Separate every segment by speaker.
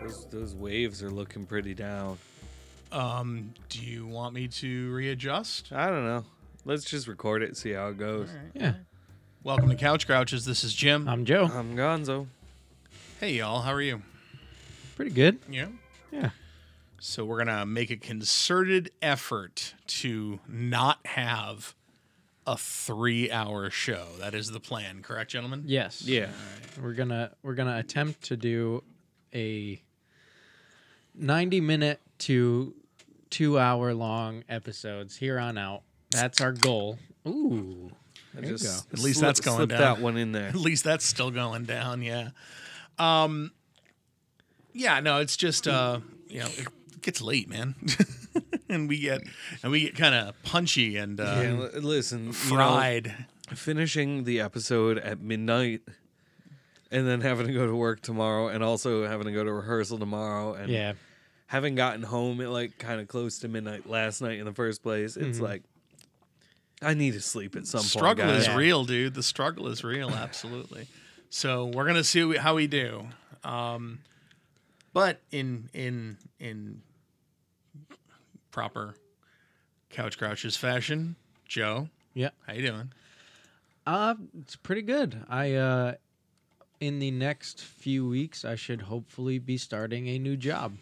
Speaker 1: Those, those waves are looking pretty down.
Speaker 2: Um, do you want me to readjust?
Speaker 1: I don't know. Let's just record it, see how it goes.
Speaker 3: Yeah.
Speaker 2: Welcome to Couch Crouches. This is Jim.
Speaker 3: I'm Joe.
Speaker 1: I'm Um, Gonzo.
Speaker 2: hey, y'all. How are you?
Speaker 3: Pretty good.
Speaker 2: Yeah.
Speaker 3: Yeah.
Speaker 2: So we're gonna make a concerted effort to not have a three-hour show. That is the plan, correct, gentlemen?
Speaker 3: Yes.
Speaker 1: Yeah.
Speaker 3: We're gonna we're gonna attempt to do a ninety minute to two hour long episodes here on out. That's our goal. Ooh.
Speaker 1: I
Speaker 3: There you
Speaker 1: just
Speaker 2: At least
Speaker 1: slip-
Speaker 2: that's going
Speaker 1: slipped
Speaker 2: down.
Speaker 1: that one in there.
Speaker 2: At least that's still going down. Yeah. Um. Yeah. No, it's just uh, you know, it gets late, man, and we get and we get kind of punchy and uh,
Speaker 1: Yeah, li- listen, you know,
Speaker 2: fried.
Speaker 1: finishing the episode at midnight and then having to go to work tomorrow and also having to go to rehearsal tomorrow and
Speaker 3: Yeah.
Speaker 1: having gotten home at like kind of close to midnight last night in the first place, it's like I need to sleep at some
Speaker 2: Mm-hmm. struggle
Speaker 1: point.
Speaker 2: is
Speaker 1: guys.
Speaker 3: Yeah.
Speaker 2: real, dude. The struggle is real, absolutely. so we're gonna see how we do. Um, but in in in proper couch crouches fashion, Joe,
Speaker 3: Yeah.
Speaker 2: how you doing?
Speaker 3: Uh it's pretty good. I uh in the next few weeks I should hopefully be starting a new job.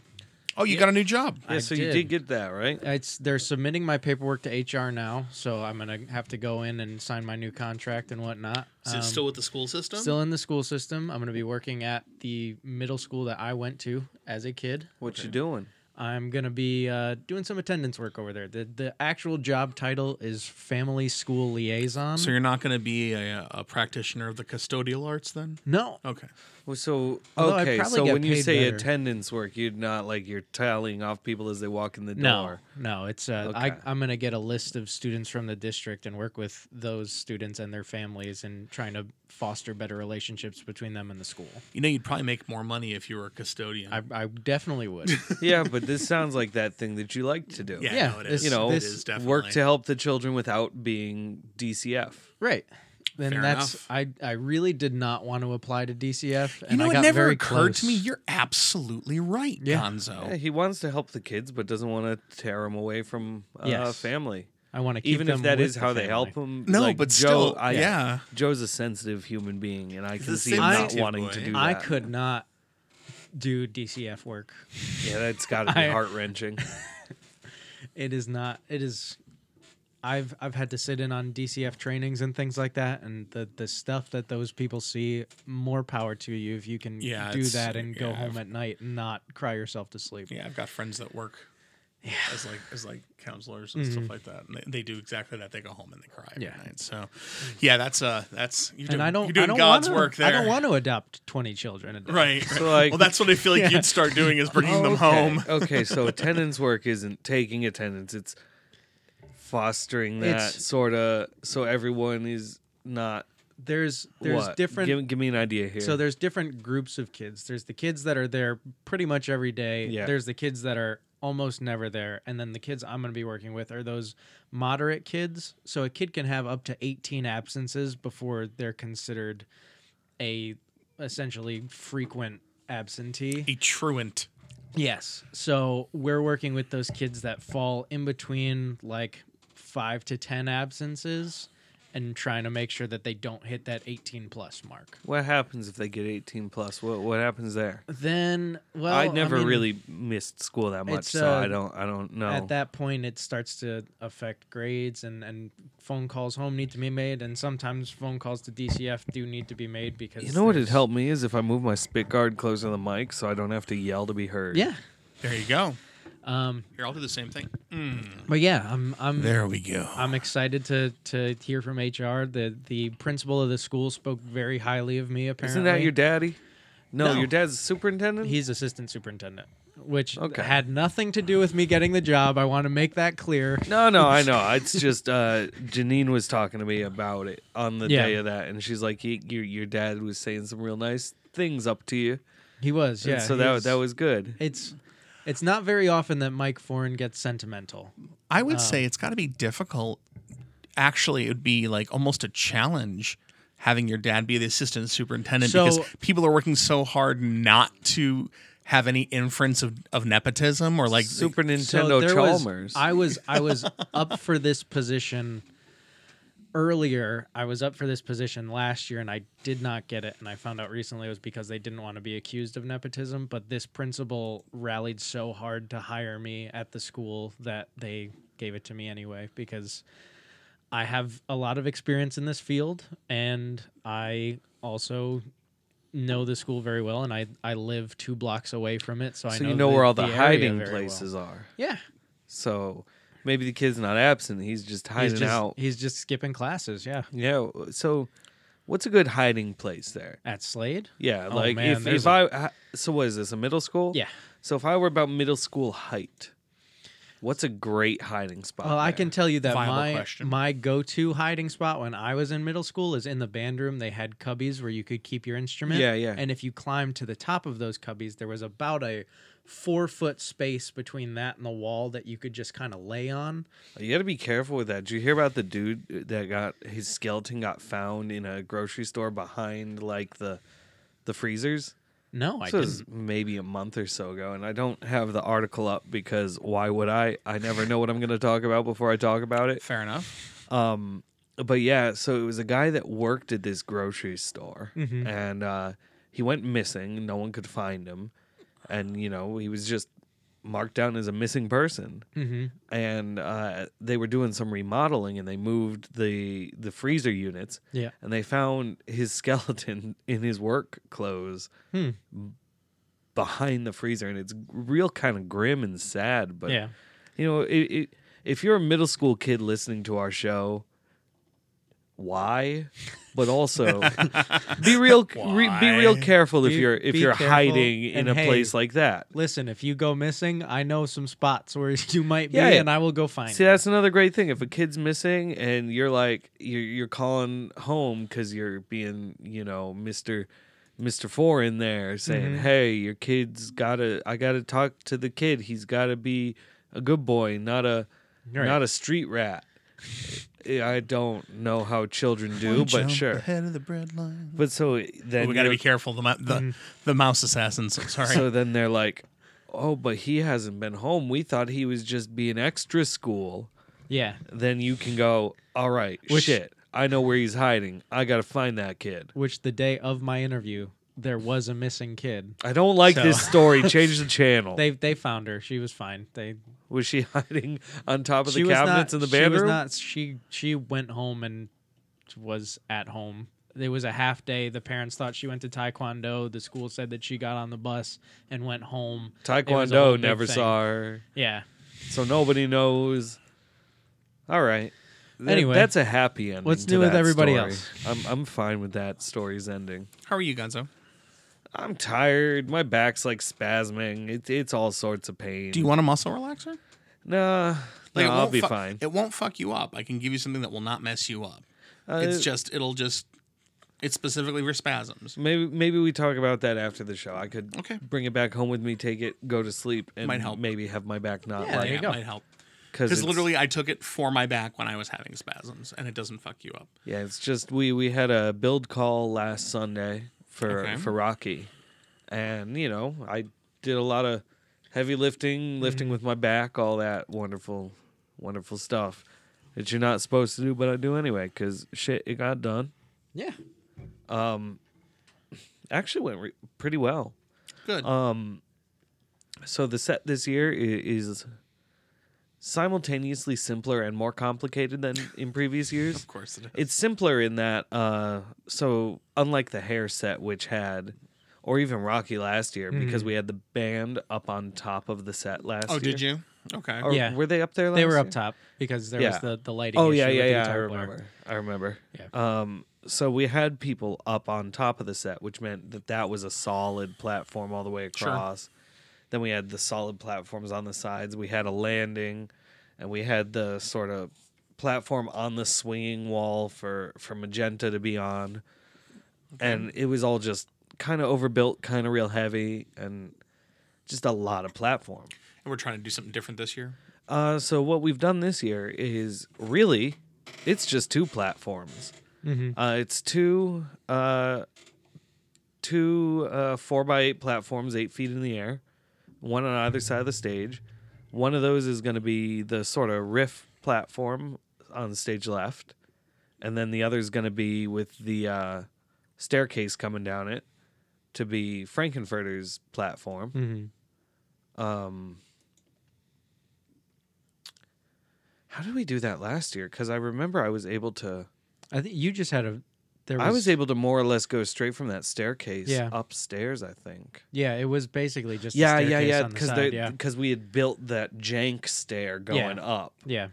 Speaker 2: Oh, you got a new job.
Speaker 1: Yeah,
Speaker 3: I
Speaker 1: so you
Speaker 3: did.
Speaker 1: did get that, right?
Speaker 3: It's they're submitting my paperwork to HR now, so I'm gonna have to go in and sign my new contract and whatnot.
Speaker 2: Is
Speaker 3: Um,
Speaker 2: it still with the school system?
Speaker 3: Still in the school system. I'm going to be working at the middle school that I went to as a kid.
Speaker 1: What you doing?
Speaker 3: I'm going to be uh, doing some attendance work over there. The the actual job title is family school liaison.
Speaker 2: so you're not going to be a, a practitioner of the custodial arts then?
Speaker 3: no,
Speaker 2: Okay.
Speaker 1: Well, so
Speaker 3: Although I
Speaker 1: okay,
Speaker 3: probably
Speaker 1: so
Speaker 3: get
Speaker 1: when you
Speaker 3: paid
Speaker 1: say
Speaker 3: better.
Speaker 1: attendance work, you're not like you're tallying off people as they walk in the
Speaker 3: no,
Speaker 1: door.
Speaker 3: no. It's uh, I,
Speaker 1: Okay.
Speaker 3: I'm going to get a list of students from the district and work with those students and their families and trying to foster better relationships between them and the school.
Speaker 2: You know, you'd probably make more money if you were a custodian.
Speaker 3: I, I definitely would.
Speaker 1: yeah, but this sounds like that thing that you like to do.
Speaker 2: yeah,
Speaker 3: yeah,
Speaker 2: no, it
Speaker 3: this-
Speaker 2: is.
Speaker 1: you know,
Speaker 2: it
Speaker 3: this
Speaker 2: is definitely.
Speaker 1: work to help the children without being DCF.
Speaker 3: Right. Then
Speaker 2: Fair
Speaker 3: that's
Speaker 2: enough.
Speaker 3: I I really did not want to apply to DCF. And
Speaker 2: You know,
Speaker 3: I
Speaker 2: it
Speaker 3: got
Speaker 2: never
Speaker 3: very
Speaker 2: occurred
Speaker 3: close.
Speaker 2: to me. You're absolutely right,
Speaker 3: Yeah.
Speaker 2: Gonzo.
Speaker 1: Yeah, he wants to help the kids, but doesn't want to tear them away from uh,
Speaker 3: Yes.
Speaker 1: family.
Speaker 3: I want to keep
Speaker 1: Even if
Speaker 3: them
Speaker 1: that
Speaker 3: with
Speaker 1: is
Speaker 3: the
Speaker 1: how they
Speaker 3: family.
Speaker 1: help him.
Speaker 2: No,
Speaker 1: like,
Speaker 2: but
Speaker 1: Joe,
Speaker 2: still,
Speaker 1: I,
Speaker 2: yeah.
Speaker 1: Joe's a sensitive human being, and I can
Speaker 2: a
Speaker 1: see him not
Speaker 2: sensitive
Speaker 1: wanting
Speaker 2: boy.
Speaker 1: to do that.
Speaker 3: I could not do DCF work.
Speaker 1: Yeah, that's got to be
Speaker 3: I-
Speaker 1: heart wrenching.
Speaker 3: It is not. It is. I've I've had to sit in on DCF trainings and things like that, and the the stuff that those people see. More power to you if you can
Speaker 2: Yeah,
Speaker 3: do
Speaker 2: it's-
Speaker 3: that and go
Speaker 2: yeah.
Speaker 3: home at night and not cry yourself to sleep.
Speaker 2: Yeah, I've got friends that work as like as like counselors and stuff like that, and they, they do exactly that. They go home and they cry every
Speaker 3: Mm-hmm. Yeah.
Speaker 2: night. So, yeah, that's uh, that's you're doing,
Speaker 3: And I don't.
Speaker 2: you're doing
Speaker 3: I don't
Speaker 2: God's
Speaker 3: wanna,
Speaker 2: work there.
Speaker 3: I don't want to adopt twenty children. A day.
Speaker 2: right.
Speaker 1: So, like-
Speaker 2: well, that's what I feel like you'd start doing is bringing them home.
Speaker 1: Oh, okay, so attendance work isn't taking attendance; it's fostering that
Speaker 3: It's-
Speaker 1: sort of so everyone is not.
Speaker 3: There's there's
Speaker 1: what?
Speaker 3: different.
Speaker 1: Give, give me an idea here.
Speaker 3: So there's different groups of kids. There's the kids that are there pretty much every day.
Speaker 1: Yeah.
Speaker 3: There's the kids that are almost never there. And then the kids I'm going to be working with are those moderate kids. So a kid can have up to 18 absences before they're considered a essentially frequent absentee.
Speaker 2: A truant.
Speaker 3: Yes. So we're working with those kids that fall in between like five to 10 absences and trying to make sure that they don't hit that 18 plus mark.
Speaker 1: what happens if they get eighteen plus? What what happens there?
Speaker 3: Then, well,
Speaker 1: I never
Speaker 3: mean,
Speaker 1: really missed school that much,
Speaker 3: it's,
Speaker 1: so
Speaker 3: uh,
Speaker 1: I don't I don't know.
Speaker 3: At that point, it starts to affect grades, and and phone calls home need to be made, and sometimes phone calls to DCF do need to be made because
Speaker 1: you know what
Speaker 3: there's-
Speaker 1: it helped me is if I move my spit guard closer to the mic, so I don't have to yell to be heard.
Speaker 3: Yeah.
Speaker 2: There you go.
Speaker 3: Um.
Speaker 2: Here, I'll do the same thing.
Speaker 3: But yeah, I'm I'm
Speaker 2: There we go.
Speaker 3: I'm excited to to hear from HR. The the principal of the school spoke very highly of me. Apparently,
Speaker 1: Isn't that your daddy? No,
Speaker 3: No.
Speaker 1: your dad's a superintendent.
Speaker 3: He's assistant superintendent, which
Speaker 1: Okay.
Speaker 3: had nothing to do with me getting the job. I want to make that clear.
Speaker 1: No, no, I know. It's just uh, Janine was talking to me about it on the
Speaker 3: Yeah.
Speaker 1: day of that, and she's like, "Y- "Your your dad was saying some real nice things up to you."
Speaker 3: He was, yeah.
Speaker 1: and so
Speaker 3: he
Speaker 1: that
Speaker 3: was-
Speaker 1: that was good.
Speaker 3: it's it's not very often that Mike Foran gets sentimental.
Speaker 2: I would say it's got to be difficult. Actually, it would be like almost a challenge having your dad be the assistant superintendent
Speaker 3: So-
Speaker 2: because people are working so hard not to have any inference of, of nepotism or like
Speaker 1: Super
Speaker 3: So
Speaker 1: Nintendo
Speaker 3: there was-
Speaker 1: Chalmers.
Speaker 3: I was I was up for this position earlier. I was up for this position last year and I did not get it and I found out recently it was because they didn't want to be accused of nepotism, but this principal rallied so hard to hire me at the school that they gave it to me anyway because I have a lot of experience in this field and I also know the school very well and I, I live two blocks away from it so, I
Speaker 1: so
Speaker 3: know
Speaker 1: you know where all the,
Speaker 3: area
Speaker 1: hiding
Speaker 3: very well.
Speaker 1: places are.
Speaker 3: Yeah.
Speaker 1: So maybe the kid's not absent. He's just hiding
Speaker 3: he's just,
Speaker 1: out.
Speaker 3: He's just skipping classes. Yeah.
Speaker 1: Yeah. So what's a good hiding place there?
Speaker 3: At Slade.
Speaker 1: Yeah.
Speaker 3: Oh,
Speaker 1: like
Speaker 3: man,
Speaker 1: if,
Speaker 3: there's
Speaker 1: if
Speaker 3: a-
Speaker 1: I ha- so what is this a middle school?
Speaker 3: Yeah.
Speaker 1: So if I were about middle school height, what's a great hiding spot?
Speaker 3: Well, I
Speaker 1: there?
Speaker 3: can tell you that
Speaker 2: Viable
Speaker 3: my
Speaker 2: question.
Speaker 3: my go-to hiding spot when I was in middle school is in the band room. They had cubbies where you could keep your instrument.
Speaker 1: Yeah, yeah.
Speaker 3: And if you climbed to the top of those cubbies, there was about a four-foot space between that and the wall that you could just kind of lay on.
Speaker 1: You got to be careful with that. Did you hear about the dude uh, that got his skeleton got found in a grocery store behind like the the freezers?
Speaker 3: No, I
Speaker 1: This
Speaker 3: didn't.
Speaker 1: was maybe a month or so ago, and I don't have the article up because why would I? I never know what I'm going to talk about before I talk about it.
Speaker 2: fair enough.
Speaker 1: Um, but yeah, so it was a guy that worked at this grocery store,
Speaker 3: Mm-hmm.
Speaker 1: and uh, he went missing. No one could find him, and you know he was just marked down as a missing person.
Speaker 3: Mhm.
Speaker 1: And uh, they were doing some remodeling, and they moved the the freezer units,
Speaker 3: Yeah.
Speaker 1: and they found his skeleton in his work clothes.
Speaker 3: Hmm.
Speaker 1: Behind the freezer, and it's real kind of grim and sad. But
Speaker 3: yeah.
Speaker 1: you know, it, it, if you're a middle school kid listening to our show, why? But also, be real, re, be real
Speaker 2: Why?
Speaker 1: careful if
Speaker 3: Be-
Speaker 1: you're if
Speaker 3: be
Speaker 1: you're
Speaker 3: careful,
Speaker 1: hiding in
Speaker 3: and
Speaker 1: a
Speaker 3: hey,
Speaker 1: place like that.
Speaker 3: Listen, if you go missing, I know some spots where you might be,
Speaker 1: Yeah, yeah.
Speaker 3: and I will go find.
Speaker 1: See,
Speaker 3: you.
Speaker 1: that's another great thing. If a kid's missing and you're like you're, you're calling home because you're being, you know, Mister Mister Foreign there, saying, "Hey, your kid's gotta. I gotta talk to the kid. He's gotta be a good boy, not a
Speaker 3: Right.
Speaker 1: not a street rat." I don't know how children do, but sure.
Speaker 2: Head of the bread line.
Speaker 1: But so then
Speaker 2: we got to
Speaker 1: you're-
Speaker 2: be careful. The mou- the, the mouse assassins. I'm sorry.
Speaker 1: Mm-hmm. So then they're like, "Oh, but he hasn't been home. We thought he was just being extra school."
Speaker 3: yeah.
Speaker 1: then you can go, all right,
Speaker 3: Which-
Speaker 1: shit. I know where he's hiding. I gotta find that kid.
Speaker 3: Which the day of my interview, there was a missing kid.
Speaker 1: I don't like
Speaker 2: So-
Speaker 1: this story. Change the channel.
Speaker 3: They they found her. She was fine. They
Speaker 1: was she hiding on top of
Speaker 3: she
Speaker 1: the
Speaker 3: was
Speaker 1: cabinets
Speaker 3: not,
Speaker 1: in the
Speaker 3: She was
Speaker 1: bedroom?
Speaker 3: not. She she went home and was at home. It was a half day. The parents thought she went to Taekwondo. The school said that she got on the bus and went home. It was a whole
Speaker 1: Taekwondo
Speaker 3: big
Speaker 1: never
Speaker 3: thing.
Speaker 1: saw her,
Speaker 3: Yeah.
Speaker 1: so nobody knows. All right. That-
Speaker 3: Anyway,
Speaker 1: that's a happy ending.
Speaker 3: what's
Speaker 1: to
Speaker 3: new with
Speaker 1: that
Speaker 3: everybody
Speaker 1: story.
Speaker 3: else?
Speaker 1: I'm I'm fine with that story's ending.
Speaker 2: How are you, Gonzo?
Speaker 1: I'm tired. My back's like spasming. It, it's all sorts of pain.
Speaker 2: Do you want a muscle relaxer?
Speaker 1: Nah,
Speaker 2: it
Speaker 1: no, I'll
Speaker 2: won't
Speaker 1: be
Speaker 2: fu-
Speaker 1: fine.
Speaker 2: It won't fuck you up. I can give you something that will not mess you up.
Speaker 1: Uh,
Speaker 2: it's just it'll just it's specifically for spasms.
Speaker 1: Maybe maybe we talk about that after the show. I could
Speaker 2: Okay.
Speaker 1: bring it back home with me, take it, go to sleep, and
Speaker 2: Might help.
Speaker 1: maybe have my back not
Speaker 3: Yeah,
Speaker 1: like
Speaker 3: there you
Speaker 2: it
Speaker 3: go.
Speaker 2: might help.
Speaker 1: because
Speaker 2: Because literally, I took it for my back when I was having spasms, and it doesn't fuck you up.
Speaker 1: yeah, it's just we we had a build call last Sunday for
Speaker 2: Okay.
Speaker 1: for Rocky, and you know I did a lot of heavy
Speaker 2: Mm-hmm.
Speaker 1: lifting, lifting with my back, all that wonderful, wonderful stuff that you're not supposed to do, but I do anyway because shit, it got done. Um,
Speaker 3: Yeah.
Speaker 1: Actually, went re- pretty well.
Speaker 2: Good.
Speaker 3: Uh,
Speaker 1: So the set this year i- is simultaneously simpler and more complicated than in previous years.
Speaker 2: of course it is.
Speaker 1: It's simpler in that uh so unlike the hair set which had or even Rocky last year because we had the band up on top of the set last
Speaker 2: Mm-hmm. Oh,
Speaker 1: year.
Speaker 2: did you? Okay.
Speaker 1: Or
Speaker 3: Yeah.
Speaker 1: were they up there last
Speaker 3: They were up
Speaker 1: year?
Speaker 3: top because there
Speaker 1: Yeah.
Speaker 3: was the the lighting.
Speaker 1: Oh
Speaker 3: issue
Speaker 1: yeah,
Speaker 3: with
Speaker 1: yeah,
Speaker 3: the
Speaker 1: yeah. I
Speaker 3: guitar player.
Speaker 1: remember. I remember.
Speaker 3: Yeah.
Speaker 1: Um, so we had people up on top of the set, which meant that that was a solid platform all the way
Speaker 2: Sure.
Speaker 1: across. Then we had the solid platforms on the sides. We had a landing, and we had the sort of platform on the swinging wall for for magenta to be on, and it was all just kind of overbuilt, kind of real heavy, and just a lot of platform.
Speaker 2: And we're trying to do something different this year.
Speaker 1: Uh, so what we've done this year is really, it's just two platforms. Uh, it's two uh, two uh, four by eight platforms, eight feet in the air, one on either side of the stage. One of those is going to be the sort of riff platform on stage left, and then the other is going to be with the uh, staircase coming down it to be Frankenfurter's platform.
Speaker 3: Mm-hmm.
Speaker 1: Um, how did we do that last year? Because I remember I was able to.
Speaker 3: I think you just had a. There was,
Speaker 1: I was able to more or less go straight from that staircase
Speaker 3: Yeah.
Speaker 1: upstairs. I think.
Speaker 3: yeah, it was basically just
Speaker 1: yeah,
Speaker 3: the
Speaker 1: yeah,
Speaker 3: staircase
Speaker 1: yeah,
Speaker 3: on the
Speaker 1: because
Speaker 3: side, yeah,
Speaker 1: because we had built that jank stair going up,
Speaker 3: yeah.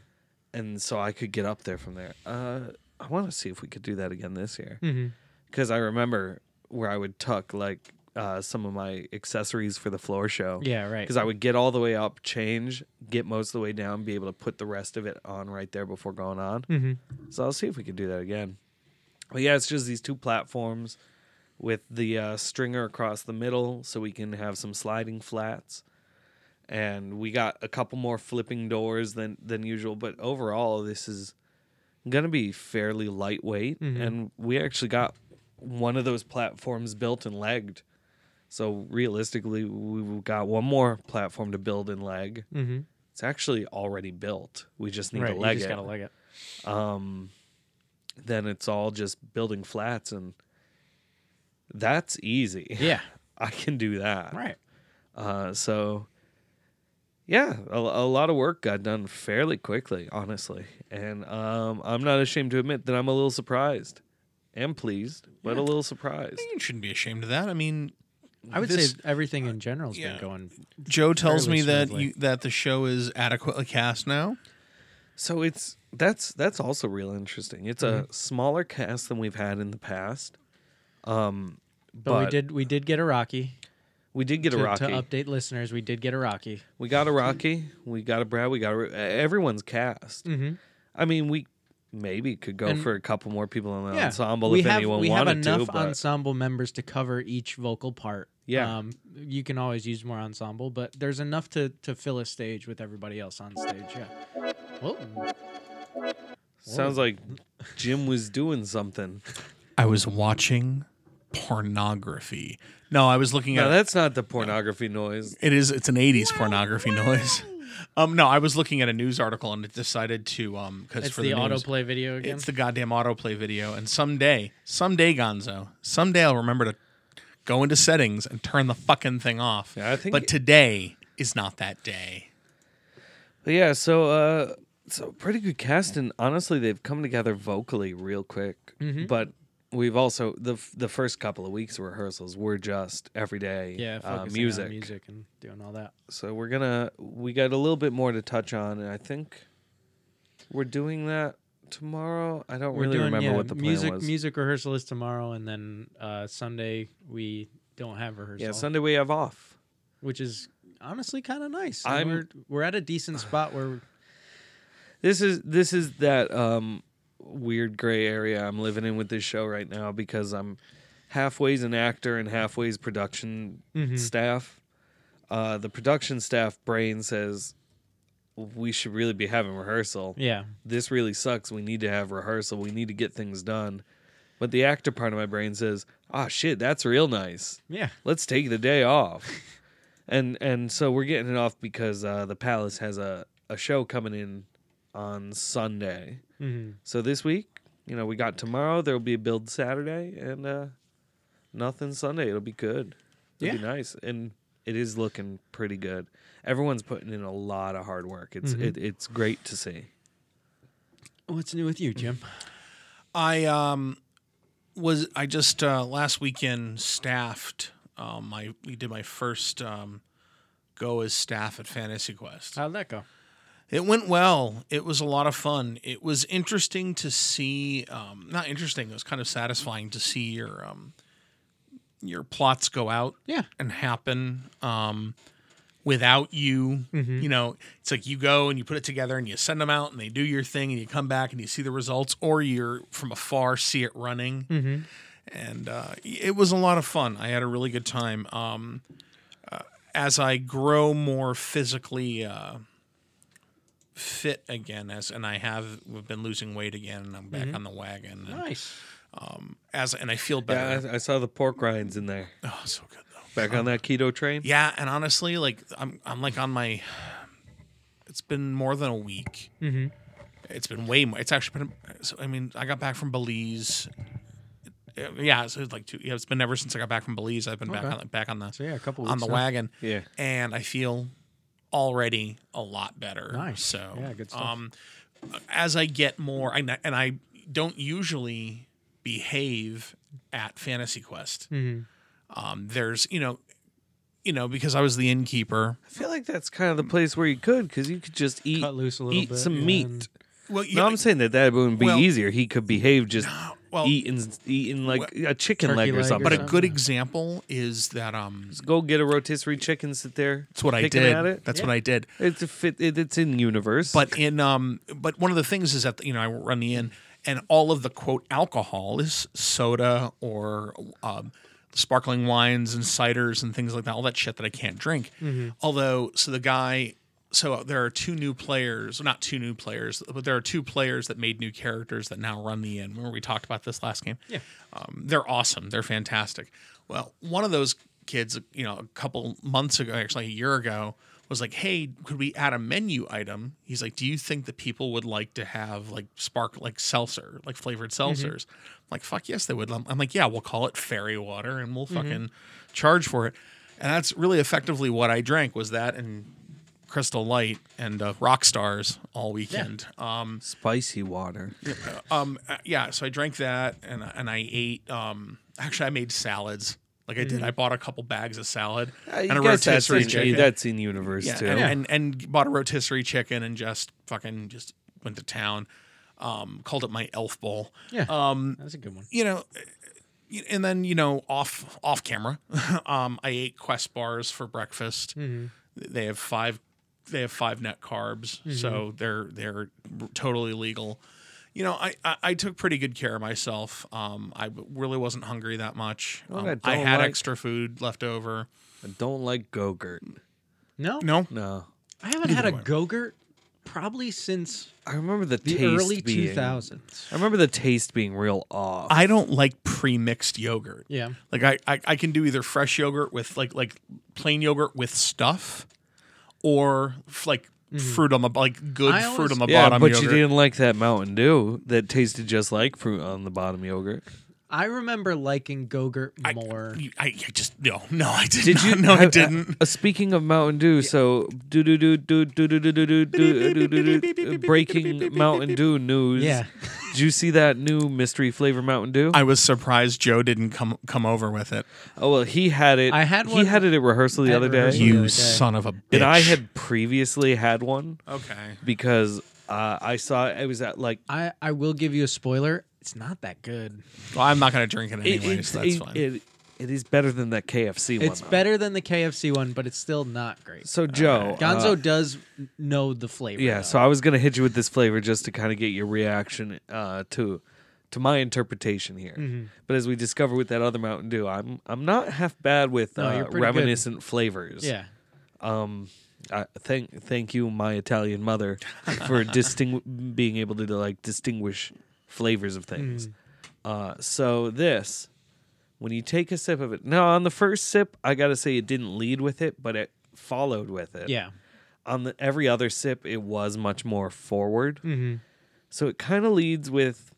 Speaker 1: and so I could get up there from there. Uh, I want to see if we could do that again this year
Speaker 3: Mm-hmm.
Speaker 1: because I remember where I would tuck like uh, some of my accessories for the floor show.
Speaker 3: Yeah, right.
Speaker 1: because I would get all the way up, change, get most of the way down, be able to put the rest of it on right there before going on.
Speaker 3: Mhm.
Speaker 1: So I'll see if we can do that again. But yeah, it's just these two platforms with the uh, stringer across the middle so we can have some sliding flats. And we got a couple more flipping doors than than usual, but overall this is going to be fairly lightweight
Speaker 3: Mhm.
Speaker 1: and we actually got one of those platforms built and legged. So realistically, we've got one more platform to build and leg.
Speaker 3: Mm-hmm.
Speaker 1: It's actually already built. We just need
Speaker 3: right,
Speaker 1: to
Speaker 3: you
Speaker 1: leg
Speaker 3: just
Speaker 1: it.
Speaker 3: gotta leg it.
Speaker 1: Um, then it's all just building flats, and that's easy.
Speaker 3: Yeah,
Speaker 1: I can do that.
Speaker 3: right.
Speaker 1: Uh, so, yeah, a, a lot of work got done fairly quickly, honestly. And um, I'm not ashamed to admit that I'm a little surprised and pleased, but a little surprised.
Speaker 2: You shouldn't be ashamed of that. I mean,
Speaker 3: I would
Speaker 2: this-
Speaker 3: say everything in general's
Speaker 2: yeah.
Speaker 3: been going.
Speaker 2: Joe tells
Speaker 3: fairly
Speaker 2: me that
Speaker 3: smoothly.
Speaker 2: you, that the show is adequately cast now.
Speaker 1: So it's that's that's also real interesting. It's
Speaker 3: Mm-hmm.
Speaker 1: a smaller cast than we've had in the past. Um,
Speaker 3: But, we did we did get a Rocky.
Speaker 1: we did get
Speaker 3: to,
Speaker 1: a Rocky.
Speaker 3: to update listeners, we did get a Rocky.
Speaker 1: we got a Rocky. We got a Brad. We got a, everyone's cast.
Speaker 3: Mm-hmm.
Speaker 1: I mean, we maybe could go
Speaker 3: And-
Speaker 1: for a couple more people in the
Speaker 3: Yeah,
Speaker 1: ensemble
Speaker 3: we
Speaker 1: if
Speaker 3: have
Speaker 1: anyone
Speaker 3: we have
Speaker 1: wanted
Speaker 3: enough
Speaker 1: to. But
Speaker 3: ensemble members to cover each vocal part.
Speaker 1: Yeah.
Speaker 3: um, you can always use more ensemble, but there's enough to to fill a stage with everybody else on stage. Yeah. Whoa.
Speaker 1: sounds like Jim was doing something.
Speaker 2: I was watching pornography. No, I was looking
Speaker 1: Now
Speaker 2: at
Speaker 1: that's not the pornography noise.
Speaker 2: It is. It's an '80s pornography noise. Um, no, I was looking at a news article and it decided to um because
Speaker 3: It's
Speaker 2: for
Speaker 3: the,
Speaker 2: news,
Speaker 3: autoplay video again.
Speaker 2: it's the goddamn autoplay video. And someday, someday, Gonzo, someday I'll remember to go into settings and turn the fucking thing off.
Speaker 1: Yeah, I think-
Speaker 2: But today is not that day.
Speaker 1: But yeah, so uh so pretty good cast and honestly they've come together vocally real quick.
Speaker 3: Mm-hmm.
Speaker 1: But we've also the f- the first couple of weeks of rehearsals were just everyday
Speaker 3: yeah,
Speaker 1: uh,
Speaker 3: focusing on
Speaker 1: music.
Speaker 3: music, and doing all that.
Speaker 1: So we're going to we got a little bit more to touch on and I think we're doing that tomorrow. I don't really remember
Speaker 3: yeah,
Speaker 1: what the plan
Speaker 3: music
Speaker 1: was.
Speaker 3: music rehearsal is tomorrow, and then uh, Sunday we don't have rehearsal,
Speaker 1: yeah, Sunday we have off.
Speaker 3: which is honestly kind of nice. And
Speaker 1: I'm-
Speaker 3: we're we're at a decent spot where
Speaker 1: This is this is that um weird gray area I'm living in with this show right now because I'm halfway's an actor and halfway's production staff. Uh, the production staff brain says we should really be having rehearsal.
Speaker 3: yeah,
Speaker 1: This really sucks. We need to have rehearsal. We need to get things done. But the actor part of my brain says, "Ah, shit, that's real nice
Speaker 3: yeah,
Speaker 1: let's take the day off. and and so we're getting it off because uh, the Palace has a, a show coming in on Sunday.
Speaker 3: Mhm.
Speaker 1: So this week, you know, we got tomorrow. There will be a build Saturday and uh, nothing Sunday. It'll be good. It'll be nice, and it is looking pretty good. Everyone's putting in a lot of hard work. It's it, it's great to see.
Speaker 3: What's new with you, Jim?
Speaker 2: I um was I just uh, last weekend staffed. Um, my we did my first um go as staff at Fantasy Quest.
Speaker 3: How'd that go?
Speaker 2: It went well. It was a lot of fun. It was interesting to see. Um, not interesting. It was kind of satisfying to see your um, your plots go out
Speaker 3: Yeah,
Speaker 2: and happen um, without you.
Speaker 1: Mm-hmm.
Speaker 2: You know, it's like you go and you put it together and you send them out and they do your thing and you come back and you see the results, or you're from afar see it running.
Speaker 1: Mm-hmm.
Speaker 2: And uh, it was a lot of fun. I had a really good time. Um, uh, as I grow more physically. Uh, fit again as and i have we've been losing weight again and i'm back on the wagon and
Speaker 3: nice.
Speaker 2: um, as and I feel
Speaker 1: Mm-hmm. Yeah,
Speaker 2: better.
Speaker 1: I, I saw the pork rinds in there.
Speaker 2: oh, so good though.
Speaker 1: Back on that keto train.
Speaker 2: Yeah, and honestly, like I'm I'm like on my. It's been more than a week.
Speaker 3: Mm-hmm.
Speaker 2: It's been way more. It's actually been. So I mean, I got back from Belize. Uh, Yeah, so it's like two. Yeah, it's been ever since I got back from Belize. I've been back
Speaker 3: Okay.
Speaker 2: on back on the
Speaker 3: So yeah, a couple weeks
Speaker 2: on the
Speaker 3: now.
Speaker 2: wagon.
Speaker 1: Yeah.
Speaker 2: and I feel already a lot better.
Speaker 3: Nice.
Speaker 2: So
Speaker 3: Yeah, good stuff.
Speaker 2: Um, as I get more, I, and I don't usually behave at Fantasy Quest.
Speaker 3: Mhm.
Speaker 2: Um, there's you know, you know because I was the innkeeper.
Speaker 1: I feel like that's kind of the place where you could, because you could just eat
Speaker 3: Cut loose a little
Speaker 1: eat
Speaker 3: bit,
Speaker 1: some
Speaker 3: yeah,
Speaker 1: meat.
Speaker 3: and-
Speaker 2: Well,
Speaker 1: No, I'm saying that that wouldn't be
Speaker 2: Well-
Speaker 1: easier. He could behave just
Speaker 2: well,
Speaker 1: eating eating like a chicken
Speaker 3: Turkey
Speaker 1: leg or
Speaker 3: leg or
Speaker 1: something.
Speaker 2: but a
Speaker 3: something.
Speaker 2: good example is that um,
Speaker 1: Go get a rotisserie chicken, sit there.
Speaker 2: that's what I
Speaker 1: picking
Speaker 2: did.
Speaker 1: At it.
Speaker 2: That's what I did.
Speaker 1: It's a fit. It, it's in universe.
Speaker 2: But in um, but one of the things is that you know I run the inn, and all of the quote alcohol is soda or um, sparkling wines and ciders and things like that. All that shit that I can't drink. Although, so the guy. So there are two new players, not two new players, but there are two players that made new characters that now run the inn. Remember we talked about this last game? Yeah. Um, they're awesome. They're fantastic. Well, one of those kids, you know, a couple months ago, actually a year ago, was like, "Hey, could we add a menu item?" He's like, "Do you think that people would like to have like spark like seltzer, like flavored seltzers?" I'm like, "Fuck yes, they would." I'm I'm like, "Yeah, we'll call it fairy water and we'll fucking charge for it." And that's really effectively what I drank was that and Crystal Light and uh, Rock Stars all weekend. Um,
Speaker 1: spicy water.
Speaker 2: um, uh, yeah. So I drank that, and and I ate. Um, actually, I made salads. Like I did, I bought a couple bags of salad
Speaker 1: Mm-hmm. Uh, you
Speaker 2: and a
Speaker 1: guess that's
Speaker 2: rotisserie
Speaker 1: in-
Speaker 2: chicken.
Speaker 1: That's in universe
Speaker 2: yeah,
Speaker 1: too.
Speaker 2: and, and and bought a rotisserie chicken and just fucking just went to town. Um, called it my elf bowl.
Speaker 3: Yeah.
Speaker 2: Um,
Speaker 3: That's a good one.
Speaker 2: you know, y- and then you know off off camera, um, I ate Quest bars for breakfast.
Speaker 1: Mm-hmm.
Speaker 2: They have five they have five net carbs,
Speaker 1: Mm-hmm.
Speaker 2: so they're they're totally legal. You know, I, I, I took pretty good care of myself. Um, I w- really wasn't hungry that much.
Speaker 1: Well,
Speaker 2: Um,
Speaker 1: that
Speaker 2: I
Speaker 1: don't
Speaker 2: had
Speaker 1: like-
Speaker 2: extra food left over.
Speaker 1: I don't like Gogurt.
Speaker 3: No,
Speaker 2: No,
Speaker 1: No,
Speaker 3: I haven't had a Gogurt probably since
Speaker 1: I remember the,
Speaker 3: the
Speaker 1: taste
Speaker 3: early
Speaker 1: being.
Speaker 3: two thousands.
Speaker 1: I remember the taste being real off.
Speaker 2: I don't like pre mixed yogurt.
Speaker 3: Yeah,
Speaker 2: Like I, I, I can do either fresh yogurt with like like plain yogurt with stuff, or f- like
Speaker 1: Mm-hmm.
Speaker 2: fruit on the like good
Speaker 3: I
Speaker 2: fruit
Speaker 3: always-
Speaker 2: on the
Speaker 1: yeah,
Speaker 2: bottom.
Speaker 1: but
Speaker 2: yogurt.
Speaker 1: you didn't like that Mountain Dew that tasted just like fruit on the bottom yogurt.
Speaker 3: I remember liking Gogurt
Speaker 2: I-
Speaker 3: more.
Speaker 2: you- I, I just no no I did,
Speaker 1: Did
Speaker 2: not.
Speaker 1: you?
Speaker 2: no I,
Speaker 1: have-
Speaker 2: didn't.
Speaker 1: uh, speaking of Mountain Dew, so do do do do do do do do do do do do breaking Mountain Dew news.
Speaker 3: Yeah.
Speaker 1: Did you see that new mystery flavor Mountain Dew?
Speaker 2: I was surprised Joe didn't come come over with it.
Speaker 1: Oh well, he had it.
Speaker 3: I had
Speaker 1: He
Speaker 3: one
Speaker 1: had it at rehearsal the
Speaker 3: at
Speaker 1: other day,
Speaker 3: rehearsal.
Speaker 2: You
Speaker 3: other day.
Speaker 2: son of a bitch.
Speaker 1: and I had previously had one
Speaker 2: okay.
Speaker 1: because uh, I saw it was at like
Speaker 3: I I will give you a spoiler. It's not that good.
Speaker 2: Well, I'm not gonna drink it anyways.
Speaker 1: it's-
Speaker 2: that's
Speaker 1: it-
Speaker 2: fine.
Speaker 1: it- it is better than that KFC one.
Speaker 3: It's
Speaker 1: though.
Speaker 3: better than the KFC one, but it's still not great.
Speaker 1: So Joe,
Speaker 3: Gonzo
Speaker 1: uh,
Speaker 3: does know the flavor.
Speaker 1: yeah.
Speaker 3: though.
Speaker 1: So I was gonna hit you with this flavor just to kind of get your reaction uh, to to my interpretation here.
Speaker 3: Mm-hmm.
Speaker 1: But as we discover with that other Mountain Dew, I'm I'm not half bad with
Speaker 3: No,
Speaker 1: uh,
Speaker 3: you're pretty good.
Speaker 1: reminiscent flavors.
Speaker 3: yeah.
Speaker 1: I thank thank you, my Italian mother, for distingu- being able to like distinguish flavors of things.
Speaker 3: Mm.
Speaker 1: Uh, so this, when you take a sip of it, now on the first sip, I gotta say it didn't lead with it, but it followed with it.
Speaker 3: Yeah.
Speaker 1: On the every other sip, it was much more forward.
Speaker 3: Mm-hmm.
Speaker 1: So it kind of leads with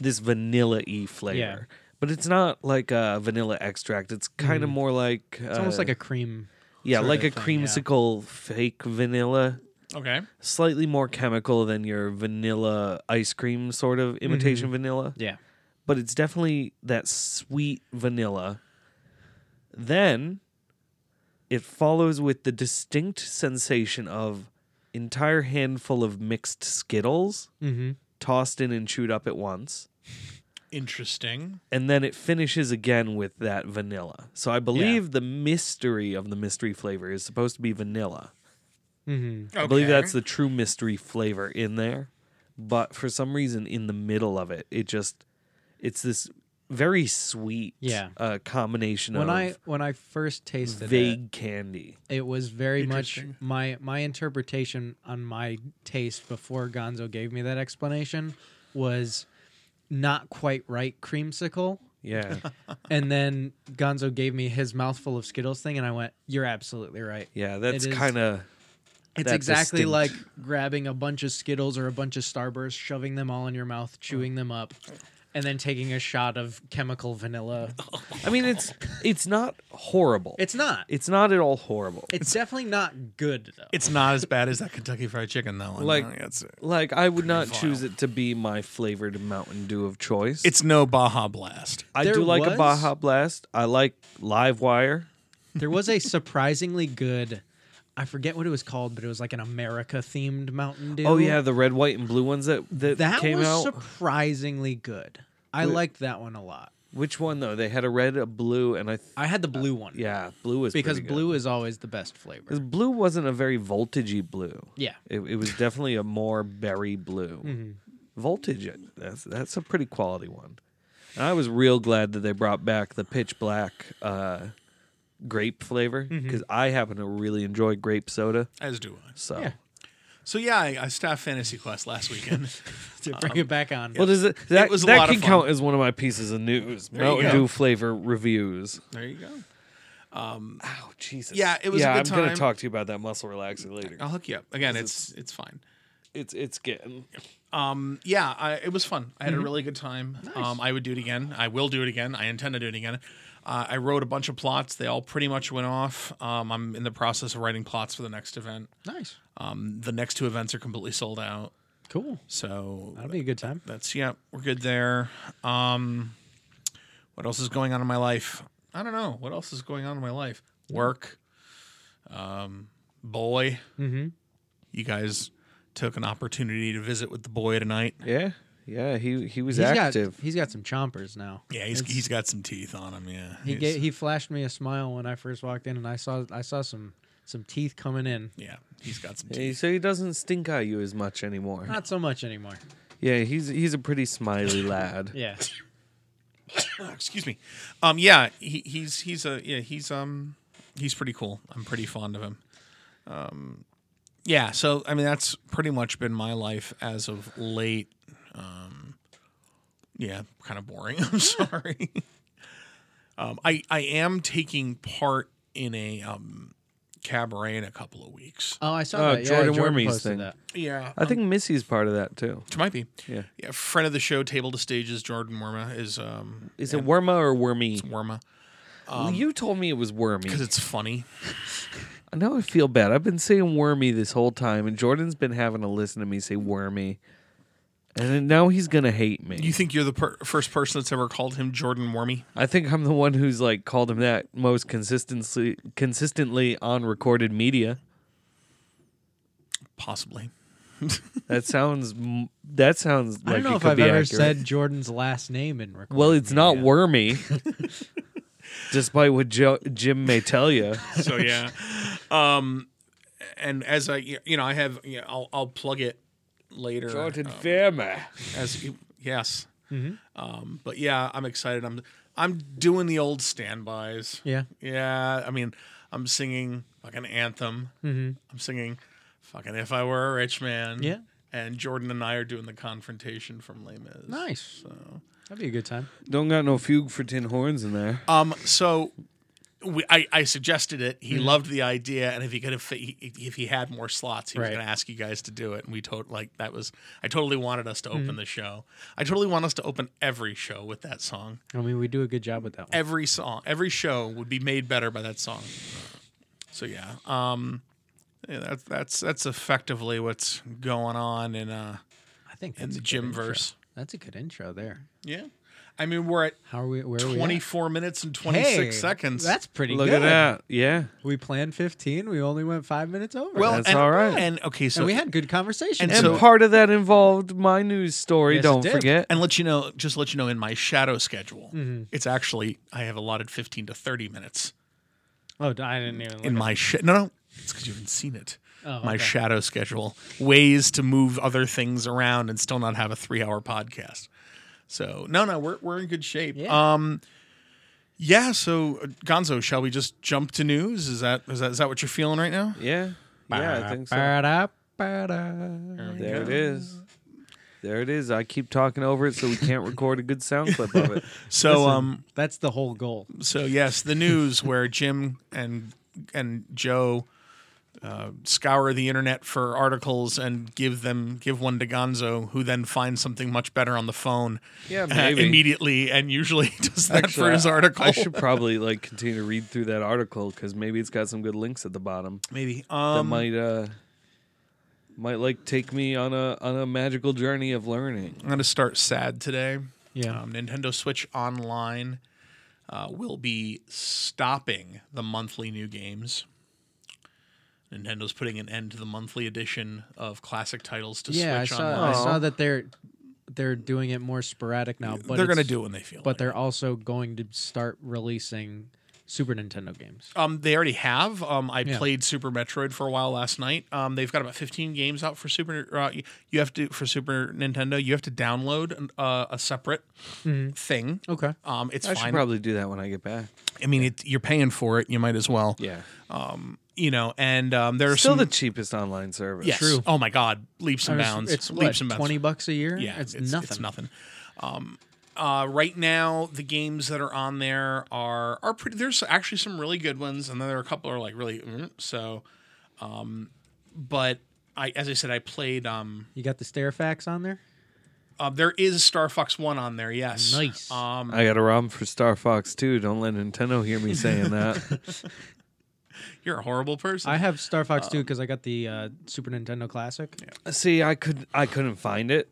Speaker 1: this vanilla y flavor. But it's not like a vanilla extract. It's kind of more like
Speaker 3: Mm.
Speaker 1: uh,
Speaker 3: It's almost like a cream.
Speaker 1: yeah,
Speaker 3: sort
Speaker 1: like a
Speaker 3: of thing, yeah.
Speaker 1: creamsicle fake vanilla,
Speaker 2: okay.
Speaker 1: slightly more chemical than your vanilla ice cream sort of imitation
Speaker 3: Mm-hmm.
Speaker 1: vanilla,
Speaker 3: Yeah.
Speaker 1: but it's definitely that sweet vanilla. Then it follows with the distinct sensation of entire handful of mixed skittles
Speaker 3: Mm-hmm.
Speaker 1: tossed in and chewed up at once.
Speaker 2: Interesting.
Speaker 1: and then it finishes again with that vanilla. So I believe the mystery of the mystery flavor is supposed to be vanilla.
Speaker 3: Mm-hmm.
Speaker 2: Okay.
Speaker 1: I believe that's the true mystery flavor in there. But for some reason in the middle of it, it just it's this very sweet
Speaker 3: Yeah.
Speaker 1: uh, combination
Speaker 3: When
Speaker 1: of
Speaker 3: I when I first tasted it,
Speaker 1: vague candy.
Speaker 3: it was very much
Speaker 2: Interesting.
Speaker 3: my my interpretation on my taste before Gonzo gave me that explanation was not quite right creamsicle.
Speaker 1: Yeah.
Speaker 3: and then Gonzo gave me his mouthful of Skittles thing, and I went, "You're absolutely right.
Speaker 1: Yeah. That's
Speaker 3: is-
Speaker 1: kind of.
Speaker 3: It's
Speaker 1: that
Speaker 3: exactly
Speaker 1: distinct.
Speaker 3: like grabbing a bunch of Skittles or a bunch of Starburst, shoving them all in your mouth, chewing them up, and then taking a shot of chemical vanilla.
Speaker 1: I mean, it's it's not horrible.
Speaker 3: It's not.
Speaker 1: it's not at all horrible.
Speaker 3: It's definitely not good though.
Speaker 2: It's not as bad as that Kentucky Fried Chicken though. and
Speaker 1: Like-
Speaker 2: I think it's
Speaker 1: like I would not
Speaker 2: vile.
Speaker 1: choose it to be my flavored Mountain Dew of choice.
Speaker 2: it's no Baja Blast.
Speaker 1: I
Speaker 3: There
Speaker 1: do like
Speaker 3: was-
Speaker 1: a Baja Blast. I like Live Wire.
Speaker 3: there was a surprisingly good. I forget what it was called, but it was like an America themed Mountain Dew.
Speaker 1: Oh yeah, the red, white, and blue ones that that,
Speaker 3: that
Speaker 1: came
Speaker 3: was
Speaker 1: out.
Speaker 3: surprisingly good. I liked that one a lot.
Speaker 1: Which one though? They had a red, a blue, and I. Th-
Speaker 3: I had the blue one.
Speaker 1: Uh, yeah, blue was
Speaker 3: because
Speaker 1: pretty good.
Speaker 3: blue is always the best flavor.
Speaker 1: 'Cause blue wasn't a very voltagey blue.
Speaker 3: Yeah.
Speaker 1: It, it was definitely a more berry blue. Voltage. uh, That's that's a pretty quality one. And I was real glad that they brought back the pitch black uh, grape flavor because I happen to really enjoy grape soda.
Speaker 2: As do I.
Speaker 1: So.
Speaker 3: Yeah.
Speaker 2: So yeah, I, I staffed Fantasy Quest last weekend.
Speaker 3: to bring it back on.
Speaker 1: Well, does it, that
Speaker 2: was a
Speaker 1: that
Speaker 2: lot of
Speaker 1: can
Speaker 2: fun.
Speaker 1: count as one of my pieces of news?
Speaker 2: you
Speaker 1: Mountain
Speaker 2: go.
Speaker 1: Dew flavor reviews.
Speaker 2: there you go.
Speaker 1: Oh Jesus!
Speaker 2: Yeah, it was a
Speaker 1: Yeah,
Speaker 2: good
Speaker 1: I'm gonna
Speaker 2: time.
Speaker 1: talk to you about that muscle relaxer later.
Speaker 2: I'll hook you up again. It's it's fine.
Speaker 1: It's it's getting
Speaker 2: Um, yeah, I, it was fun. I had a really good time. Um, I would do it again. I will do it again. I intend to do it again. Uh, I wrote a bunch of plots. They all pretty much went off. Um, I'm in the process of writing plots for the next event.
Speaker 3: nice.
Speaker 2: Um, the next two events are completely sold out.
Speaker 3: Cool.
Speaker 2: So
Speaker 3: That'll be a good time.
Speaker 2: that's yeah, we're good there. Um, what else is going on in my life? I don't know. What else is going on in my life? Work. Um, boy,
Speaker 3: Mhm.
Speaker 2: you guys took an opportunity to visit with the boy tonight.
Speaker 1: yeah yeah he he was
Speaker 3: He's
Speaker 1: active.
Speaker 3: got he's got some chompers now.
Speaker 2: Yeah, he's,
Speaker 3: It's-
Speaker 2: he's got some teeth on him. Yeah,
Speaker 3: He
Speaker 2: He's-
Speaker 3: ga- he flashed me a smile when I first walked in, and I saw I saw some some teeth coming in.
Speaker 2: yeah, he's got some
Speaker 1: Yeah,
Speaker 2: teeth.
Speaker 1: so he doesn't stink eye you as much anymore.
Speaker 3: Not so much anymore.
Speaker 1: yeah, he's he's a pretty smiley lad.
Speaker 3: Yeah.
Speaker 2: Excuse me. Um, yeah, he, he's he's a yeah he's um he's pretty cool. I'm pretty fond of him. Um, yeah. So I mean, that's pretty much been my life as of late. Um, yeah, kind of boring. I'm sorry. um, I I am taking part in a um cabaret in a couple of weeks.
Speaker 3: Oh, I saw
Speaker 1: Oh,
Speaker 3: that. Yeah,
Speaker 1: Jordan
Speaker 3: Jordan,
Speaker 1: Wormey's
Speaker 3: posted
Speaker 1: thing.
Speaker 3: that.
Speaker 2: Yeah,
Speaker 1: I think Missy's part of that too.
Speaker 2: Which might be.
Speaker 1: Yeah.
Speaker 2: Yeah. Friend of the show, Table to Stages, Jordan Worma is um
Speaker 1: Is it Worma or Wormy?
Speaker 2: Worma
Speaker 3: um,
Speaker 1: you told me it was Wormy.
Speaker 2: because it's funny.
Speaker 1: Now I feel bad. I've been saying Wormy this whole time, and Jordan's been having to listen to me say Wormy, and then now he's gonna hate me.
Speaker 2: You think you're the per- first person that's ever called him Jordan Wormy?
Speaker 1: I think I'm the one who's like called him that most consistently consistently on recorded media.
Speaker 2: Possibly.
Speaker 1: That sounds m- that sounds like
Speaker 3: I don't know
Speaker 1: it
Speaker 3: if
Speaker 1: could
Speaker 3: I've
Speaker 1: be
Speaker 3: ever
Speaker 1: accurate.
Speaker 3: said Jordan's last name in recording.
Speaker 1: Well, it's not
Speaker 3: media.
Speaker 1: wormy, despite what jo- Jim may tell you.
Speaker 2: So yeah. um, and as I, you know, I have, you know, I'll, I'll plug it later. um,
Speaker 1: Fairmer.
Speaker 2: as yes.
Speaker 3: Mm-hmm.
Speaker 2: Um, but yeah, I'm excited. I'm I'm doing the old standbys.
Speaker 3: Yeah.
Speaker 2: Yeah, I mean, I'm singing fucking anthem. I'm singing fucking if I were a rich man.
Speaker 3: Mm-hmm. Yeah.
Speaker 2: And Jordan and I are doing the confrontation from Les Mis.
Speaker 3: Nice.
Speaker 2: So,
Speaker 3: That'd be a good time.
Speaker 1: Don't got no fugue for tin horns in there.
Speaker 2: um, so we, I, I suggested it.
Speaker 3: Mm-hmm.
Speaker 2: He loved the idea, and if he could have, fit, he- if he had more slots, he was
Speaker 3: Right.
Speaker 2: going to ask you guys to do it. And we told like that was I totally wanted us to open
Speaker 3: Mm-hmm.
Speaker 2: the show. I totally want us to open every show with that song.
Speaker 3: I mean, we do a good job with that one.
Speaker 2: every song, every show would be made better by that song. So yeah, um, yeah, that's that's that's effectively what's going on in uh
Speaker 3: I think
Speaker 2: in
Speaker 3: that's
Speaker 2: the
Speaker 3: a good
Speaker 2: gym
Speaker 3: intro.
Speaker 2: verse.
Speaker 3: That's a good intro there.
Speaker 2: Yeah, I mean we're at
Speaker 3: How are we? Where are we? at?
Speaker 2: twenty four minutes and twenty six
Speaker 3: Hey,
Speaker 2: seconds.
Speaker 3: That's pretty
Speaker 1: Look
Speaker 3: good.
Speaker 1: at that. Yeah.
Speaker 3: We planned 15. We only went five minutes over.
Speaker 2: well,
Speaker 1: That's
Speaker 2: and,
Speaker 1: all right.
Speaker 2: And okay, so
Speaker 3: and we had good conversation.
Speaker 2: and
Speaker 1: And
Speaker 2: So-
Speaker 1: part of that involved my news story,
Speaker 3: Yes, it
Speaker 1: don't
Speaker 3: did.
Speaker 1: forget.
Speaker 2: and let you know, just let you know, in my shadow schedule,
Speaker 3: Mm-hmm.
Speaker 2: it's actually I have allotted fifteen to thirty minutes
Speaker 3: oh, I didn't even. Look
Speaker 2: in my sh- no no. It's because you haven't seen it.
Speaker 3: Oh,
Speaker 2: my
Speaker 3: okay.
Speaker 2: shadow schedule, ways to move other things around and still not have a three hour podcast. So no, no, we're we're in good shape.
Speaker 3: Yeah.
Speaker 2: Um, yeah. So uh, Gonzo, shall we just jump to news? Is that is that is that what you're feeling right now?
Speaker 1: yeah. Yeah, I think so.
Speaker 3: Ba-da, ba-da.
Speaker 1: There it is. There it is. I keep talking over it, so we can't record a good sound clip of it.
Speaker 2: So um
Speaker 3: That's the whole goal.
Speaker 2: so yes, the news where Jim and and Joe uh, scour the internet for articles and give them give one to Gonzo, who then finds something much better on the phone
Speaker 1: Yeah,
Speaker 2: uh,
Speaker 1: maybe.
Speaker 2: immediately, and usually does that
Speaker 1: Actually,
Speaker 2: for his
Speaker 1: I-
Speaker 2: article.
Speaker 1: I should probably like continue to read through that article because maybe it's got some good links at the bottom
Speaker 2: maybe
Speaker 1: that
Speaker 2: um,
Speaker 1: might uh might like take me on a on a magical journey of learning.
Speaker 2: I'm gonna start sad today.
Speaker 3: Yeah.
Speaker 2: Um, Nintendo Switch Online uh, will be stopping the monthly new games. Nintendo's putting an end to the monthly edition of classic titles to
Speaker 3: yeah, I
Speaker 2: Switch
Speaker 3: saw,
Speaker 2: Online.
Speaker 3: I saw
Speaker 1: Aw.
Speaker 3: that they're they're doing it more sporadic now. But
Speaker 2: they're
Speaker 3: going
Speaker 2: gonna do it when they feel.
Speaker 3: But
Speaker 2: like
Speaker 3: they're also going to start releasing Super Nintendo games.
Speaker 2: it. um, they already have. Um, I
Speaker 3: Yeah.
Speaker 2: played Super Metroid for a while last night. Um, they've got about 15 games out for Super. Uh, you have to for Super Nintendo. You have to download an, uh, a separate thing.
Speaker 3: Okay.
Speaker 2: Um, it's
Speaker 1: I should
Speaker 2: fine.
Speaker 1: probably do that when I get back.
Speaker 2: I mean, it, you're paying for it. You might as well.
Speaker 1: Yeah,
Speaker 2: You know, and um, there are
Speaker 1: still
Speaker 2: some
Speaker 1: the cheapest online service.
Speaker 2: Yes.
Speaker 3: True.
Speaker 2: Oh my God, leaps and bounds.
Speaker 3: It's
Speaker 2: leaps
Speaker 3: what,
Speaker 2: and bounds.
Speaker 3: twenty bucks a year.
Speaker 2: Yeah,
Speaker 3: it's, nothing.
Speaker 2: It's nothing. Um, uh, right now, the games that are on there are are pretty. There's actually some really good ones, and then there are a couple are like really mm, so. Um, but I, as I said, I played. Um,
Speaker 3: You got the Stare Fax on there.
Speaker 2: uh, there is Star Fox One on there. Yes.
Speaker 3: Nice.
Speaker 2: Um,
Speaker 1: I got a ROM for Star Fox too. Don't let Nintendo hear me saying that.
Speaker 2: you're a horrible person.
Speaker 3: I have Star Fox
Speaker 2: Um,
Speaker 3: too because I got the uh, Super Nintendo Classic.
Speaker 1: See, I could I couldn't find it.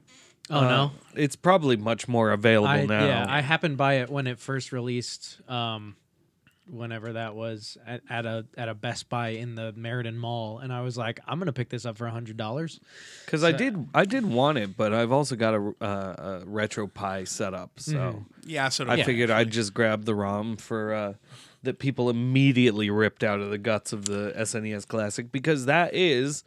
Speaker 3: Oh
Speaker 1: Uh, it's probably much more available
Speaker 3: Uh, I,
Speaker 1: now.
Speaker 3: Yeah, I happened by it when it first released. Um, whenever that was at, at a at a Best Buy in the Meriden Mall, and I was like, I'm gonna pick this up for hundred dollars.
Speaker 1: Because I did, I did want it, but I've also got a, uh, a retro pie set up, so
Speaker 2: yeah. So do
Speaker 1: I
Speaker 2: I.
Speaker 1: figured I'd just grab the ROM for uh, that people immediately ripped out of the guts of the SNES Classic because that is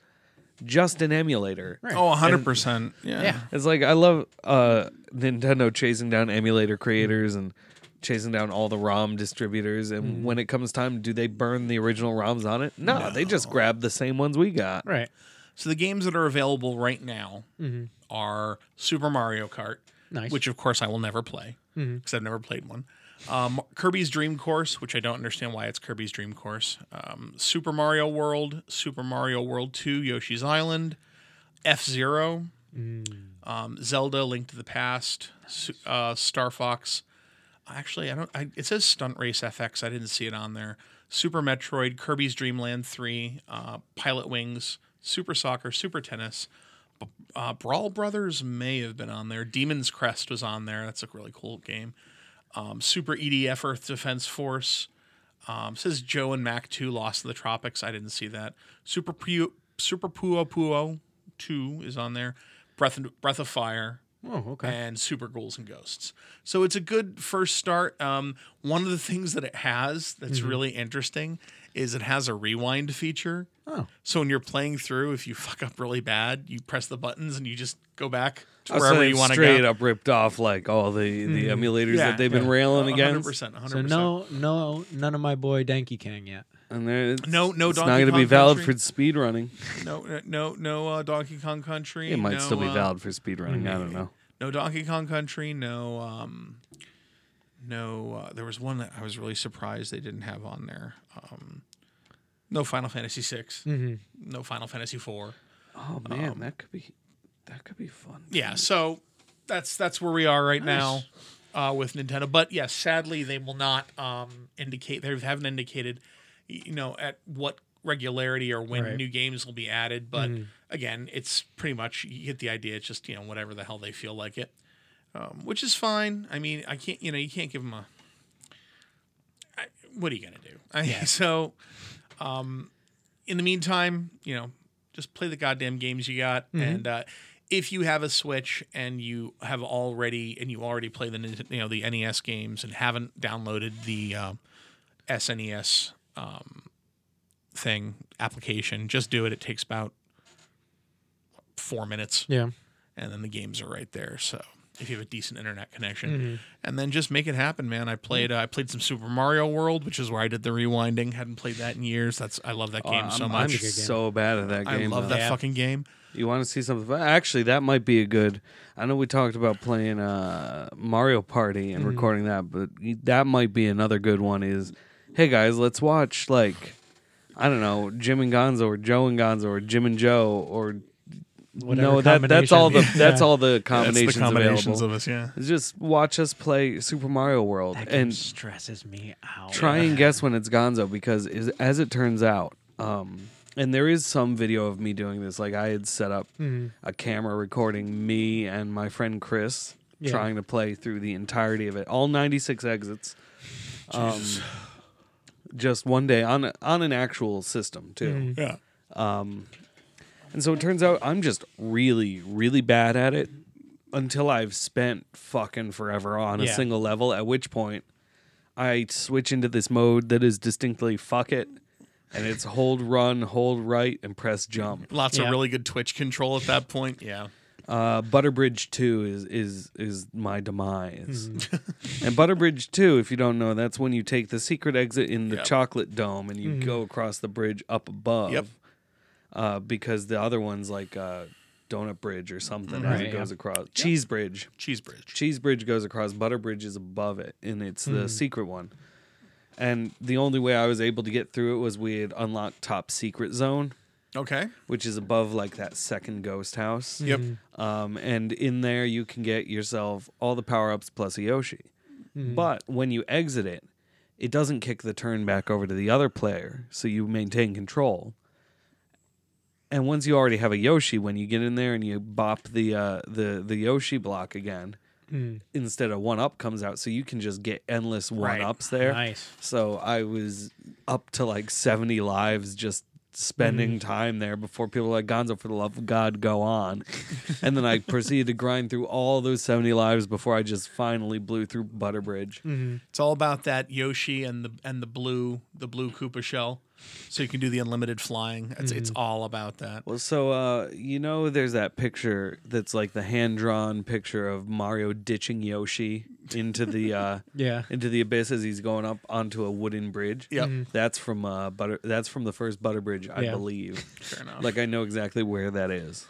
Speaker 1: just an emulator.
Speaker 3: Right.
Speaker 2: Oh, 100 percent. Yeah.
Speaker 1: It's like I love uh, Nintendo chasing down emulator creators and chasing down all the ROM distributors. And
Speaker 2: Mm-hmm.
Speaker 1: when it comes time, do they burn the original ROMs on it? No, they just grab the same ones we got.
Speaker 3: Right.
Speaker 2: So the games that are available right now are Super Mario Kart,
Speaker 3: Nice.
Speaker 2: which of course I will never play because I've never played one. Um, Kirby's Dream Course, which I don't understand why it's Kirby's Dream Course. Um, Super Mario World, Super Mario World Two, Yoshi's Island, F Zero, um, Zelda: Link to the Past, Su- uh, Star Fox. Actually, I don't. I, it says Stunt Race FX. I didn't see it on there. Super Metroid, Kirby's Dream Land Three, uh, Pilot Wings, Super Soccer, Super Tennis. B- Uh, Brawl Brothers may have been on there. Demon's Crest was on there. That's a really cool game. Um, Super EDF Earth Defense Force. Um, says Joe and Mac 2 Lost in the Tropics. I didn't see that. Super Puyo, Super Puyo Puyo 2 is on there. Breath, and, Breath of Fire
Speaker 3: Oh, okay.
Speaker 2: and Super Ghouls and Ghosts. So it's a good first start. Um, one of the things that it has that's
Speaker 1: Mm-hmm.
Speaker 2: really interesting is it has a rewind feature.
Speaker 3: Oh.
Speaker 2: So when you're playing through, if you fuck up really bad, you press the buttons and you just go back to
Speaker 1: I was
Speaker 2: wherever
Speaker 1: saying
Speaker 2: you want to go. Mm-hmm.
Speaker 1: straight up ripped off like all the the emulators
Speaker 2: Yeah,
Speaker 1: that they've been
Speaker 2: yeah.
Speaker 1: railing
Speaker 2: Hundred
Speaker 1: against.
Speaker 2: percent, hundred
Speaker 3: So
Speaker 2: percent.
Speaker 3: no, no, none of my boy Danky Kang yet.
Speaker 1: And there, it's,
Speaker 2: No- no
Speaker 1: it's
Speaker 2: Donkey
Speaker 1: not going to be
Speaker 2: Kong
Speaker 1: valid
Speaker 2: Country?
Speaker 1: for speed running.
Speaker 2: no, no, no uh, Donkey Kong Country.
Speaker 1: It might
Speaker 2: no,
Speaker 1: still be
Speaker 2: uh,
Speaker 1: valid for speed running. I don't know.
Speaker 2: No Donkey Kong Country. No, um, no. Uh, there was one that I was really surprised they didn't have on there. Um, no Final Fantasy VI. No Final Fantasy IV.
Speaker 1: Oh man,
Speaker 2: Um,
Speaker 1: that could be that could be fun.
Speaker 2: Yeah, so that's that's where we are right now uh, with Nintendo. But yes, sadly, they will not um, indicate. They haven't indicated, y- you know, at what regularity or when
Speaker 3: Right.
Speaker 2: new games will be added. But again, it's pretty much you get the idea. It's just you know whatever the hell they feel like it, um, which is fine. I mean, I can't you know you can't give them a. I, what are you gonna do? I, So, um, in the meantime, you know, just play the goddamn games you got, and uh, if you have a Switch and you have already and you already play the Nin- you know the NES games and haven't downloaded the um SNES um, thing application, just do it. It takes about four minutes
Speaker 3: Yeah.
Speaker 2: and then the games are right there. So if you have a decent internet connection, and then just make it happen, man. I played uh, I played some Super Mario World, which is where I did the rewinding. Hadn't played that in years. That's I love that game
Speaker 1: Oh, I'm,
Speaker 2: so
Speaker 1: I'm
Speaker 2: much.
Speaker 3: good game.
Speaker 1: so bad at that
Speaker 2: I
Speaker 1: game.
Speaker 2: love
Speaker 1: though.
Speaker 2: that fucking game.
Speaker 1: You want to see something? fun? Actually, that might be a good. I know we talked about playing uh, Mario Party and recording that, but y- that might be another good one. Is hey guys, let's watch like I don't know Jim and Gonzo or Joe and Gonzo or Jim and Joe or
Speaker 3: Whatever
Speaker 1: no that that's
Speaker 3: combination.
Speaker 1: all the
Speaker 3: Yeah.
Speaker 1: that's all the combinations,
Speaker 2: That's the combinations
Speaker 1: available.
Speaker 2: of us, yeah.
Speaker 1: It's just watch us play Super Mario World
Speaker 3: That game
Speaker 1: and
Speaker 3: stresses me out.
Speaker 1: try and guess when it's Gonzo because is, as it turns out, um, and there is some video of me doing this. Like I had set up a camera recording me and my friend Chris
Speaker 3: Yeah.
Speaker 1: trying to play through the entirety of it, all 96 exits. Um, just one day on a- on an actual system too.
Speaker 2: Yeah.
Speaker 1: And so it turns out I'm just really, really bad at it until I've spent fucking forever on a
Speaker 3: Yeah.
Speaker 1: single level, at which point I switch into this mode that is distinctly fuck it. And it's hold run, hold right, and press jump.
Speaker 2: Lots
Speaker 3: Yeah.
Speaker 2: of really good Twitch control at that point. Yeah.
Speaker 1: Uh, Butterbridge Two is is is my demise.
Speaker 2: Mm-hmm.
Speaker 1: and Butterbridge Two, if you don't know, that's when you take the secret exit in the
Speaker 2: Yep. Mm-hmm.
Speaker 1: chocolate dome and you go across the bridge up above.
Speaker 2: Yep.
Speaker 1: Uh, because the other one's like uh, Donut Bridge or something as
Speaker 3: Right,
Speaker 1: it goes
Speaker 3: yeah.
Speaker 1: across. Cheese Bridge.
Speaker 2: Cheese bridge.
Speaker 1: Cheese Bridge goes across. Butterbridge is above it, and it's the
Speaker 2: Mm.
Speaker 1: secret one. And the only way I was able to get through it was we had unlocked top secret zone,
Speaker 2: Okay.
Speaker 1: which is above like that second ghost house.
Speaker 2: Yep.
Speaker 1: Um, and in there, you can get yourself all the power ups plus a Yoshi.
Speaker 2: Mm-hmm.
Speaker 1: But when you exit it, it doesn't kick the turn back over to the other player, so you maintain control. And once you already have a Yoshi, when you get in there and you bop the uh, the the Yoshi block again, instead of one up comes out, so you can just get endless one
Speaker 2: Mm. Right.
Speaker 1: ups there.
Speaker 3: Nice.
Speaker 1: So I was up to like 70 lives just spending
Speaker 3: Mm-hmm.
Speaker 1: time there before people were like, Gonzo, for the love of God, go on. and then I proceeded to grind through all those 70 lives before I just finally blew through Butterbridge.
Speaker 3: Mm.
Speaker 2: It's all about that Yoshi and the and the blue the blue Koopa shell, so you can do the unlimited flying. It's it's all about that.
Speaker 1: Well, so, uh, you know, there's that picture that's like the hand drawn picture of Mario ditching Yoshi into the. Uh,
Speaker 3: Yeah.
Speaker 1: Into the abyss as he's going up onto a wooden bridge.
Speaker 2: Yep. Mhm.
Speaker 1: that's from uh, butter. That's from the first butter bridge, I
Speaker 3: Yeah.
Speaker 1: believe.
Speaker 2: Fair enough.
Speaker 1: Like I know exactly where that is.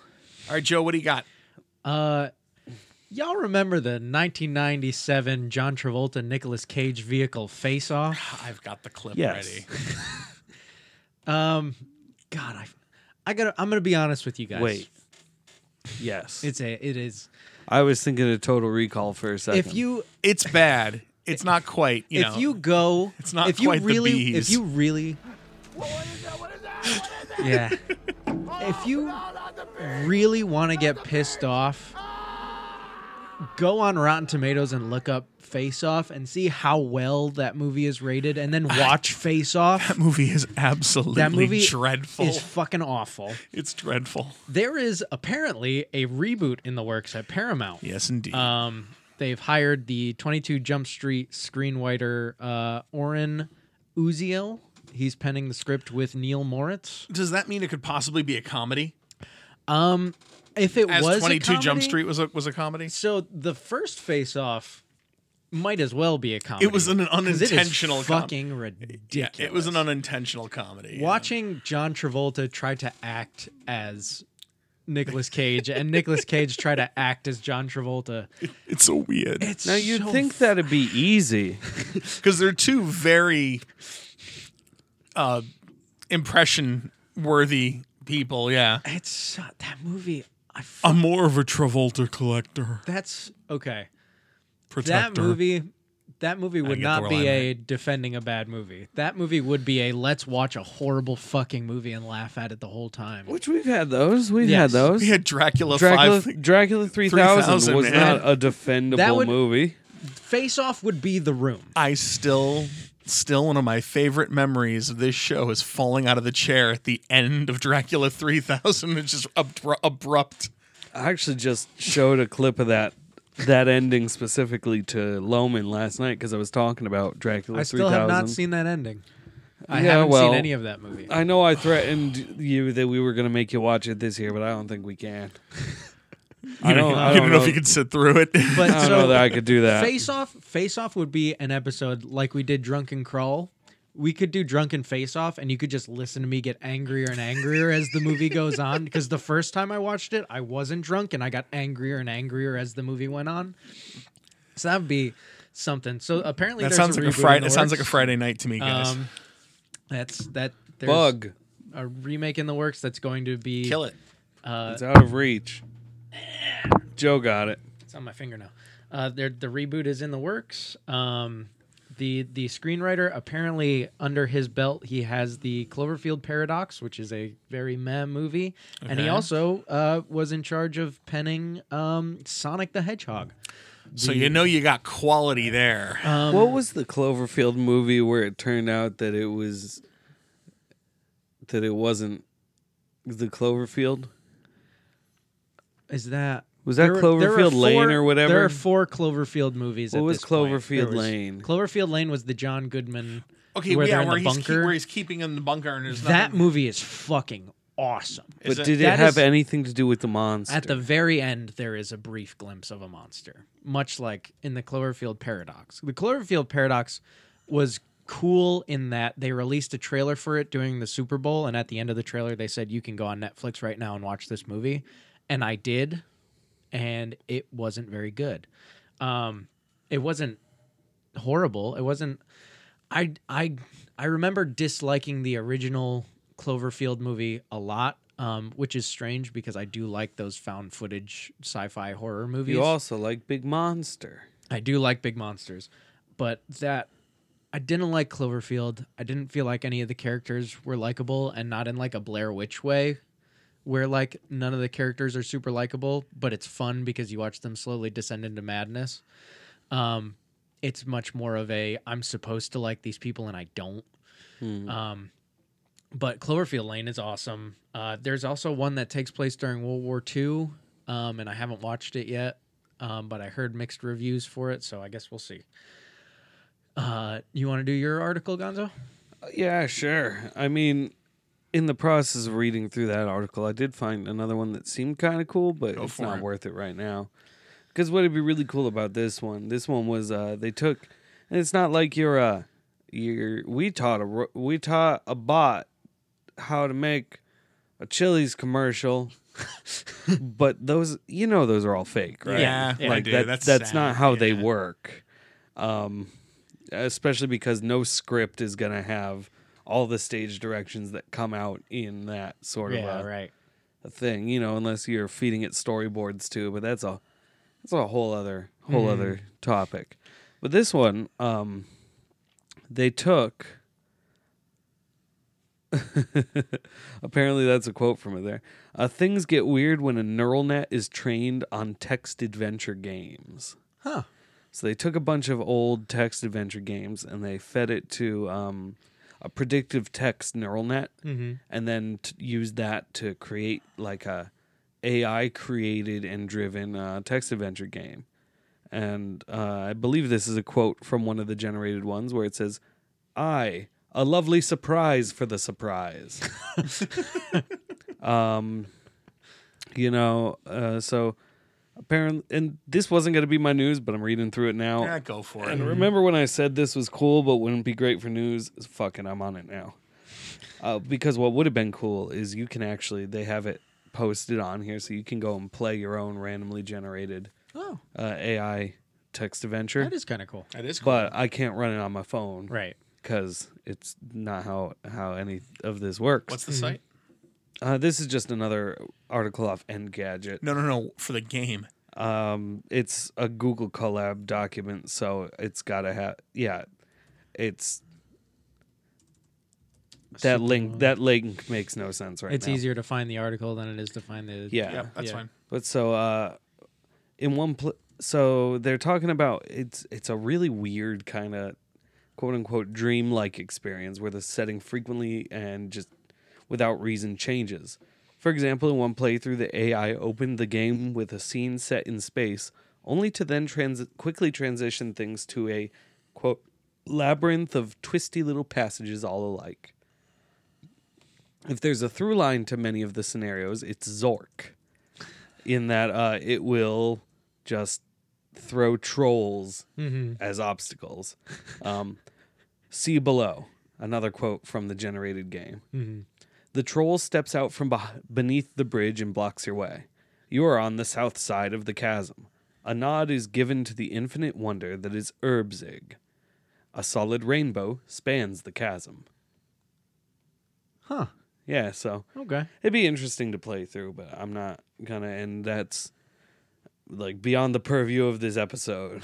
Speaker 2: all right, Joe, what do you got?
Speaker 3: Uh, y'all remember the 1997 John Travolta Nicolas Cage vehicle Face Off?
Speaker 2: I've got the clip
Speaker 1: Yes.
Speaker 2: ready.
Speaker 3: Um, God, I, I gotta. I'm gonna be honest with you guys.
Speaker 1: Wait. Yes.
Speaker 3: it's a. It is.
Speaker 1: I was thinking of Total Recall for a second.
Speaker 3: If you
Speaker 2: It's bad. It's not quite. You
Speaker 3: if
Speaker 2: know.
Speaker 3: you go,
Speaker 2: It's not
Speaker 3: if you
Speaker 2: quite the
Speaker 3: really,
Speaker 2: bees.
Speaker 3: If you really, yeah. if you really want to get pissed off, go on Rotten Tomatoes and look up Face Off and see how well that movie is rated, and then watch Face Off.
Speaker 2: that movie is absolutely
Speaker 3: That movie
Speaker 2: dreadful.
Speaker 3: is fucking awful.
Speaker 2: it's dreadful.
Speaker 3: There is apparently a reboot in the works at Paramount.
Speaker 2: Yes, indeed.
Speaker 3: Um, they've hired the 22 Jump Street screenwriter uh, Oren Uziel. He's penning the script with Neil Moritz.
Speaker 2: Does that mean it could possibly be a comedy?
Speaker 3: If it
Speaker 2: As
Speaker 3: was a
Speaker 2: Twenty Two Jump
Speaker 3: comedy-
Speaker 2: Street was a was a comedy.
Speaker 3: so the first Face Off might as well be a comedy.
Speaker 2: It was an
Speaker 3: 'cause it is
Speaker 2: unintentional com-
Speaker 3: fucking
Speaker 2: Yeah,
Speaker 3: ridiculous.
Speaker 2: it was an unintentional comedy. yeah.
Speaker 3: watching John Travolta try to act as Nicolas Cage and Nicolas Cage try to act as John Travolta.
Speaker 2: It's so weird.
Speaker 3: It's
Speaker 1: now you'd
Speaker 3: so
Speaker 1: think that'd be easy.
Speaker 2: because they're two very uh impression worthy people yeah
Speaker 3: It's so, that movie. I f-
Speaker 2: i'm more of a travolta collector
Speaker 3: that's okay.
Speaker 2: protector
Speaker 3: That movie. That movie would
Speaker 2: get
Speaker 3: not
Speaker 2: the
Speaker 3: be
Speaker 2: line
Speaker 3: a defending a bad movie. That movie would be a let's watch a horrible fucking movie and laugh at it the whole time.
Speaker 1: Which we've had those. We've
Speaker 3: Yes.
Speaker 1: had those.
Speaker 2: we had dracula,
Speaker 1: Dracula,
Speaker 2: 5
Speaker 1: Dracula 3000,
Speaker 2: 3000,
Speaker 1: was
Speaker 2: man.
Speaker 1: not a defendable
Speaker 3: That would-
Speaker 1: movie.
Speaker 3: Face Off would be the room.
Speaker 2: i still still one of my favorite memories of this show is falling out of the chair at the end of dracula 3000 which is abru- abrupt
Speaker 1: I actually just showed a clip of that that ending specifically to Loman last night because I was talking about Dracula
Speaker 3: I
Speaker 1: 3000.
Speaker 3: still have not seen that ending. I
Speaker 1: Yeah,
Speaker 3: haven't
Speaker 1: well,
Speaker 3: seen any of that movie.
Speaker 1: I know I threatened you that we were going to make you watch it this year, but I don't think we can. I don't, I don't
Speaker 2: you don't know, if you could sit through it.
Speaker 3: But
Speaker 1: I don't
Speaker 3: so
Speaker 1: know that I could do that.
Speaker 3: Face off, face off would be an episode like we did Drunken Crawl. We could do Drunken Face Off, and you could just listen to me get angrier and angrier as the movie goes on. Because the first time I watched it, I wasn't drunk, and I got angrier and angrier as the movie went on. So that would be something. So apparently,
Speaker 2: that
Speaker 3: there's
Speaker 2: sounds
Speaker 3: a
Speaker 2: like a
Speaker 3: reboot in
Speaker 2: Friday.
Speaker 3: the
Speaker 2: It sounds like a
Speaker 3: works.
Speaker 2: Friday night to me, guys.
Speaker 3: Um, that's that. There's
Speaker 1: Bug.
Speaker 3: a remake in the works that's going to be
Speaker 2: it.
Speaker 3: Uh,
Speaker 1: It's out of reach. Joe got it.
Speaker 3: It's on my finger now. Uh, there, the reboot is in the works. Um, the the screenwriter apparently under his belt he has the Cloverfield Paradox, which is a very meh movie, and he
Speaker 2: Okay.
Speaker 3: also uh, was in charge of penning um, Sonic the Hedgehog.
Speaker 2: So you know you got quality there.
Speaker 3: Um,
Speaker 1: what was the Cloverfield movie where it turned out that it was that it wasn't the Cloverfield?
Speaker 3: is that?
Speaker 1: Was that
Speaker 3: there were- there were
Speaker 1: Cloverfield Lane
Speaker 3: four-
Speaker 1: or whatever?
Speaker 3: There are four Cloverfield movies.
Speaker 1: What
Speaker 3: at
Speaker 1: was
Speaker 3: this point. There
Speaker 1: Cloverfield
Speaker 3: was-
Speaker 1: Lane?
Speaker 3: Cloverfield Lane was the John Goodman.
Speaker 2: Okay,
Speaker 3: where
Speaker 2: yeah,
Speaker 3: they're
Speaker 2: where
Speaker 3: in the
Speaker 2: he's, keep,
Speaker 3: bunker.
Speaker 2: where he's keeping him in the bunker, and there's
Speaker 3: that
Speaker 2: nothing.
Speaker 3: movie is fucking awesome.
Speaker 2: is
Speaker 1: But
Speaker 2: it-
Speaker 1: did it
Speaker 3: that
Speaker 1: have
Speaker 3: is-
Speaker 1: anything to do with the monster?
Speaker 3: At the very end, there is a brief glimpse of a monster, much like in the Cloverfield Paradox. The Cloverfield Paradox was cool in that they released a trailer for it during the Super Bowl, and at the end of the trailer, they said, You can go on Netflix right now and watch this movie. And I did, and it wasn't very good. Um, it wasn't horrible. It wasn't. I I I remember disliking the original Cloverfield movie a lot, um, which is strange because I do like those found footage sci-fi horror movies.
Speaker 1: you also like Big Monster.
Speaker 3: I do like big monsters, but that I didn't like Cloverfield. I didn't feel like any of the characters were likable, and not in like a Blair Witch way, where like none of the characters are super likable, but it's fun because you watch them slowly descend into madness. Um, it's much more of a I'm supposed to like these people and I don't. Um, but Cloverfield Lane is awesome. Uh, there's also one that takes place during World War II, um, and I haven't watched it yet, um, but I heard mixed reviews for it, so I guess we'll see. Uh, you want to do your article, Gonzo?
Speaker 1: Yeah, sure. I mean, in the process of reading through that article, I did find another one that seemed kind of cool, but
Speaker 2: Go
Speaker 1: it's
Speaker 2: for
Speaker 1: not
Speaker 2: it.
Speaker 1: worth it right now. Because what would be really cool about this one? This one was uh, they took, and it's not like you're uh, you're we taught a ro- we taught a bot how to make a Chili's commercial, but those you know those are all fake, right?
Speaker 2: Yeah, yeah,
Speaker 1: like
Speaker 2: dude,
Speaker 1: that,
Speaker 2: that's
Speaker 1: that's not
Speaker 2: sad,
Speaker 1: how they
Speaker 2: yeah.
Speaker 1: work. Um, especially because no script is going to have all the stage directions that come out in that sort of a,
Speaker 3: right.
Speaker 1: a thing, you know, unless you're feeding it storyboards too, but that's a that's a whole other whole other topic. But this one um they took Apparently that's a quote from it there. Uh, things get weird when a neural net is trained on text adventure games.
Speaker 3: Huh.
Speaker 1: So they took a bunch of old text adventure games and they fed it to um, a predictive text neural net, and then t- used that to create like a AI created and driven uh, text adventure game. And uh, I believe this is a quote from one of the generated ones where it says, "I a lovely surprise for the surprise." um, you know, uh, so apparently, and this wasn't going to be my news, but I'm reading through it now.
Speaker 2: Yeah, go for
Speaker 1: And
Speaker 2: it.
Speaker 1: remember when I said this was cool, but wouldn't be great for news? Fucking, I'm on it now. Uh, because what would have been cool is you can actually they have it posted on here, so you can go and play your own randomly generated
Speaker 3: Oh,
Speaker 1: uh, AI text adventure.
Speaker 3: that is kind of cool.
Speaker 2: That is cool.
Speaker 1: but I can't run it on my phone
Speaker 3: Right.
Speaker 1: because it's not how how any of this works.
Speaker 2: What's the
Speaker 3: Mm-hmm.
Speaker 2: site?
Speaker 1: uh, this is just another article off Engadget.
Speaker 2: No, no, no. For the game.
Speaker 1: um it's a google collab document so it's gotta have yeah it's that link that link makes no sense right
Speaker 3: It's
Speaker 1: now
Speaker 3: easier to find the article than it is to find the.
Speaker 1: yeah
Speaker 2: Yep, that's
Speaker 3: Yeah.
Speaker 2: fine.
Speaker 1: but so uh in one pl- so they're talking about it's it's a really weird kind of quote unquote dream like experience where the setting frequently and just without reason changes. For example, in one playthrough the AI opened the game with a scene set in space only to then trans- quickly transition things to a quote labyrinth of twisty little passages all alike. If there's a through line to many of the scenarios, it's Zork in that uh, it will just throw trolls
Speaker 3: Mm-hmm.
Speaker 1: as obstacles. Um, see below another quote from the generated game.
Speaker 3: Mm-hmm.
Speaker 1: The troll steps out from beh- beneath the bridge and blocks your way. You are on the south side of the chasm. A nod is given to the infinite wonder that is Erbzig. A solid rainbow spans the chasm.
Speaker 3: Huh.
Speaker 1: Yeah, so
Speaker 3: Okay.
Speaker 1: it'd be interesting to play through, but I'm not gonna. And that's like beyond the purview of this episode.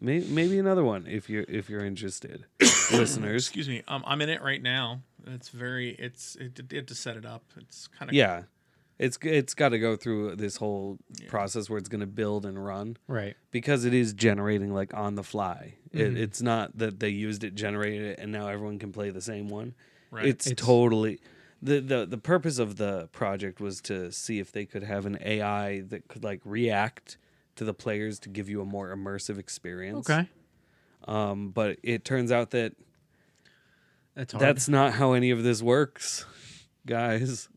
Speaker 1: Maybe, maybe another one if you're if you're interested, listeners.
Speaker 2: Excuse me. Um, I'm in it right now. It's very. It's. It, it, you have to set it up. It's kind of.
Speaker 1: Yeah, it's it's got to go through this whole process where it's gonna build and run.
Speaker 3: Right.
Speaker 1: because it is generating like on the fly. It, it's not that they used it, generated it, and now everyone can play the same one.
Speaker 2: Right.
Speaker 1: It's,
Speaker 3: It's-
Speaker 1: totally the, the the purpose of the project was to see if they could have an AI that could like react to the players to give you a more immersive experience.
Speaker 3: Okay.
Speaker 1: Um, but it turns out that
Speaker 3: That's hard.
Speaker 1: that's not how any of this works, guys.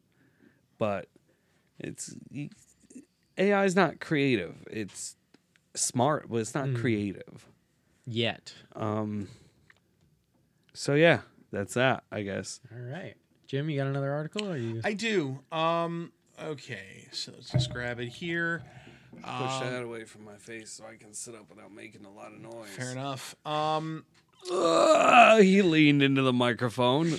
Speaker 1: But it's AI is not creative. It's smart, but it's not creative.
Speaker 3: yet.
Speaker 1: Um. So yeah, that's that. I guess.
Speaker 3: All right, Jim, you got another article? Or you?
Speaker 2: I do. Um. Okay. So let's just grab it here.
Speaker 1: Push
Speaker 3: Um,
Speaker 1: that away from my face so I can sit up without making a lot of noise.
Speaker 2: Fair enough. Um.
Speaker 1: he leaned into the microphone.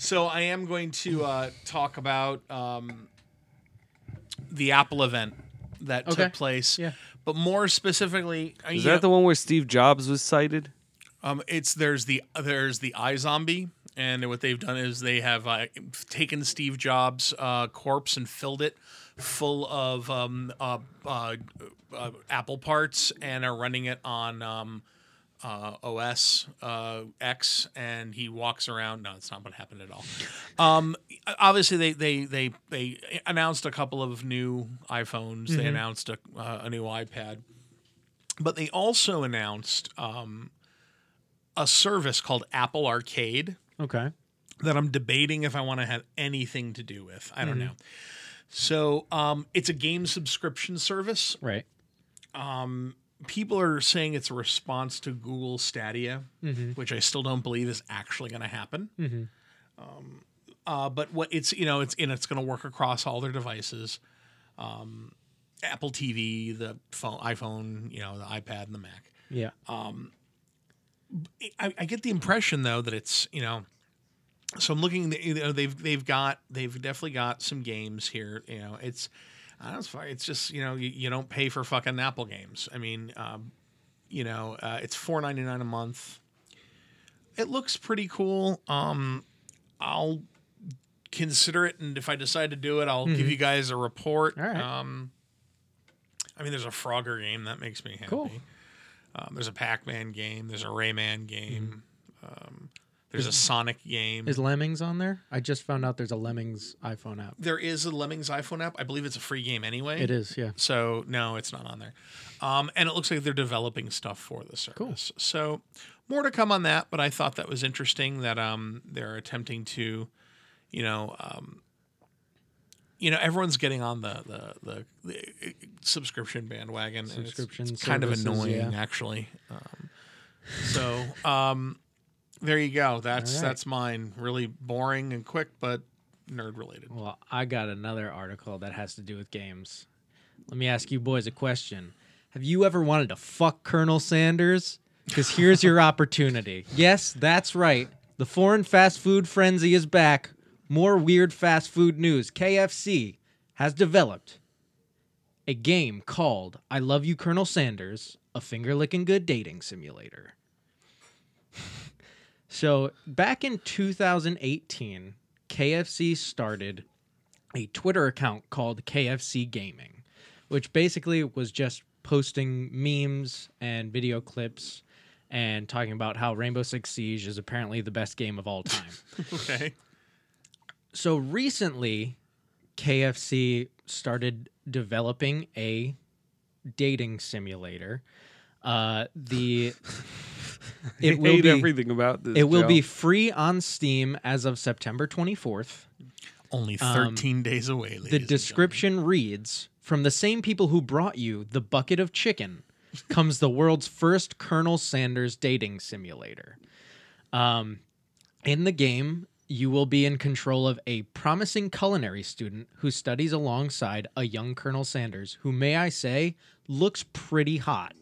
Speaker 2: So I am going to uh, talk about um, the Apple event that
Speaker 3: Okay.
Speaker 2: took place.
Speaker 3: Yeah.
Speaker 2: But more specifically, uh,
Speaker 1: Is
Speaker 2: you know-
Speaker 1: that the one where Steve Jobs was cited?
Speaker 2: Um, it's there's the there's the eye zombie, and what they've done is they have uh, taken Steve Jobs' uh, corpse and filled it full of um, uh, uh, uh, Apple parts, and are running it on um, uh, OS uh, X, and he walks around. No, it's not what happened at all. Um, obviously, they they they they announced a couple of new iPhones. They announced a, uh, a new iPad, but they also announced um, a service called Apple Arcade
Speaker 3: Okay.
Speaker 2: that I'm debating if I want to have anything to do with. I don't know. So um, it's a game subscription service.
Speaker 3: Right.
Speaker 2: People are saying it's a response to Google Stadia, which I still don't believe is actually going to happen. Um, uh, but what it's you know it's and it's going to work across all their devices, um, Apple TV, the phone, iPhone, you know, the iPad, and the Mac.
Speaker 3: Yeah.
Speaker 1: Um,
Speaker 2: I, I get the impression though that it's you know, so I'm looking. You know, they've they've got they've definitely got some games here. You know, it's I don't know, it's fine. It's just you know you, you don't pay for fucking Apple games. I mean, um, you know, uh, it's four ninety nine a month. It looks pretty cool. Um, I'll consider it, and if I decide to do it, I'll give you guys a report.
Speaker 3: Mm-hmm. All right.
Speaker 2: Um, I mean, there's a Frogger game that makes me happy.
Speaker 3: Cool.
Speaker 2: Um, there's a Pac-Man game. There's a Rayman game. Um, there's a Sonic game.
Speaker 3: Mm-hmm. Is Lemmings on there? I just found out there's a Lemmings iPhone app.
Speaker 2: there is a Lemmings iPhone app. I believe it's a free game anyway.
Speaker 3: It is. Yeah.
Speaker 2: So no, it's not on there. Um, and it looks like they're developing stuff for the service. So more to come on that. But I thought that was interesting that um, they're attempting to, you know, um, you know, everyone's getting on the the, the, the uh, subscription bandwagon. and it's-
Speaker 3: Subscription
Speaker 2: it's, kind of
Speaker 3: services,
Speaker 2: annoying,
Speaker 3: yeah.
Speaker 2: actually. Um, so um, there you go. That's
Speaker 3: All right.
Speaker 2: that's mine. Really boring and quick, but nerd related.
Speaker 3: Well, I got another article that has to do with games. Let me ask you boys a question. Have you ever wanted to fuck Colonel Sanders? Because here's your opportunity. Yes, that's right. The foreign fast food frenzy is back. More weird fast food news. KFC has developed a game called I Love You, Colonel Sanders, a finger licking good dating simulator. So back in 2018, KFC started a Twitter account called KFC Gaming, which basically was just posting memes and video clips and talking about how Rainbow Six Siege is apparently the best game of all time.
Speaker 2: Okay.
Speaker 3: so recently, KFC started developing a dating simulator. Uh, the
Speaker 1: I
Speaker 3: it will
Speaker 1: hate
Speaker 3: be
Speaker 1: everything about this.
Speaker 3: it will be
Speaker 1: Joe.
Speaker 3: free on Steam as of September 24th.
Speaker 2: Only
Speaker 3: Um,
Speaker 2: 13 days away. ladies
Speaker 3: The
Speaker 2: and
Speaker 3: description reads From the same people who brought you the bucket of chicken comes the world's first Colonel Sanders dating simulator. Um, in the game, you will be in control of a promising culinary student who studies alongside a young Colonel Sanders, who, may I say, looks pretty hot.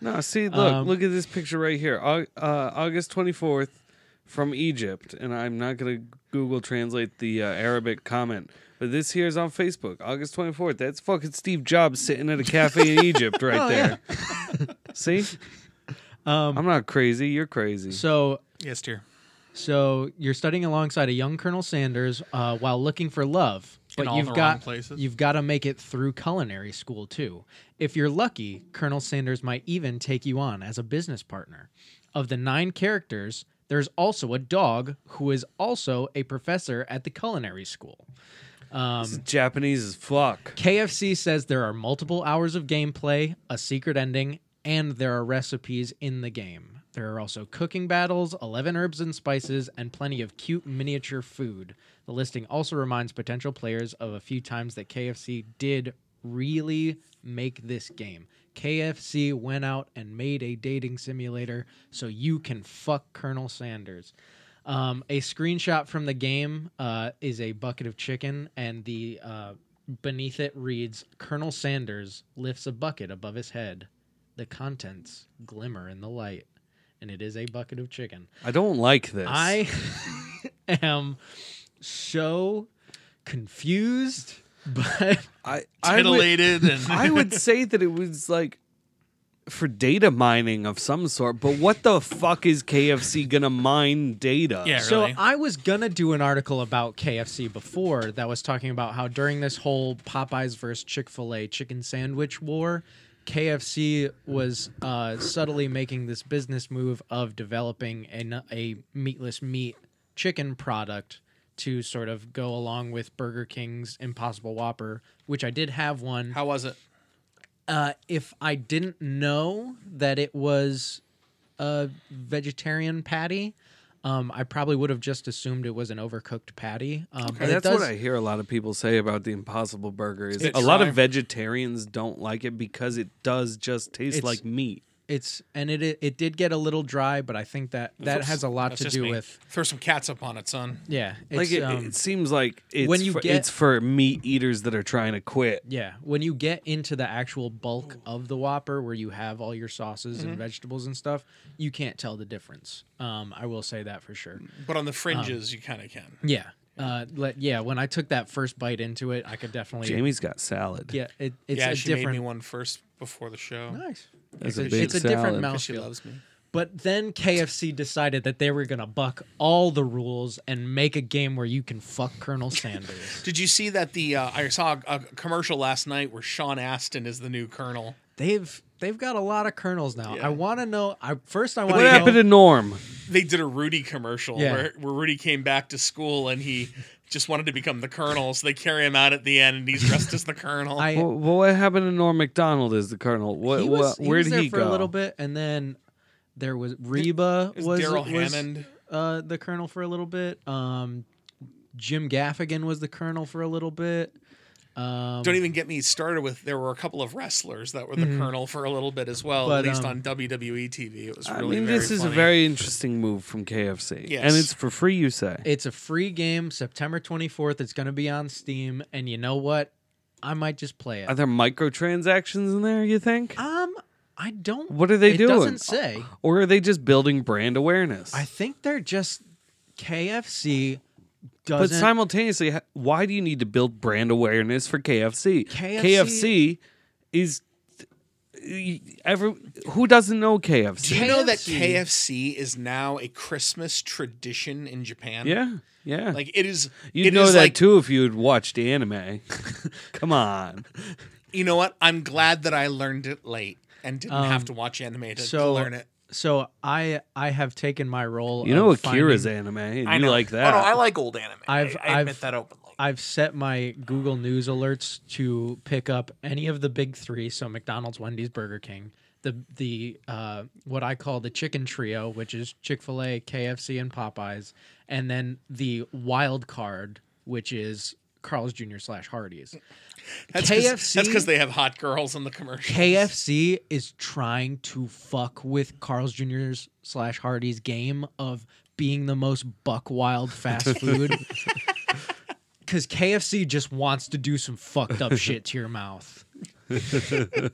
Speaker 1: No, see, look,
Speaker 3: Um,
Speaker 1: look at this picture right here. Au- Uh, August 24th from Egypt. And I'm not going to Google translate the uh, Arabic comment, but this here is on Facebook, August 24th. That's fucking Steve Jobs sitting at a cafe in Egypt right there. see?
Speaker 3: Oh, Um,
Speaker 1: I'm not crazy. You're crazy.
Speaker 3: So
Speaker 2: gentlemen. Yes, dear.
Speaker 3: So you're studying alongside a young Colonel Sanders uh, while looking for love,
Speaker 2: In
Speaker 3: but
Speaker 2: all
Speaker 3: you've
Speaker 2: the wrong
Speaker 3: got
Speaker 2: places.
Speaker 3: you've got to make it through culinary school too. If you're lucky, Colonel Sanders might even take you on as a business partner. Of the nine characters, there's also a dog who is also a professor at the culinary school. um,
Speaker 1: This is Japanese as fuck.
Speaker 3: KFC says there are multiple hours of gameplay, a secret ending, and there are recipes in the game. There are also cooking battles, 11 herbs and spices, and plenty of cute miniature food. The listing also reminds potential players of a few times that KFC did really make this game. KFC went out and made a dating simulator so you can fuck Colonel Sanders. Um, a screenshot from the game uh, is a bucket of chicken, and the uh, beneath it reads Colonel Sanders lifts a bucket above his head. The contents glimmer in the light, and it is a bucket of chicken.
Speaker 1: I don't like this.
Speaker 3: I am so confused, but
Speaker 1: I, I would,
Speaker 2: Titillated and
Speaker 1: I would say that it was like for data mining of some sort, but what the fuck is KFC gonna mine data?
Speaker 2: Yeah.
Speaker 3: So
Speaker 2: Really?
Speaker 3: I was gonna do an article about KFC before that was talking about how during this whole Popeyes versus Chick Fil A chicken sandwich war, KFC was uh, subtly making this business move of developing an, a meatless meat chicken product to sort of go along with Burger King's Impossible Whopper, which I did have one.
Speaker 2: how was it?
Speaker 3: Uh, if I didn't know that it was a vegetarian patty, um, I probably would have just assumed it was an overcooked patty. Um, but it
Speaker 1: That's
Speaker 3: does-
Speaker 1: what I hear a lot of people say about the Impossible Burger. Is
Speaker 2: They
Speaker 1: a lot
Speaker 2: try.
Speaker 1: of vegetarians don't like it because it does just taste
Speaker 3: It's-
Speaker 1: like meat.
Speaker 3: It's and it it it did get a little dry, but I think that that has a lot
Speaker 2: That's
Speaker 3: to
Speaker 2: just
Speaker 3: do
Speaker 2: me.
Speaker 3: with
Speaker 2: Throw some cats up on it, son.
Speaker 3: yeah. It's,
Speaker 1: Like it,
Speaker 3: um,
Speaker 1: it seems like it's
Speaker 3: when you
Speaker 1: for,
Speaker 3: get-
Speaker 1: it's for meat eaters that are trying to quit.
Speaker 3: Yeah, when you get into the actual bulk of the Whopper, where you have all your sauces
Speaker 1: Mm-hmm.
Speaker 3: and vegetables and stuff, you can't tell the difference. Um, I will say that for sure.
Speaker 2: But on the fringes, you kind of can.
Speaker 3: Yeah, uh, let, yeah. When I took that first bite into it, I could definitely
Speaker 1: Jamie's got salad.
Speaker 3: Yeah, it, it's
Speaker 2: yeah,
Speaker 3: a
Speaker 2: she made me
Speaker 3: different
Speaker 2: one first before the show.
Speaker 3: nice.
Speaker 1: That's
Speaker 3: It's
Speaker 1: a
Speaker 3: a,
Speaker 1: big
Speaker 3: it's a different
Speaker 1: salad.
Speaker 2: 'Cause She
Speaker 3: mouthfeel.
Speaker 2: loves me.
Speaker 3: But then KFC decided that they were gonna buck all the rules and make a game where you can fuck Colonel Sanders.
Speaker 2: Did you see that the uh, I saw a, a commercial last night where Sean Astin is the new colonel?
Speaker 3: they've they've got a lot of colonels now.
Speaker 2: Yeah.
Speaker 3: I want to know. I first I want
Speaker 1: What
Speaker 3: to
Speaker 1: happened
Speaker 3: know.
Speaker 1: to Norm?
Speaker 2: They did a Rudy commercial
Speaker 3: Yeah.
Speaker 2: where, where Rudy came back to school and he just wanted to become the colonel, so they carry him out at the end and he's dressed as the colonel.
Speaker 3: I
Speaker 1: Well, what happened to Norm McDonald as the colonel? What,
Speaker 3: he was,
Speaker 1: what
Speaker 3: he
Speaker 1: where
Speaker 3: was
Speaker 1: did
Speaker 3: there
Speaker 1: he
Speaker 3: for
Speaker 1: go?
Speaker 3: a little bit, and then there was Reba
Speaker 2: It was
Speaker 3: was
Speaker 2: Daryl
Speaker 3: was,
Speaker 2: Hammond.
Speaker 3: uh, the colonel for a little bit. Um, Jim Gaffigan was the colonel for a little bit. Um,
Speaker 2: Don't even get me started with there were a couple of wrestlers that were the
Speaker 1: Mm-hmm.
Speaker 2: colonel for a little bit as well,
Speaker 3: But,
Speaker 2: at least
Speaker 3: um,
Speaker 2: on WWE TV. It was
Speaker 1: I
Speaker 2: really
Speaker 1: mean,
Speaker 2: very
Speaker 1: this is a
Speaker 2: funny.
Speaker 1: very interesting move from KFC,
Speaker 2: Yes.
Speaker 1: and it's for free. You say?
Speaker 3: It's a free game, September 24th. It's going to be on Steam, and you know what? I might just play
Speaker 1: Are
Speaker 3: it.
Speaker 1: there microtransactions in there? You think?
Speaker 3: Um, I don't.
Speaker 1: What are they
Speaker 3: it
Speaker 1: doing?
Speaker 3: Doesn't say.
Speaker 1: Or are they just building brand awareness?
Speaker 3: I think they're just KFC
Speaker 1: but
Speaker 3: doesn't.
Speaker 1: simultaneously, h- why do you need to build brand awareness for KFC?
Speaker 3: KFC
Speaker 1: KFC is every who doesn't know KFC?
Speaker 2: Do you know that
Speaker 3: KFC
Speaker 2: KFC is now a Christmas tradition in Japan?
Speaker 1: yeah, yeah.
Speaker 2: Like it is
Speaker 1: You'd
Speaker 2: it
Speaker 1: know
Speaker 2: is
Speaker 1: that
Speaker 2: like,
Speaker 1: too if you'd watched anime. Come on,
Speaker 2: You know what? I'm glad that I learned it late and didn't have
Speaker 1: Um,
Speaker 2: to watch anime to, to
Speaker 3: so
Speaker 2: learn it.
Speaker 3: so I I have taken my role.
Speaker 1: you know
Speaker 3: of
Speaker 1: Akira's
Speaker 3: finding-
Speaker 1: anime, and you like that.
Speaker 2: Oh, no, I like old anime. I-
Speaker 3: I've-
Speaker 2: I, admit
Speaker 3: I've-
Speaker 2: that openly.
Speaker 3: I've set my Google News alerts to pick up any of the big three, so McDonald's, Wendy's, Burger King. the the uh, what I call the chicken trio, which is Chick Fil A, KFC, and Popeyes, and then the wild card, which is Carl's Jr. slash Hardee's.
Speaker 2: That's 'cause-
Speaker 3: KFC.
Speaker 2: that's because they have hot girls in the commercial.
Speaker 3: KFC is trying to fuck with Carl's Jr.'s slash Hardee's game of being the most buck wild fast food. Because KFC just wants to do some fucked up shit to your mouth. and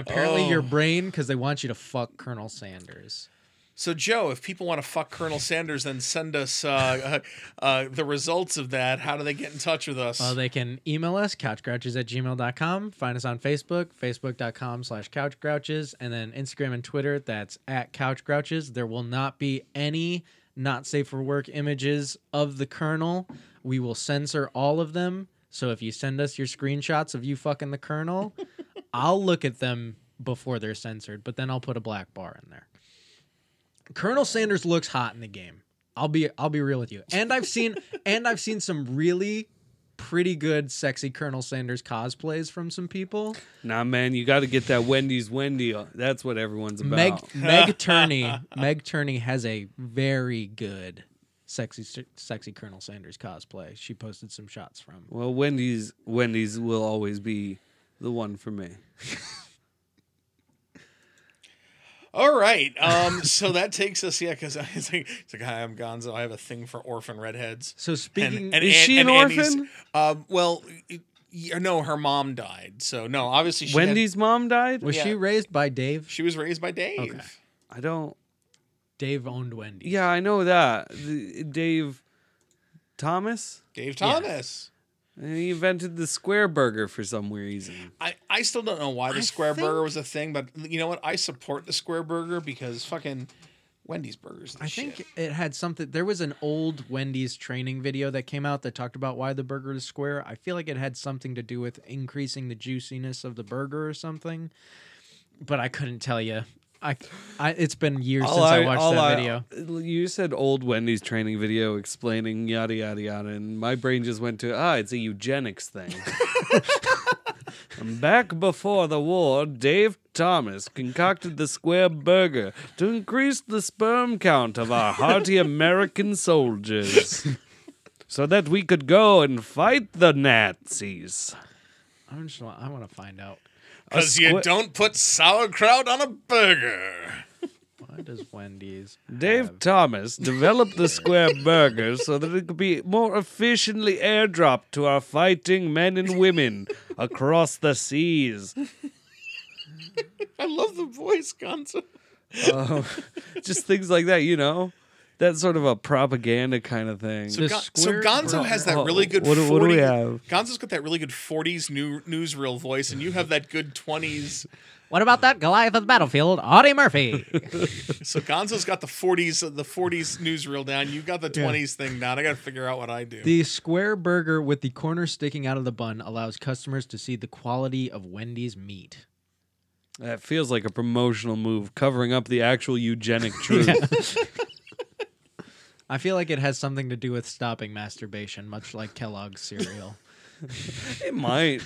Speaker 3: apparently, your brain, because they want you to fuck Colonel Sanders.
Speaker 2: So, Joe, if people want to fuck Colonel Sanders, then send us uh, uh, uh, the results of that. How do they get in touch with us?
Speaker 3: Uh, they can email us, couchgrouches at gmail.com. Find us on Facebook, facebook.com slash couchgrouches. And then Instagram and Twitter, that's at couchgrouches. There will not be any not safe for work images of the colonel. We will censor all of them. So if you send us your screenshots of you fucking the colonel, I'll look at them before they're censored, but then I'll put a black bar in there. Colonel Sanders looks hot in the game. I'll be I'll be real with you. And I've seen and I've seen some really pretty good sexy Colonel Sanders cosplays from some people.
Speaker 1: Nah, man, you got to get that Wendy's Wendy. That's what everyone's about.
Speaker 3: Meg Meg Turney Meg Turney has a very good sexy sexy Colonel Sanders cosplay. She posted some shots from.
Speaker 1: Well, Wendy's Wendy's will always be the one for me.
Speaker 2: All right. Um, so that takes us, yeah, because it's like, it's like, hi, I'm Gonzo. I have a thing for orphan redheads.
Speaker 3: So speaking
Speaker 1: Is she an
Speaker 2: Andy's-
Speaker 1: orphan?
Speaker 2: Um, well, y- y- no, her mom died. So, no, obviously she had-
Speaker 1: Wendy's mom died.
Speaker 3: was she
Speaker 2: yeah.
Speaker 3: raised by Dave?
Speaker 2: she was raised by Dave.
Speaker 3: Okay.
Speaker 1: I don't.
Speaker 3: Dave owned Wendy.
Speaker 1: Yeah, I know that. The- Dave Thomas.
Speaker 2: Dave Thomas.
Speaker 1: He invented the square burger for some reason.
Speaker 2: I, I still don't know why the
Speaker 3: I
Speaker 2: square
Speaker 3: think-
Speaker 2: burger was a thing, but you know what? I support the square burger because fucking Wendy's burgers. the
Speaker 3: I
Speaker 2: shit.
Speaker 3: think it had something. There was an old Wendy's training video that came out that talked about why the burger is square. I feel like it had something to do with increasing the juiciness of the burger or something, but I couldn't tell you. I, I it's been years since I, watched that video.
Speaker 1: You said old Wendy's training video explaining yada yada yada, and my brain just went to ah, it's a eugenics thing. Back before the war, Dave Thomas concocted the square burger to increase the sperm count of our hearty American soldiers. So that we could go and fight the Nazis.
Speaker 3: I'm just. wa- I want to find out
Speaker 2: Because
Speaker 1: squi-
Speaker 2: you don't put sauerkraut on a burger.
Speaker 3: why does Wendy's
Speaker 1: Dave
Speaker 3: have-
Speaker 1: Thomas developed the square burger so that it could be more efficiently airdropped to our fighting men and women across the seas.
Speaker 2: I love the voice, Gonzo.
Speaker 1: Um, just things like that, you know? That's sort of a propaganda kind of thing.
Speaker 3: So- The
Speaker 2: Gon- so
Speaker 3: square
Speaker 2: Gonzo
Speaker 3: burger.
Speaker 2: has that really good.
Speaker 1: Oh, What do-
Speaker 2: 40,
Speaker 1: what do we have?
Speaker 2: Gonzo's got that really good '40s new newsreel voice, and you have that good '20s.
Speaker 3: What about that Goliath of the battlefield, Audie Murphy?
Speaker 2: So Gonzo's got the '40s, the '40s newsreel down. You got the '20s thing down. I got to figure out what I do.
Speaker 3: The square burger with the corner sticking out of the bun allows customers to see the quality of Wendy's meat.
Speaker 1: that feels like a promotional move covering up the actual eugenic truth.
Speaker 3: I feel like it has something to do with stopping masturbation, much like Kellogg's cereal.
Speaker 1: It might.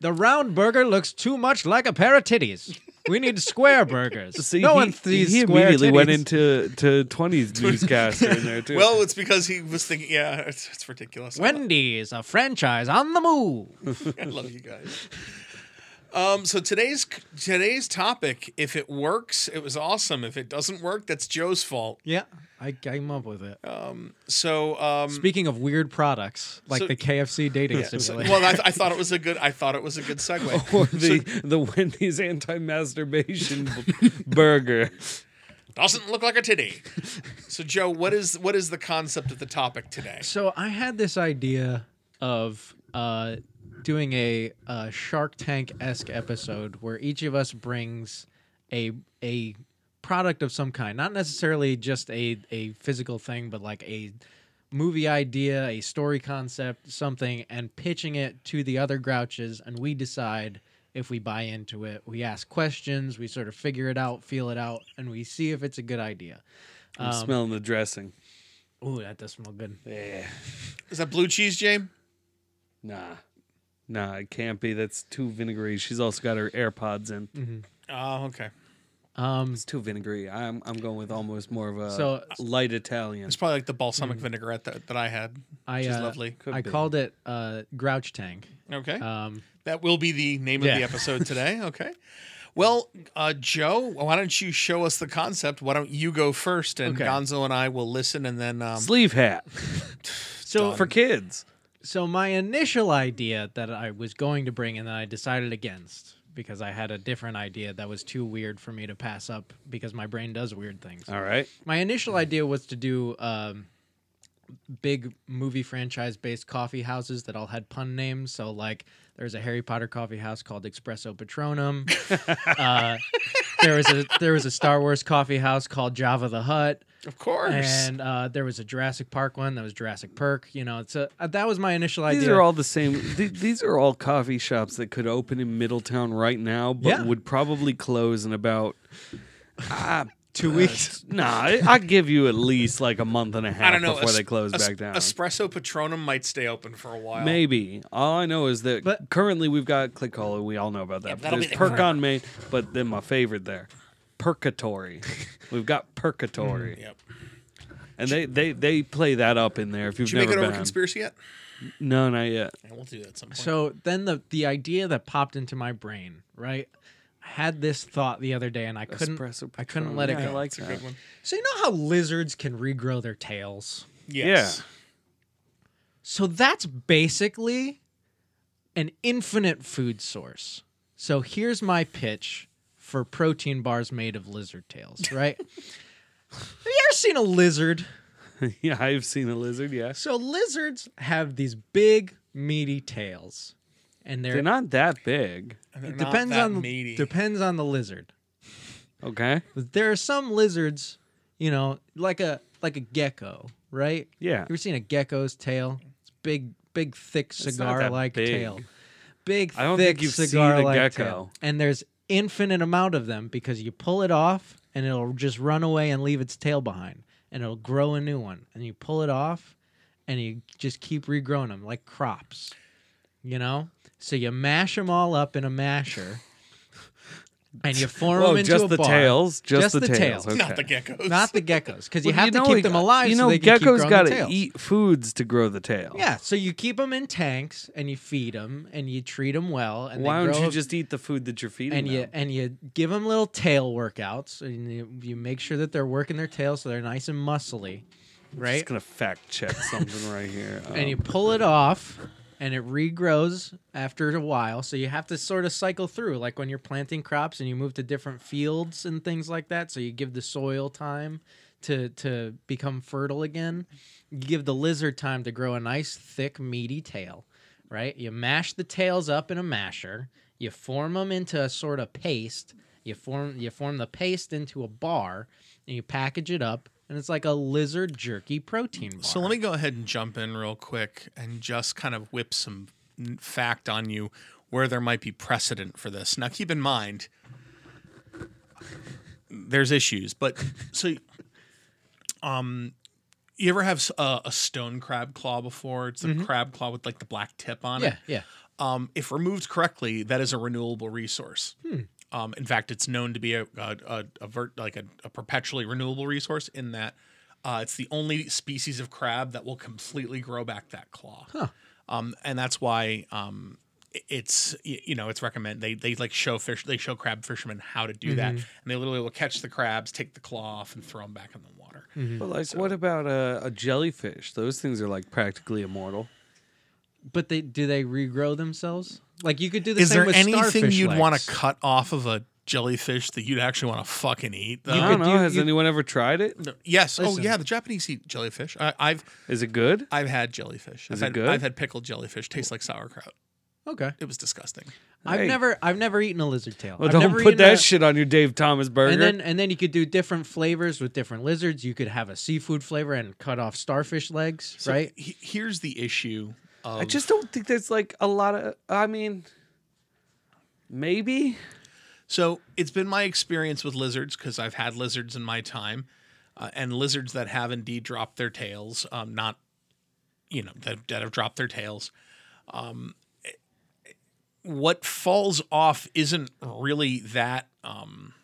Speaker 3: the round burger looks too much like a pair of titties. We need square burgers.
Speaker 1: See,
Speaker 3: no
Speaker 1: he,
Speaker 3: one sees
Speaker 1: he
Speaker 3: square
Speaker 1: immediately
Speaker 3: titties.
Speaker 1: went into to 20s newscaster in there, too.
Speaker 2: well, it's because he was thinking. Yeah, it's, it's ridiculous. I love-
Speaker 3: Wendy's, a franchise on the move.
Speaker 2: I love you guys. Um, so today's today's topic, if it works, it was awesome. If it doesn't work, that's Joe's fault.
Speaker 3: yeah, I came up with it.
Speaker 1: Um,
Speaker 2: So um,
Speaker 3: Speaking of weird products, like
Speaker 2: So-
Speaker 3: the KFC dating
Speaker 2: So-
Speaker 3: simulator.
Speaker 2: well, I, I thought it was a good. I thought it was a good segue.
Speaker 1: or the the Wendy's anti-masturbation b- burger.
Speaker 2: Doesn't look like a titty. So, Joe, what is what is the concept of the topic today?
Speaker 3: So I had this idea of uh, doing a, uh Shark Tank esque episode where each of us brings a a product of some kind, not necessarily just a a physical thing, but like a movie idea, a story concept, something, and pitching it to the other grouches, and we decide if we buy into it. We ask questions, we sort of figure it out, feel it out, and we see if it's a good idea.
Speaker 1: I'm
Speaker 3: Um,
Speaker 1: smelling the dressing.
Speaker 3: Ooh, that does smell good.
Speaker 1: Yeah,
Speaker 2: Is that blue cheese, James?
Speaker 1: nah, Nah, it can't be. That's too vinegary. She's also got her AirPods in.
Speaker 2: Oh, okay.
Speaker 3: Um,
Speaker 1: It's too vinegary. I'm I'm going with almost more of a
Speaker 3: So-
Speaker 1: light Italian.
Speaker 2: It's probably like the balsamic
Speaker 1: Hmm.
Speaker 2: vinaigrette that, that I had, which
Speaker 3: I
Speaker 2: is
Speaker 3: uh,
Speaker 2: lovely.
Speaker 1: Could
Speaker 3: I
Speaker 1: be.
Speaker 3: called it uh, Grouch Tank.
Speaker 2: Okay.
Speaker 3: Um,
Speaker 2: that will be the name of
Speaker 3: Yeah.
Speaker 2: the episode today. Okay. Well, uh, Joe, why don't you show us the concept? Why don't you go first, and
Speaker 3: Okay.
Speaker 2: Gonzo and I will listen, and then um,
Speaker 1: sleeve hat.
Speaker 3: so
Speaker 1: for kids.
Speaker 3: so my initial idea that I was going to bring and then I decided against because I had a different idea that was too weird for me to pass up because my brain does weird things.
Speaker 2: Uh.
Speaker 1: All right.
Speaker 3: My initial idea was to do um, big movie franchise based coffee houses that all had pun names. So like there's a Harry Potter coffee house called Espresso Patronum. uh, there was a there was a Star Wars coffee house called Java the Hut.
Speaker 2: of course.
Speaker 3: And uh, there was a Jurassic Park one that was Jurassic Perk. You know, it's a uh, that was my initial idea.
Speaker 1: These are all the same. Th- these are all coffee shops that could open in Middletown right now, but
Speaker 3: Yeah.
Speaker 1: would probably close in about ah,
Speaker 3: two
Speaker 1: uh,
Speaker 3: weeks.
Speaker 1: Nah, I, I give you at least like a month and a half
Speaker 2: I don't know
Speaker 1: before
Speaker 2: es-
Speaker 1: they close
Speaker 2: es-
Speaker 1: back down.
Speaker 2: Espresso Patronum might stay open for a while.
Speaker 1: Maybe all I know is that
Speaker 3: But-
Speaker 1: currently we've got Click Hollow. We all know about that.
Speaker 2: Yeah,
Speaker 1: but
Speaker 2: that'll be
Speaker 1: There's
Speaker 2: there
Speaker 1: Perk
Speaker 2: forever.
Speaker 1: on Main, but then my favorite there, Purgatory. we've got Purgatory,
Speaker 3: Hmm.
Speaker 2: Yep. Did
Speaker 1: and they, they they play that up in there. If you've
Speaker 2: you
Speaker 1: never
Speaker 2: make it over
Speaker 1: been,
Speaker 2: conspiracy yet?
Speaker 1: no, not yet.
Speaker 2: Yeah, we'll do that at some point.
Speaker 3: So then the the idea that popped into my brain, right? I had this thought the other day and I couldn't
Speaker 1: Espresso
Speaker 3: I couldn't let it
Speaker 1: Patron,
Speaker 3: go.
Speaker 1: yeah, I like
Speaker 2: It's a good
Speaker 1: that.
Speaker 2: one.
Speaker 3: So you know how lizards can regrow their tails?
Speaker 2: Yes.
Speaker 3: So that's basically an infinite food source. So here's my pitch for protein bars made of lizard tails, right? Have you ever seen a lizard?
Speaker 1: yeah, I've seen a lizard. Yes,
Speaker 3: So lizards have these big meaty tails and they're,
Speaker 1: they're not that big.
Speaker 2: And they're
Speaker 3: it
Speaker 2: not
Speaker 3: depends
Speaker 2: that
Speaker 3: on the
Speaker 2: meaty.
Speaker 3: depends on the lizard.
Speaker 1: Okay.
Speaker 3: There are some lizards, you know, like a like a gecko, right?
Speaker 1: Yeah.
Speaker 3: You ever seen a gecko's tail? It's big, big, thick
Speaker 1: not
Speaker 3: cigar like
Speaker 1: that big.
Speaker 3: tail. Big,
Speaker 1: I don't
Speaker 3: thick
Speaker 1: think you've seen a
Speaker 3: cigar like
Speaker 1: gecko.
Speaker 3: tail. And there's infinite amount of them because you pull it off and it'll just run away and leave its tail behind and it'll grow a new one. And you pull it off and you just keep regrowing them like crops, you know? So you mash them all up in a masher. And you form
Speaker 1: Whoa,
Speaker 3: them into
Speaker 1: just
Speaker 3: a
Speaker 1: the
Speaker 3: bar.
Speaker 1: tails, just, the,
Speaker 3: tails.
Speaker 1: tails. Okay.
Speaker 2: Not the geckos.
Speaker 3: not the geckos, because you
Speaker 1: Well,
Speaker 3: have to keep
Speaker 1: it-
Speaker 3: them alive.
Speaker 1: You know,
Speaker 3: so they can
Speaker 1: geckos
Speaker 3: keep growing their
Speaker 1: gotta
Speaker 3: tails.
Speaker 1: eat foods to grow the tail.
Speaker 3: Yeah, so you keep them in tanks and you feed them and you treat them well. And they
Speaker 1: Why don't
Speaker 3: grow
Speaker 1: you
Speaker 3: up-
Speaker 1: just eat the food that you're feeding
Speaker 3: and you
Speaker 1: them?
Speaker 3: and you give them little tail workouts and you, you make sure that they're working their tail so they're nice and muscly,
Speaker 1: I'm
Speaker 3: right?
Speaker 1: just gonna fact check something right here. Um,
Speaker 3: And you pull it off, and it regrows after a while. So you have to sort of cycle through, like when you're planting crops and you move to different fields and things like that. So you give the soil time to to become fertile again. You give the lizard time to grow a nice, thick, meaty tail. Right? You mash the tails up in a masher. You form them into a sort of paste. You form you form the paste into a bar, and you package it up, and it's like a lizard jerky protein bar.
Speaker 2: So let me go ahead and jump in real quick and just kind of whip some n- fact on you where there might be precedent for this. Now, keep in mind, there's issues, but so, um, you ever have s- a, a stone crab claw before? It's a crab claw with like the black tip on it.
Speaker 3: Mm-hmm. Yeah, yeah.
Speaker 2: Um, if removed correctly, that is a renewable resource. Um, in fact, it's known to be a, a, a, a vert, like a, a perpetually renewable resource in that uh, it's the only species of crab that will completely grow back that claw. Um, and that's why um, i- it's y- you know it's recommend they they like show fish they show crab fishermen how to do that, and they literally will catch the crabs, take the claw off, and throw them back in the water.
Speaker 1: but like, what about uh, a, a jellyfish? Those things are like practically immortal.
Speaker 3: But they do they regrow themselves? Like you could do the
Speaker 2: Is
Speaker 3: same
Speaker 2: there
Speaker 3: with
Speaker 2: anything
Speaker 3: starfish
Speaker 2: you'd
Speaker 3: legs.
Speaker 2: want to cut off of a jellyfish that you'd actually want to fucking eat?
Speaker 1: I
Speaker 2: Though?
Speaker 3: could
Speaker 1: don't know.
Speaker 3: do-
Speaker 1: Has
Speaker 3: you-
Speaker 1: anyone ever tried it? Is
Speaker 2: No, Yes. Oh
Speaker 3: Listen.
Speaker 2: yeah, the Japanese eat jellyfish. I, I've
Speaker 1: it good?
Speaker 2: I've had jellyfish. I've
Speaker 1: it
Speaker 2: had,
Speaker 1: good?
Speaker 2: I've had pickled jellyfish. Tastes like sauerkraut.
Speaker 3: Okay,
Speaker 2: It was disgusting.
Speaker 3: I've
Speaker 1: Hey.
Speaker 3: never I've never eaten a lizard tail.
Speaker 1: Well,
Speaker 3: I've
Speaker 1: don't
Speaker 3: never
Speaker 1: put
Speaker 3: eaten
Speaker 1: that
Speaker 3: a-
Speaker 1: shit on your Dave Thomas burger.
Speaker 3: And then and then you could do different flavors with different lizards. You could have a seafood flavor and cut off starfish legs,
Speaker 2: So
Speaker 3: right?
Speaker 2: he- here's the issue. Of,
Speaker 1: I just don't think there's like a lot of. I mean, maybe.
Speaker 2: so it's been my experience with lizards because I've had lizards in my time, uh, and lizards that have indeed dropped their tails. Um, not, you know, that, that have dropped their tails. Um, what falls off isn't really that. Um,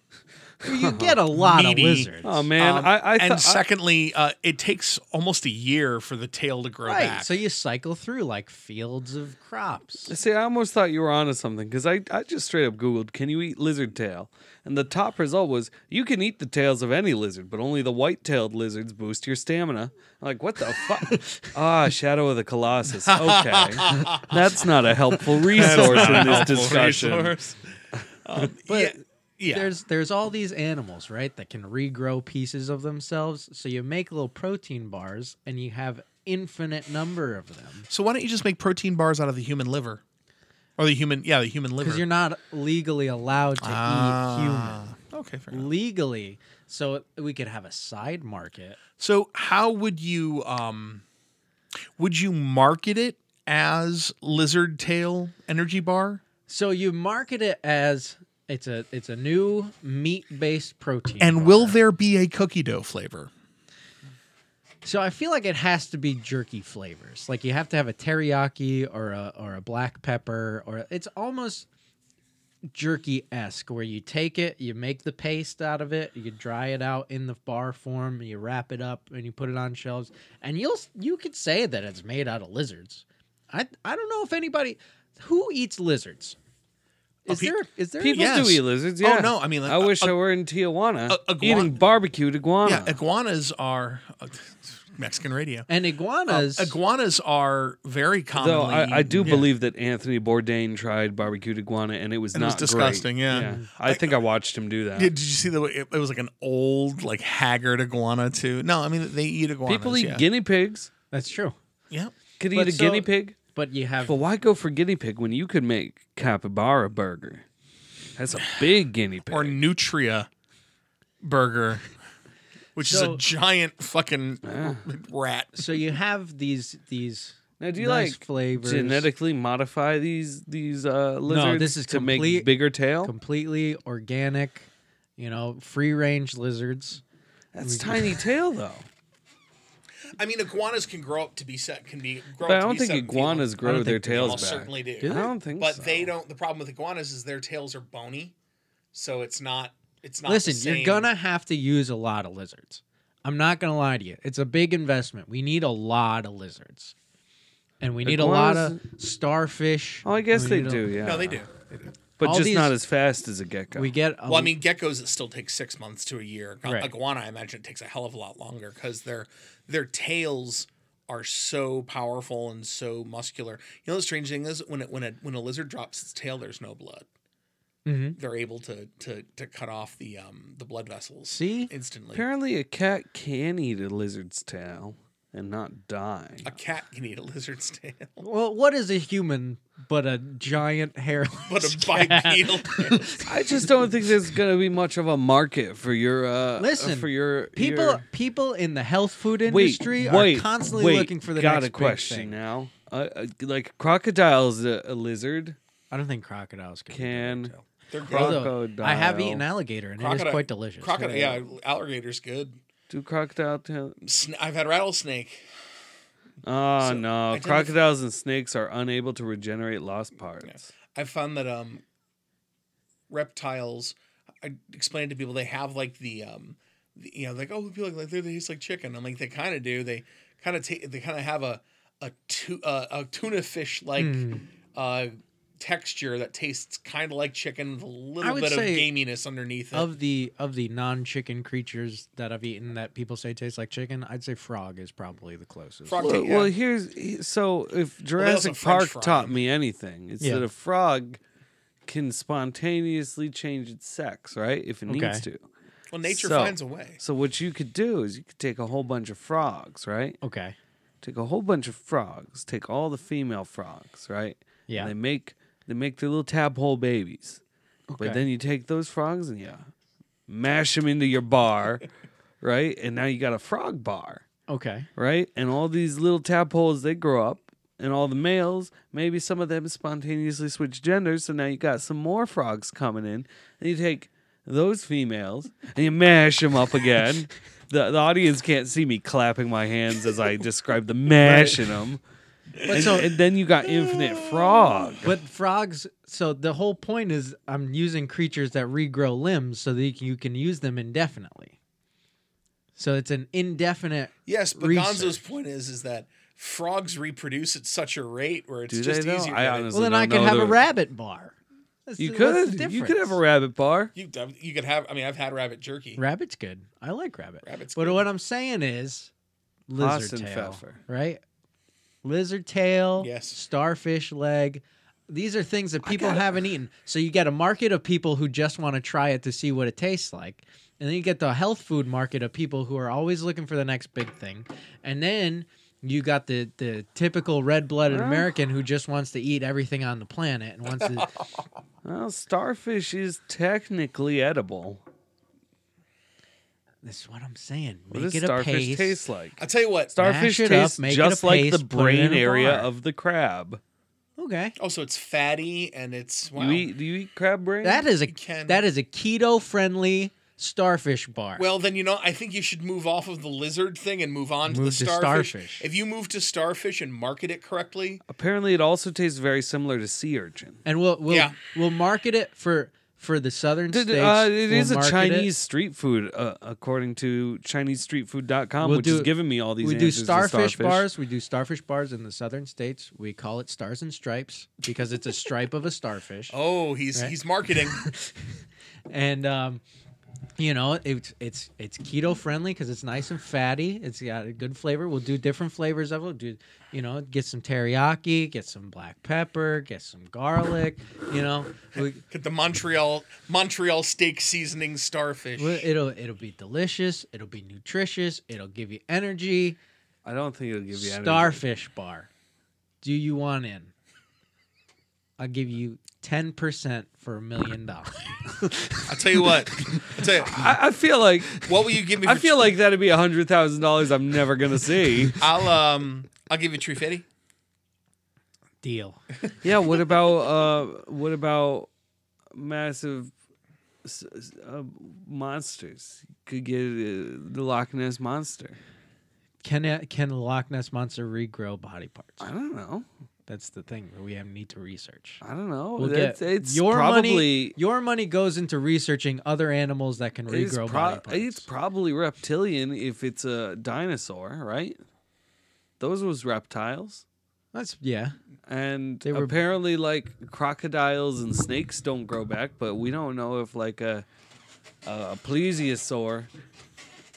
Speaker 3: you get a lot
Speaker 2: Meaty.
Speaker 3: of lizards.
Speaker 1: Oh man,
Speaker 2: um,
Speaker 1: I I,
Speaker 2: and
Speaker 1: th-
Speaker 2: secondly, uh, it takes almost a year for the tail to grow
Speaker 3: right.
Speaker 2: back.
Speaker 3: So you cycle through like fields of crops.
Speaker 1: I see. I almost thought you were onto something because I I just straight up googled can you eat lizard tail, and the top result was you can eat the tails of any lizard, but only the white tailed lizards boost your stamina. I'm like what the fuck? ah, Shadow of the Colossus. Okay, that's not a helpful resource in this discussion.
Speaker 2: Um,
Speaker 3: But
Speaker 2: yeah, yeah.
Speaker 3: There's there's all these animals, right, that can regrow pieces of themselves. So you make little protein bars and you have infinite number of them.
Speaker 2: So why don't you just make protein bars out of the human liver, or the human? Yeah, the human liver.
Speaker 3: Because you're not legally allowed to eat human.
Speaker 2: Ah, Okay, fair enough.
Speaker 3: Legally. So we could have a side market.
Speaker 2: So how would you um would you market it as lizard tail energy bar?
Speaker 3: So you market it as it's a it's a new meat based protein.
Speaker 2: And
Speaker 3: bar.
Speaker 2: will there be a cookie dough flavor?
Speaker 3: So I feel like it has to be jerky flavors. Like you have to have a teriyaki or a or a black pepper or it's almost jerky esque where you take it, you make the paste out of it, you dry it out in the bar form, and you wrap it up and you put it on shelves, and you'll you could say that it's made out of lizards. I I don't know if anybody who eats lizards. Is
Speaker 2: pe-
Speaker 3: there is there
Speaker 1: Oh, People
Speaker 2: Yes.
Speaker 1: do eat lizards.
Speaker 2: Oh,
Speaker 1: Yeah.
Speaker 2: no, I mean, like,
Speaker 1: I
Speaker 2: a-
Speaker 1: wish
Speaker 2: a-
Speaker 1: I were in Tijuana
Speaker 2: a- igua-
Speaker 1: eating barbecued iguana.
Speaker 2: Yeah, iguanas are uh, Mexican radio. Um,
Speaker 3: and
Speaker 1: Oh,
Speaker 3: iguanas
Speaker 2: Iguanas are very commonly.
Speaker 1: Though I, I do
Speaker 2: Yeah.
Speaker 1: believe that Anthony Bourdain tried barbecued iguana and it was
Speaker 2: And it was
Speaker 1: not great.
Speaker 2: disgusting, yeah.
Speaker 1: I, think I watched him do that.
Speaker 2: Did, did you see the way it, it was like an old, like haggard iguana too? No, I mean they eat iguanas.
Speaker 1: People eat
Speaker 2: yeah.
Speaker 1: guinea pigs.
Speaker 3: that's true.
Speaker 2: yeah.
Speaker 1: Could eat
Speaker 3: But
Speaker 1: a
Speaker 3: so-
Speaker 1: guinea pig.
Speaker 3: But you have
Speaker 1: But why go for guinea pig when you could make capybara burger? That's a big guinea pig.
Speaker 2: or Nutria burger, which is a
Speaker 3: So-
Speaker 2: giant fucking rat.
Speaker 3: so you have these these
Speaker 1: now, do you
Speaker 3: nice
Speaker 1: like
Speaker 3: flavors
Speaker 1: genetically modify these these uh, lizards
Speaker 3: this is
Speaker 1: to make
Speaker 3: complete-
Speaker 1: bigger tail?
Speaker 3: completely organic, you know, free range lizards.
Speaker 1: That's tiny tail though.
Speaker 2: I mean, iguanas can grow up to be set can be. Grow
Speaker 1: But I
Speaker 2: up to
Speaker 1: don't
Speaker 2: be
Speaker 1: think
Speaker 2: seven feet
Speaker 1: iguanas
Speaker 2: long.
Speaker 1: grow
Speaker 3: don't
Speaker 1: their
Speaker 3: think they
Speaker 2: They
Speaker 1: tails
Speaker 2: almost
Speaker 1: back.
Speaker 2: certainly do.
Speaker 1: I don't think
Speaker 2: but
Speaker 1: so.
Speaker 2: they don't. The problem with iguanas is their tails are bony, so it's not. It's not. the
Speaker 3: Listen,
Speaker 2: same.
Speaker 3: you're gonna have to use a lot of lizards. I'm not gonna lie to you. It's a big investment. We need a lot of lizards. And we need a lot of starfish.
Speaker 1: Oh, I guess
Speaker 3: We
Speaker 1: they
Speaker 3: need a-
Speaker 1: do. Yeah.
Speaker 2: No, they do. They do.
Speaker 1: But
Speaker 3: All
Speaker 1: just
Speaker 3: these-
Speaker 1: not as fast as a gecko.
Speaker 3: We get a,
Speaker 2: Well, I mean, geckos it still takes six months to a year. Gu-
Speaker 3: Right.
Speaker 2: Iguana, I imagine it takes a hell of a lot longer because their their tails are so powerful and so muscular. You know, the strange thing is when it, when a when a lizard drops its tail, there's no blood.
Speaker 3: Mhm.
Speaker 2: They're able to to to cut off the um the blood vessels.
Speaker 3: See?
Speaker 2: instantly.
Speaker 1: Apparently, a cat can eat a lizard's tail and not die.
Speaker 2: A cat can eat a lizard's tail,
Speaker 3: well, what is a human but a giant hairless?
Speaker 2: but a bipedal. tail-
Speaker 1: I just don't think there's gonna be much of a market for your uh
Speaker 3: Listen,
Speaker 1: for your
Speaker 3: people
Speaker 1: your-
Speaker 3: people in the health food
Speaker 1: Wait,
Speaker 3: industry
Speaker 1: wait,
Speaker 3: are constantly
Speaker 1: wait,
Speaker 3: looking for the
Speaker 1: got
Speaker 3: next
Speaker 1: a
Speaker 3: big
Speaker 1: question
Speaker 3: thing.
Speaker 1: now. Uh, uh, like crocodile's a, a lizard
Speaker 3: I don't think crocodiles can. do
Speaker 1: can.
Speaker 3: lizard
Speaker 2: They're good.
Speaker 3: tail. Although,
Speaker 1: Crocodile.
Speaker 3: I have eaten alligator and it is quite delicious.
Speaker 2: Crocodile, yeah, alligator's good.
Speaker 1: Do crocodile tail?
Speaker 2: Sna- I've had rattlesnake.
Speaker 1: Oh
Speaker 2: So,
Speaker 1: no!
Speaker 2: identif-
Speaker 1: Crocodiles and snakes are unable to regenerate lost parts.
Speaker 2: I found that um reptiles I explained to people they have like the um the- you know like oh people like they taste like chicken. I'm like they kind of do. They kind of take they kind of have a a tu- uh, a tuna fish like
Speaker 3: Hmm.
Speaker 2: uh texture that tastes kind of like chicken with a
Speaker 3: I
Speaker 2: little
Speaker 3: would
Speaker 2: bit of
Speaker 3: say
Speaker 2: gaminess underneath it.
Speaker 3: Of the of the non chicken creatures that I've eaten that people say taste like chicken, I'd say frog is probably the closest.
Speaker 2: Frog-
Speaker 1: Well,
Speaker 2: Okay, yeah.
Speaker 1: well, here's he- so if
Speaker 2: also
Speaker 1: Jurassic
Speaker 2: French
Speaker 1: Park
Speaker 2: fry
Speaker 1: taught
Speaker 2: them.
Speaker 1: me anything, it's
Speaker 3: Yeah.
Speaker 1: that a frog can spontaneously change its sex, right? If it needs
Speaker 3: Okay.
Speaker 1: to.
Speaker 2: well, nature
Speaker 1: so-
Speaker 2: finds a way.
Speaker 1: So what you could do is you could take a whole bunch of frogs, right?
Speaker 3: Okay.
Speaker 1: Take a whole bunch of frogs, take all the female frogs, right?
Speaker 3: Yeah.
Speaker 1: And they make they make their little tadpole babies.
Speaker 3: Okay.
Speaker 1: But then you take those frogs and you mash them into your bar, right? And now you got a frog bar
Speaker 3: Okay.
Speaker 1: right? And all these little tadpoles, they grow up, and all the males, maybe some of them spontaneously switch genders. So now you got some more frogs coming in, and you take those females and you mash them up again. the The audience can't see me clapping my hands as I describe the mashing them. and,
Speaker 3: so-
Speaker 1: and then you got Infinite Frog.
Speaker 3: But frogs, so the whole point is I'm using creatures that regrow limbs so that you can, you can use them indefinitely. So it's an indefinite.
Speaker 2: Yes, but
Speaker 3: Research.
Speaker 2: Gonzo's point is is that frogs reproduce at such a rate where it's
Speaker 1: Do
Speaker 2: just
Speaker 1: they though?
Speaker 2: easier.
Speaker 1: I
Speaker 2: than-
Speaker 1: honestly
Speaker 3: Well, then I
Speaker 1: don't
Speaker 3: could
Speaker 1: know
Speaker 3: have
Speaker 1: the-
Speaker 3: a rabbit bar. That's
Speaker 1: You
Speaker 3: the- what's
Speaker 1: could.
Speaker 3: the
Speaker 1: You could have a
Speaker 3: difference?
Speaker 1: rabbit bar.
Speaker 2: you you could have. I mean, I've had rabbit jerky.
Speaker 3: Rabbit's good. I like rabbit.
Speaker 2: Rabbit's
Speaker 3: but
Speaker 2: good.
Speaker 3: what I'm saying is lizard
Speaker 1: Haas and
Speaker 3: tail,
Speaker 1: Pfeffer.
Speaker 3: right? Lizard tail,
Speaker 2: Yes.
Speaker 3: starfish leg. These are things that people
Speaker 1: gotta-
Speaker 3: haven't eaten. So you get a market of people who just want to try it to see what it tastes like. And then you get the health food market of people who are always looking for the next big thing. And then you got the the typical red-blooded
Speaker 1: Well.
Speaker 3: American who just wants to eat everything on the planet and wants to
Speaker 1: Well, starfish is technically edible.
Speaker 3: That's what I'm saying.
Speaker 1: What
Speaker 3: Make
Speaker 1: does
Speaker 3: it a
Speaker 1: starfish
Speaker 3: paste.
Speaker 1: taste like?
Speaker 2: I'll tell you what.
Speaker 1: Starfish
Speaker 3: it up,
Speaker 1: tastes
Speaker 3: make it a
Speaker 1: just like the
Speaker 3: paste, put it in
Speaker 1: brain
Speaker 3: a
Speaker 1: area
Speaker 3: bar.
Speaker 1: of the crab.
Speaker 3: Okay.
Speaker 2: Oh, so it's fatty and it's wow.
Speaker 1: You eat? Do you eat crab brain?
Speaker 3: That is a
Speaker 2: You can-
Speaker 3: that is a keto friendly starfish bar.
Speaker 2: Well, then you know, I think you should move off of the lizard thing and move on
Speaker 3: Move
Speaker 2: to
Speaker 3: to
Speaker 2: the starfish.
Speaker 3: starfish.
Speaker 2: If you move to starfish and market it correctly,
Speaker 1: Apparently, it also tastes very similar to sea urchin.
Speaker 3: and we'll we'll
Speaker 2: Yeah.
Speaker 3: we'll market it for for the southern
Speaker 1: Did-
Speaker 3: states.
Speaker 1: uh, it
Speaker 3: We'll
Speaker 1: is a
Speaker 3: market
Speaker 1: Chinese street food, uh, according to ChineseStreetFood.com,
Speaker 3: We'll
Speaker 1: which
Speaker 3: do-
Speaker 1: is giving me all these.
Speaker 3: we do
Speaker 1: answers to
Speaker 3: starfish, bars. We do starfish bars in the southern states. We call it stars and stripes because it's a stripe of a starfish.
Speaker 2: oh, he's
Speaker 3: Right.
Speaker 2: he's marketing.
Speaker 3: And um, you know, it's it's it's keto friendly because it's nice and fatty. It's got a good flavor. We'll do different flavors of it. We'll do you know, get some teriyaki, get some black pepper, get some garlic. You know, we,
Speaker 2: Get the Montreal Montreal steak seasoning starfish.
Speaker 3: Well, it'll it'll be delicious. It'll be nutritious. It'll give you energy.
Speaker 1: I don't think it'll give you energy.
Speaker 3: Starfish bar. Do you want in? I'll give you ten percent for a million dollars.
Speaker 2: I'll tell you what. I'll tell you,
Speaker 1: I, I feel like
Speaker 2: what will you give me?
Speaker 1: I
Speaker 2: for-
Speaker 1: feel like that'd be a hundred thousand dollars I'm never gonna see.
Speaker 2: I'll um I'll give you tree fatty.
Speaker 3: Deal.
Speaker 1: yeah. What about uh? What about massive s- s- uh, monsters? Could get uh, the Loch Ness monster.
Speaker 3: Can it, can the Loch Ness monster regrow body parts?
Speaker 1: I don't know.
Speaker 3: That's the thing that we have need to research.
Speaker 1: I don't know.
Speaker 3: We'll
Speaker 1: it's
Speaker 3: get-
Speaker 1: Oh, it's
Speaker 3: your money.
Speaker 1: probably
Speaker 3: Your money goes into researching other animals that can
Speaker 1: it's,
Speaker 3: regrow
Speaker 1: pro-
Speaker 3: body parts.
Speaker 1: it's probably reptilian if it's a dinosaur, right? Those was reptiles.
Speaker 3: That's yeah.
Speaker 1: and
Speaker 3: They were-
Speaker 1: apparently like crocodiles and snakes don't grow back but we don't know if like a a plesiosaur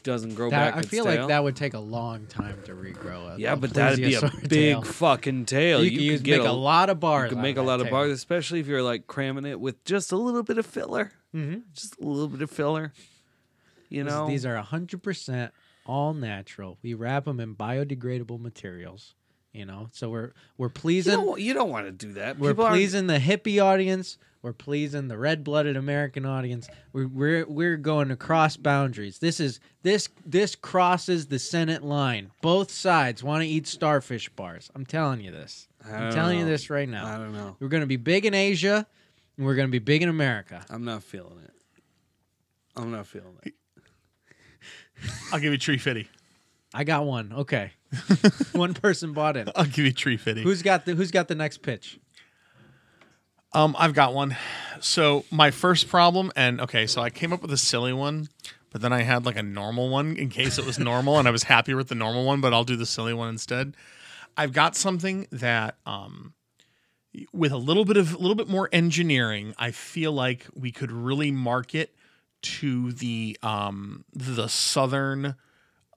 Speaker 1: doesn't grow
Speaker 3: That-
Speaker 1: back
Speaker 3: I
Speaker 1: its
Speaker 3: feel
Speaker 1: tail.
Speaker 3: like that would take a long time to regrow. A,
Speaker 1: yeah
Speaker 3: a
Speaker 1: but that'd be a
Speaker 3: plesiosaur
Speaker 1: big
Speaker 3: tail.
Speaker 1: fucking tail
Speaker 3: you, could use,
Speaker 1: get
Speaker 3: make a, lot of bars.
Speaker 1: you could
Speaker 3: out
Speaker 1: make a lot
Speaker 3: that
Speaker 1: of
Speaker 3: tail.
Speaker 1: bars especially if you're like cramming it with just a little bit of filler
Speaker 3: Mhm.
Speaker 1: just a little bit of filler you
Speaker 3: This-
Speaker 1: know
Speaker 3: these are 100% all natural. We wrap them in biodegradable materials, you know. So we're we're
Speaker 1: you
Speaker 3: pleasing
Speaker 1: don't, wa- you don't want to do that
Speaker 3: we're
Speaker 1: People aren't-
Speaker 3: pleasing the hippie audience, we're pleasing the red-blooded American audience. We're we're we're going across boundaries. This is this this crosses the Senate line. Both sides want to eat starfish bars. I'm telling you this.
Speaker 1: I
Speaker 3: I'm
Speaker 1: don't
Speaker 3: telling you
Speaker 1: know.
Speaker 3: this right
Speaker 1: i
Speaker 3: now.
Speaker 1: don't know
Speaker 3: We're going to be big in Asia and we're going to be big in America.
Speaker 1: i'm not feeling it i'm not feeling it
Speaker 2: I'll give you tree fatty.
Speaker 3: I got one. Okay. one person bought in.
Speaker 2: I'll give you tree fatty.
Speaker 3: Who's got the Who's got the next pitch?
Speaker 2: Um, I've got one. So my first problem, and okay, so I came up with a silly one, but then I had like a normal one in case it was normal, and I was happier with the normal one, but I'll do the silly one instead. I've got something that, um, with a little bit of a little bit more engineering, I feel like we could really market to the um the southern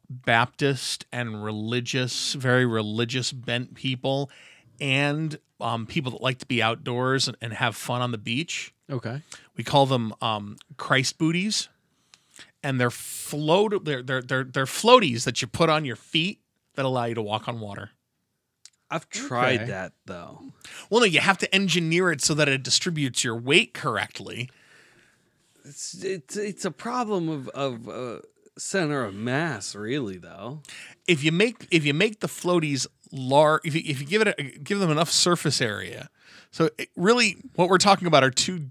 Speaker 2: Baptist and religious, very religious bent people, and um, people that like to be outdoors and, and have fun on the beach.
Speaker 3: Okay.
Speaker 2: We call them um, Christ booties, and they're float they're, they're they're they're floaties that you put on your feet that allow you to walk on water.
Speaker 1: i've tried
Speaker 3: Okay.
Speaker 1: that though
Speaker 2: Well, no, you have to engineer it so that it distributes your weight correctly.
Speaker 1: It's it's it's a problem of of uh, center of mass, really. Though
Speaker 2: if you make if you make the floaties large if you, if you give it a, give them enough surface area so it, really what we're talking about are two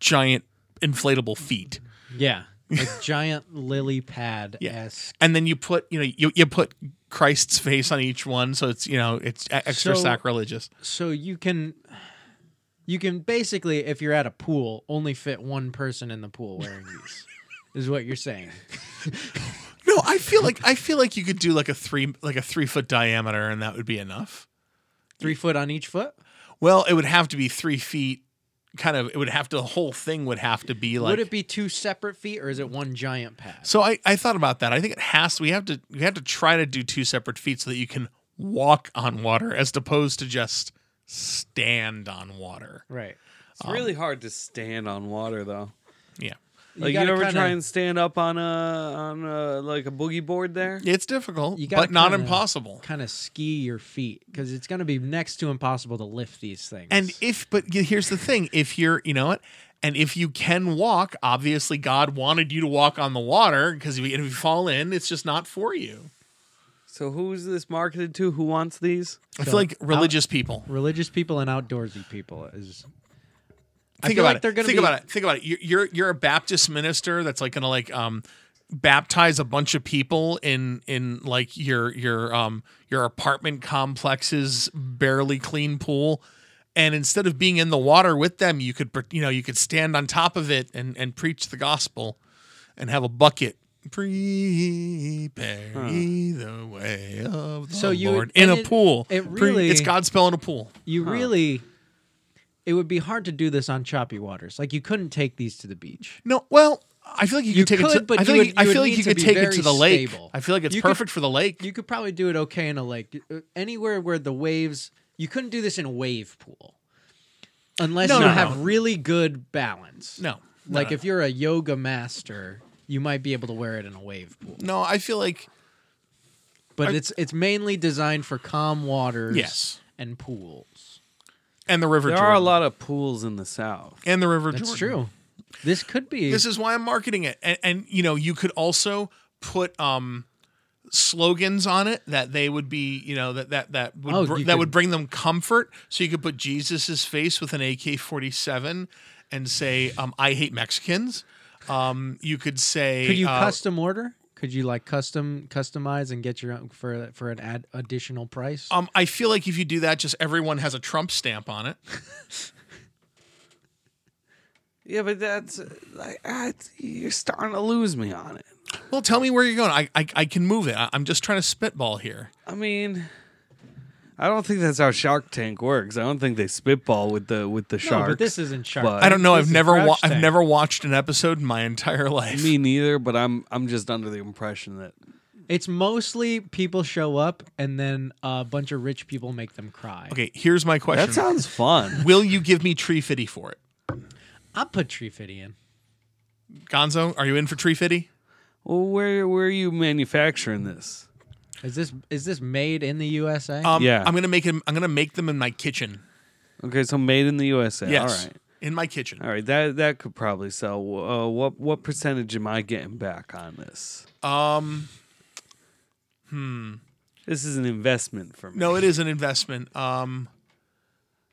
Speaker 2: giant inflatable feet
Speaker 3: Yeah. a giant lily pad esque.
Speaker 2: and then you put you know you, you put christ's face on each one so it's you know it's e- extra
Speaker 3: So-
Speaker 2: sacrilegious
Speaker 3: So you can, you can basically, if you're at a pool, only fit one person in the pool wearing these. Is what you're saying?
Speaker 2: no i feel like i feel like you could do like a three like a three foot diameter and that would be enough
Speaker 3: Three foot on each foot.
Speaker 2: well it would have to be three feet kind of it would have to the whole thing would have to be like
Speaker 3: Would it be two separate feet, or is it one giant pad?
Speaker 2: so I, I thought about that i think it has we have to we have to try to do two separate feet so that you can walk on water as opposed to just stand on water
Speaker 3: Right.
Speaker 1: It's really hard to stand on water though.
Speaker 2: yeah
Speaker 1: Like you,
Speaker 3: gotta
Speaker 1: ever
Speaker 3: kinda-
Speaker 1: try and stand up on a on a like a boogie board there?
Speaker 2: it's difficult
Speaker 3: You gotta
Speaker 2: but not
Speaker 3: kinda-
Speaker 2: impossible
Speaker 3: kind of ski your feet because it's going to be next to impossible to lift these things.
Speaker 2: And if, but y- here's the thing: if you're, you know what, and if you can walk, obviously God wanted you to walk on the water because if, you- if you fall in, it's just not for you.
Speaker 1: So who's this marketed to? Who wants these?
Speaker 2: I feel
Speaker 3: So,
Speaker 2: like religious people.
Speaker 3: religious people and outdoorsy people is I
Speaker 2: Think
Speaker 3: feel
Speaker 2: about
Speaker 3: like
Speaker 2: it.
Speaker 3: they're gonna
Speaker 2: think
Speaker 3: be-
Speaker 2: about it. Think about it. You're, you're you're a Baptist minister that's like gonna like um baptize a bunch of people in in like your your um your apartment complex's barely clean pool. And instead of being in the water with them, you could pre- you know you could stand on top of it and and preach the gospel, and have a bucket. Prepare ye the way of the
Speaker 3: So you would-
Speaker 2: Lord in
Speaker 3: and
Speaker 2: a
Speaker 3: it-
Speaker 2: pool.
Speaker 3: it
Speaker 2: Pre-
Speaker 3: really-
Speaker 2: it's Godspell in a pool.
Speaker 3: you really it would be hard to do this on choppy waters. Like you couldn't take these to the beach.
Speaker 2: No, well, I feel like you,
Speaker 3: You
Speaker 2: could take it.
Speaker 3: could,
Speaker 2: To,
Speaker 3: but
Speaker 2: I feel
Speaker 3: you
Speaker 2: like
Speaker 3: would-
Speaker 2: I
Speaker 3: you would
Speaker 2: feel like
Speaker 3: need
Speaker 2: you
Speaker 3: to
Speaker 2: could
Speaker 3: be
Speaker 2: take it
Speaker 3: very
Speaker 2: to the lake.
Speaker 3: stable.
Speaker 2: I feel like it's
Speaker 3: You could-
Speaker 2: perfect for the lake.
Speaker 3: You could probably do it okay in a lake Uh, anywhere where the waves you couldn't do this in a wave pool. Unless
Speaker 2: No,
Speaker 3: you
Speaker 2: no, no.
Speaker 3: have really good balance.
Speaker 2: no, no,
Speaker 3: Like
Speaker 2: no.
Speaker 3: if you're a yoga master, you might be able to wear it in a wave pool.
Speaker 2: no, I feel like
Speaker 3: But it's it's mainly designed for calm waters
Speaker 2: Yes.
Speaker 3: and pools.
Speaker 2: and the river.
Speaker 1: There
Speaker 2: Jordan.
Speaker 1: are a lot of pools in the south.
Speaker 2: and the river.
Speaker 3: That's
Speaker 2: Jordan.
Speaker 3: true. This could be
Speaker 2: This is why I'm marketing it, and, and you know, you could also put um slogans on it that they would be, you know, that that that would
Speaker 3: Oh,
Speaker 2: br-
Speaker 3: you
Speaker 2: that
Speaker 3: could-
Speaker 2: would bring them comfort. So you could put Jesus's face with an AK-47 and say, um, "I hate Mexicans." Um, you could say,
Speaker 3: Could you
Speaker 2: uh,
Speaker 3: custom order? Could you like custom customize and get your own for for an ad, additional price?
Speaker 2: Um, I feel like if you do that, just everyone has a Trump stamp on it.
Speaker 1: Yeah, but that's like ah, it's- you're starting to lose me on it.
Speaker 2: Well, tell me where you're going. I I, I can move it. I, I'm just trying to spitball here.
Speaker 1: I mean, I don't think that's how Shark Tank works. I don't think they spitball with the with the
Speaker 3: no,
Speaker 1: sharks.
Speaker 3: but this isn't shark.
Speaker 1: but-
Speaker 2: I don't know.
Speaker 3: This
Speaker 2: I've
Speaker 3: is
Speaker 2: never wa-
Speaker 3: Crouch
Speaker 2: I've
Speaker 3: Tank.
Speaker 2: never watched an episode in my entire life.
Speaker 1: me neither. But I'm I'm just under the impression that
Speaker 3: It's mostly people show up and then a bunch of rich people make them cry.
Speaker 2: okay, here's my question.
Speaker 1: that sounds fun.
Speaker 2: Will you give me tree fitty for it,
Speaker 3: I put Tree Fitty in.
Speaker 2: Gonzo? Are you in for tree fitty?
Speaker 1: well, where where are you manufacturing this?
Speaker 3: Is this is this made in the USA?
Speaker 2: Um,
Speaker 1: Yeah.
Speaker 2: I'm gonna make him. I'm gonna make them in my kitchen.
Speaker 1: Okay, so made in the USA.
Speaker 2: Yes.
Speaker 1: All right.
Speaker 2: In my kitchen.
Speaker 1: All right, that that could probably sell. Uh, what what percentage am I getting back on this?
Speaker 2: Um,
Speaker 3: hmm.
Speaker 1: This is an investment for me.
Speaker 2: no, it is an investment. Um,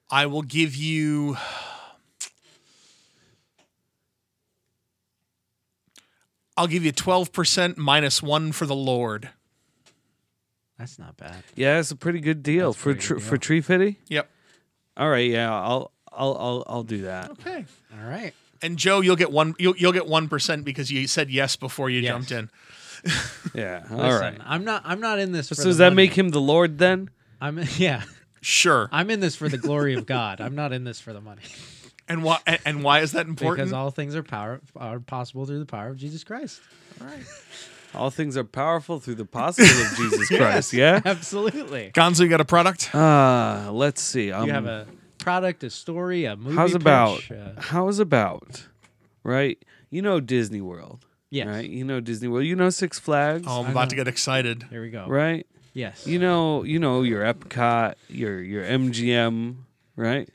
Speaker 2: I will give you. I'll give you twelve percent minus one for the Lord.
Speaker 3: That's not bad.
Speaker 1: Yeah, it's a pretty good deal
Speaker 3: That's a
Speaker 1: for
Speaker 3: pretty
Speaker 1: tr-
Speaker 3: good
Speaker 1: for tree fitty.
Speaker 2: Yep.
Speaker 1: All right, yeah, I'll I'll I'll I'll do that.
Speaker 2: Okay.
Speaker 3: All right.
Speaker 2: And Joe, you'll get one. You'll, you'll get one percent because you said yes before you
Speaker 3: Yes.
Speaker 2: jumped in.
Speaker 1: Yeah, all
Speaker 3: Listen,
Speaker 1: right.
Speaker 3: I'm not I'm not in this for
Speaker 1: So
Speaker 3: the
Speaker 1: does that
Speaker 3: money.
Speaker 1: make him the Lord then?
Speaker 3: I'm yeah.
Speaker 2: Sure.
Speaker 3: I'm in this for the glory of God. I'm not in this for the money.
Speaker 2: And why? And, and why is that important?
Speaker 3: Because all things are power are possible through the power of Jesus Christ.
Speaker 1: All things are powerful through the possible of Jesus Christ. Yeah.
Speaker 3: Absolutely.
Speaker 2: Gonzo, you got a product?
Speaker 1: Uh, let's see. Um,
Speaker 3: you have a product, a story, a movie.
Speaker 1: how's
Speaker 3: pitch,
Speaker 1: about
Speaker 3: uh,
Speaker 1: how's about right? You know Disney World.
Speaker 3: Yes.
Speaker 1: Right. You know Disney World. You know Six Flags.
Speaker 2: Oh, I'm
Speaker 3: I
Speaker 2: about to
Speaker 3: know.
Speaker 2: get excited.
Speaker 3: here we go.
Speaker 1: Right.
Speaker 3: Yes.
Speaker 1: You know. You know your Epcot. Your your MGM. Right.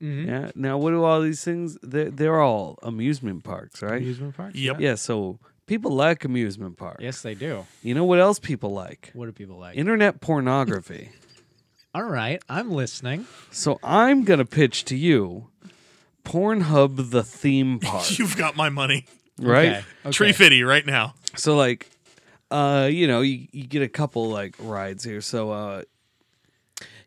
Speaker 3: Mhm.
Speaker 1: Yeah. Now, what do all these things? They're, they're all amusement parks, right?
Speaker 3: Amusement park.
Speaker 2: Yep.
Speaker 1: Yeah. So people like amusement parks.
Speaker 3: Yes, they do.
Speaker 1: You know what else people like?
Speaker 3: What do people like?
Speaker 1: Internet pornography.
Speaker 3: All right, I'm listening.
Speaker 1: So I'm gonna pitch to you Pornhub the theme park.
Speaker 2: You've got my money.
Speaker 1: right?
Speaker 3: Okay, okay.
Speaker 2: Tree fitty right now.
Speaker 1: So like, uh, you know, you, you get a couple like rides here. So uh,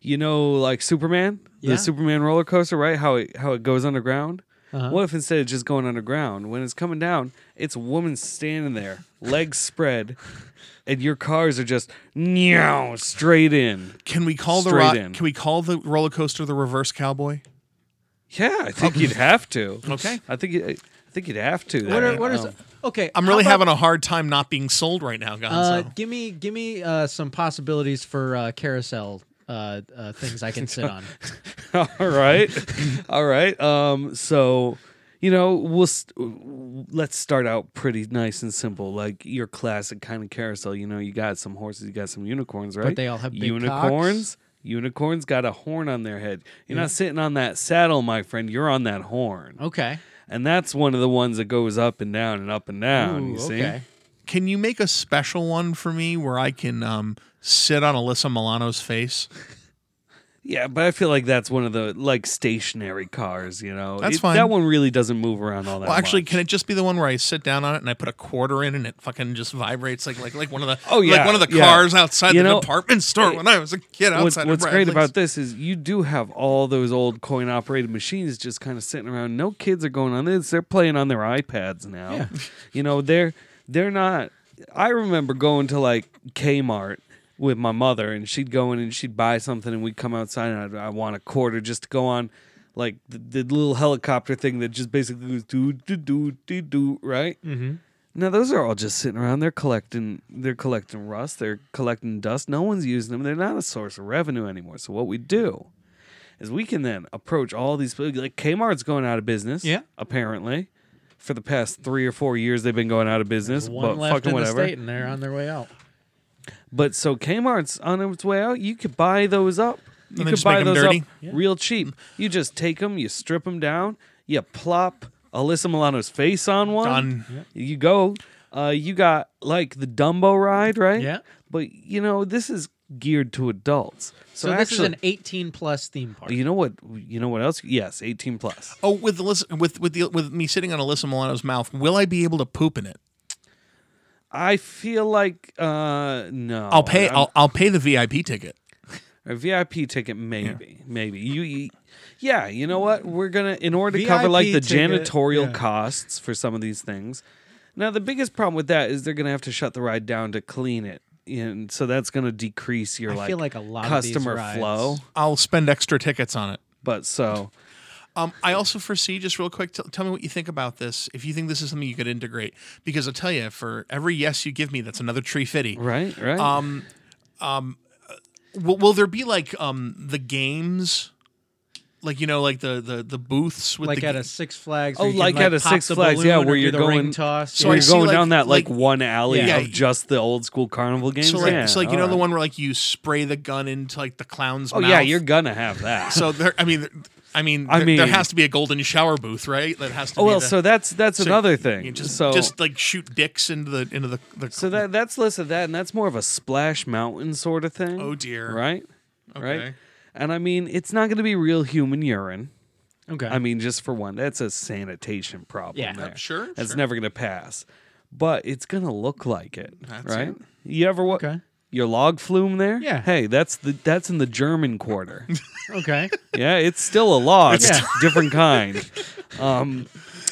Speaker 1: you know, like Superman,
Speaker 3: Yeah.
Speaker 1: the Superman roller coaster, right? How it how it goes underground.
Speaker 3: Uh-huh.
Speaker 1: What if instead of just going underground, when it's coming down, it's a woman standing there, legs spread, and your cars are just meow straight in.
Speaker 2: Can we call the
Speaker 1: Straight
Speaker 2: ro-
Speaker 1: in.
Speaker 2: can we call the roller coaster the reverse cowboy?
Speaker 1: Yeah, I think you'd have to.
Speaker 2: Okay.
Speaker 1: I think you, I think you'd have to.
Speaker 3: What are,
Speaker 1: then.
Speaker 3: what is
Speaker 1: Um,
Speaker 3: okay?
Speaker 2: I'm
Speaker 3: how
Speaker 2: really
Speaker 3: about-
Speaker 2: having a hard time not being sold right now,
Speaker 3: Uh,
Speaker 2: Gonzo.
Speaker 3: give me give me uh, some possibilities for uh, carousel uh, uh, things I can sit on.
Speaker 1: All right. All right. Um so you know, we'll st- let's start out pretty nice and simple, like your classic kind of carousel. You know, you got some horses, you got some unicorns, right?
Speaker 3: they all have big
Speaker 1: unicorns. Unicorns got a horn on their head. You're not sitting on that saddle, my friend. You're on that horn,
Speaker 3: Okay.
Speaker 1: and that's one of the ones that goes up and down and up and down.
Speaker 3: Ooh,
Speaker 1: you see?
Speaker 3: okay.
Speaker 2: can you make a special one for me where I can um, sit on Alyssa Milano's face?
Speaker 1: Yeah, but I feel like that's one of the like stationary cars. You know,
Speaker 2: That's fine.
Speaker 1: That one really doesn't move around all that.
Speaker 2: Well, actually,
Speaker 1: much.
Speaker 2: can it just be the one where I sit down on it and I put a quarter in and it fucking just vibrates like like like one of the
Speaker 1: Oh,
Speaker 2: like
Speaker 1: yeah,
Speaker 2: one of the
Speaker 1: yeah.
Speaker 2: cars outside
Speaker 1: You
Speaker 2: the
Speaker 1: know,
Speaker 2: department store when I was a kid
Speaker 1: what's,
Speaker 2: outside.
Speaker 1: what's
Speaker 2: of
Speaker 1: great
Speaker 2: Bradley's.
Speaker 1: about this is you do have all those old coin operated machines just kind of sitting around. No kids are going on this. They're playing on their iPads now.
Speaker 3: Yeah.
Speaker 1: You know, they're they're not I remember going to like Kmart with my mother and she'd go in and she'd buy something and we'd come outside and I'd, I want a quarter just to go on like the, the little helicopter thing that just basically goes do do do do do right
Speaker 3: Mhm.
Speaker 1: now those are all just sitting around. They're collecting. They're collecting rust. They're collecting dust. No one's using them. They're not a source of revenue anymore. So what we do is we can then approach all these. Like Kmart's going out of business.
Speaker 3: Yeah.
Speaker 1: Apparently, for the past three or four years, they've been going out of business.
Speaker 3: One
Speaker 1: but
Speaker 3: left
Speaker 1: fucking
Speaker 3: in
Speaker 1: whatever.
Speaker 3: the state, and they're on their way out.
Speaker 1: But so Kmart's on its way out. You could buy those up. You
Speaker 2: then
Speaker 1: could
Speaker 2: just
Speaker 1: buy
Speaker 2: make 'em
Speaker 1: those
Speaker 2: dirty.
Speaker 1: up real cheap. You just take them. You strip them down. You plop Alyssa Milano's face on one.
Speaker 2: Done.
Speaker 1: You go. Uh, you got like the Dumbo ride, right?
Speaker 3: Yeah.
Speaker 1: But you know this is geared to adults. So,
Speaker 3: So, this
Speaker 1: actually,
Speaker 3: is an 18 plus theme park.
Speaker 1: you know what? You know what else? Yes, eighteen plus.
Speaker 2: Oh, with Alyssa, with with the, with me sitting on Alyssa Milano's mouth, will I be able to poop in it?
Speaker 1: I feel like uh no.
Speaker 2: I'll pay.
Speaker 1: I'm-
Speaker 2: I'll, I'll pay the VIP ticket.
Speaker 1: A VIP ticket, maybe, maybe you, you, yeah. You know what? We're gonna in order to
Speaker 3: VIP
Speaker 1: cover like the
Speaker 3: ticket,
Speaker 1: janitorial
Speaker 3: yeah.
Speaker 1: costs for some of these things. Now the biggest problem with that is they're gonna have to shut the ride down to clean it, and so that's gonna decrease your
Speaker 3: I
Speaker 1: like,
Speaker 3: feel like a lot of these
Speaker 1: customer
Speaker 3: rides-
Speaker 1: flow.
Speaker 2: I'll spend extra tickets on it.
Speaker 1: But so
Speaker 2: Um, I also foresee, just real quick, t- tell me what you think about this. If you think this is something you could integrate, because I'll tell you, for every yes you give me, that's another tree fitty.
Speaker 1: right, right.
Speaker 2: Um, Will, will there be like um the games, like you know, like the the the booths with
Speaker 3: Like
Speaker 2: the
Speaker 3: at
Speaker 2: ga-
Speaker 3: a Six Flags.
Speaker 1: Oh,
Speaker 3: where you
Speaker 1: like
Speaker 3: can,
Speaker 1: at a
Speaker 3: pop
Speaker 1: Six
Speaker 3: the
Speaker 1: Flags, yeah,
Speaker 3: balloon
Speaker 1: where
Speaker 3: or do
Speaker 1: you're
Speaker 3: the
Speaker 1: going-
Speaker 3: ring toss.
Speaker 2: So
Speaker 1: so
Speaker 2: I
Speaker 1: you're
Speaker 2: see,
Speaker 1: going
Speaker 2: like-
Speaker 1: down that like,
Speaker 2: like-
Speaker 1: one alley
Speaker 2: Yeah.
Speaker 1: of just the old school carnival games.
Speaker 2: so like
Speaker 1: yeah,
Speaker 2: so like you know
Speaker 1: all
Speaker 2: the
Speaker 1: right.
Speaker 2: one where like you spray the gun into like the clown's
Speaker 1: Oh
Speaker 2: mouth.
Speaker 1: yeah, you're gonna have that.
Speaker 2: so there. I mean. I mean,
Speaker 1: I
Speaker 2: there, there
Speaker 1: mean-
Speaker 2: has to be a golden shower booth, right? That has to.
Speaker 1: oh
Speaker 2: be
Speaker 1: well,
Speaker 2: the-
Speaker 1: so that's that's
Speaker 2: so
Speaker 1: another
Speaker 2: you
Speaker 1: thing.
Speaker 2: You just,
Speaker 1: so
Speaker 2: just like shoot dicks into the into the, the
Speaker 1: So that that's less of that, and that's more of a splash mountain sort of thing.
Speaker 2: Oh, dear.
Speaker 1: Right, right.
Speaker 2: Okay.
Speaker 1: And I mean, it's not going to be real human urine.
Speaker 3: Okay.
Speaker 1: I mean, just for one, that's a sanitation problem.
Speaker 3: Yeah.
Speaker 1: there.
Speaker 2: sure,
Speaker 1: That's
Speaker 2: sure.
Speaker 1: never going to pass, but it's going to look like it.
Speaker 2: That's
Speaker 1: right.
Speaker 2: it.
Speaker 1: You ever what?
Speaker 3: Okay.
Speaker 1: Your log flume there?
Speaker 3: Yeah.
Speaker 1: Hey, that's the that's in the German quarter.
Speaker 3: okay.
Speaker 1: yeah, it's still a log.
Speaker 3: It's
Speaker 1: It's different kind. Um,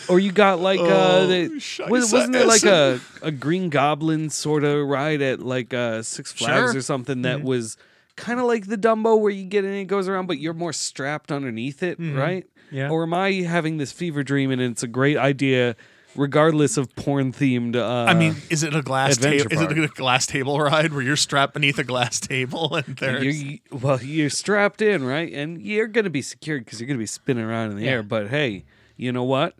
Speaker 1: or you got like uh,
Speaker 2: Oh,
Speaker 1: the,
Speaker 2: shite
Speaker 1: was, wasn't there like a,
Speaker 2: science.
Speaker 1: a Green Goblin sort of ride at like uh, Six Flags
Speaker 2: Sure. Mm-hmm.
Speaker 1: or something that was kind of like the Dumbo where you get in and it goes around, but you're more strapped underneath it,
Speaker 2: Mm-hmm.
Speaker 1: right?
Speaker 3: Yeah.
Speaker 1: Or am I having this fever dream and it's a great idea, regardless of porn themed? Uh,
Speaker 2: I mean, is it a glass
Speaker 1: Adventure
Speaker 2: table? Is it
Speaker 1: Park.
Speaker 2: a glass table ride where you're strapped beneath a glass table and there's
Speaker 1: You're, you- well, you're strapped in, right? And you're going to be secured because you're going to be spinning around in the
Speaker 3: Yeah.
Speaker 1: air. But hey, you know what?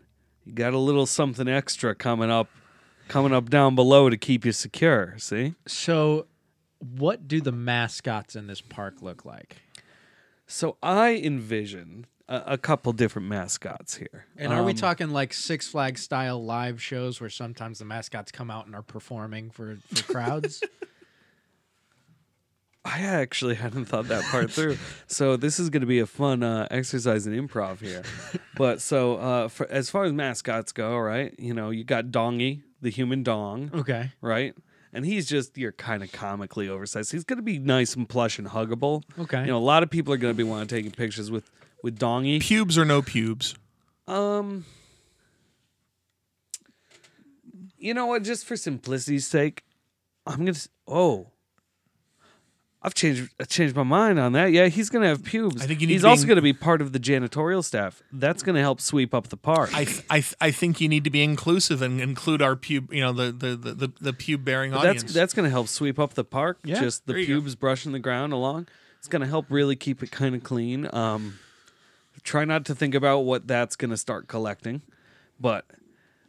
Speaker 1: You got a little something extra coming up, coming up down below to keep you secure. See?
Speaker 3: So, what do the mascots in this park look like?
Speaker 1: So I envision a, a couple different mascots here.
Speaker 3: And are we
Speaker 1: Um,
Speaker 3: talking like Six Flags style live shows where sometimes the mascots come out and are performing for, for crowds?
Speaker 1: I actually hadn't thought that part through. So this is going to be a fun uh, exercise in improv here. But so uh, for, as far as mascots go, right? You know, you got Dongy, the human dong,
Speaker 3: Okay.
Speaker 1: right? And he's just you're kind of comically oversized. He's going to be nice and plush and huggable.
Speaker 3: Okay.
Speaker 1: You know, a lot of people are going to be wanting taking pictures with with Dongy.
Speaker 2: Pubes or no pubes?
Speaker 1: Um, you know what? Just for simplicity's sake, I'm gonna. s- Oh, I've changed. I changed my mind on that. Yeah, he's gonna have pubes.
Speaker 2: I think you need
Speaker 1: he's
Speaker 2: to be
Speaker 1: also
Speaker 2: in-
Speaker 1: gonna be part of the janitorial staff. That's gonna help sweep up the park.
Speaker 2: I th- I th- I think you need to be inclusive and include our pube, you know, the the the the, the pube bearing
Speaker 1: But
Speaker 2: audience.
Speaker 1: that's that's gonna help sweep up the park.
Speaker 3: Yeah,
Speaker 1: just the
Speaker 2: there you go.
Speaker 1: pubes brushing the ground along. It's gonna help really keep it kind of clean. Um, try not to think about what that's gonna start collecting, but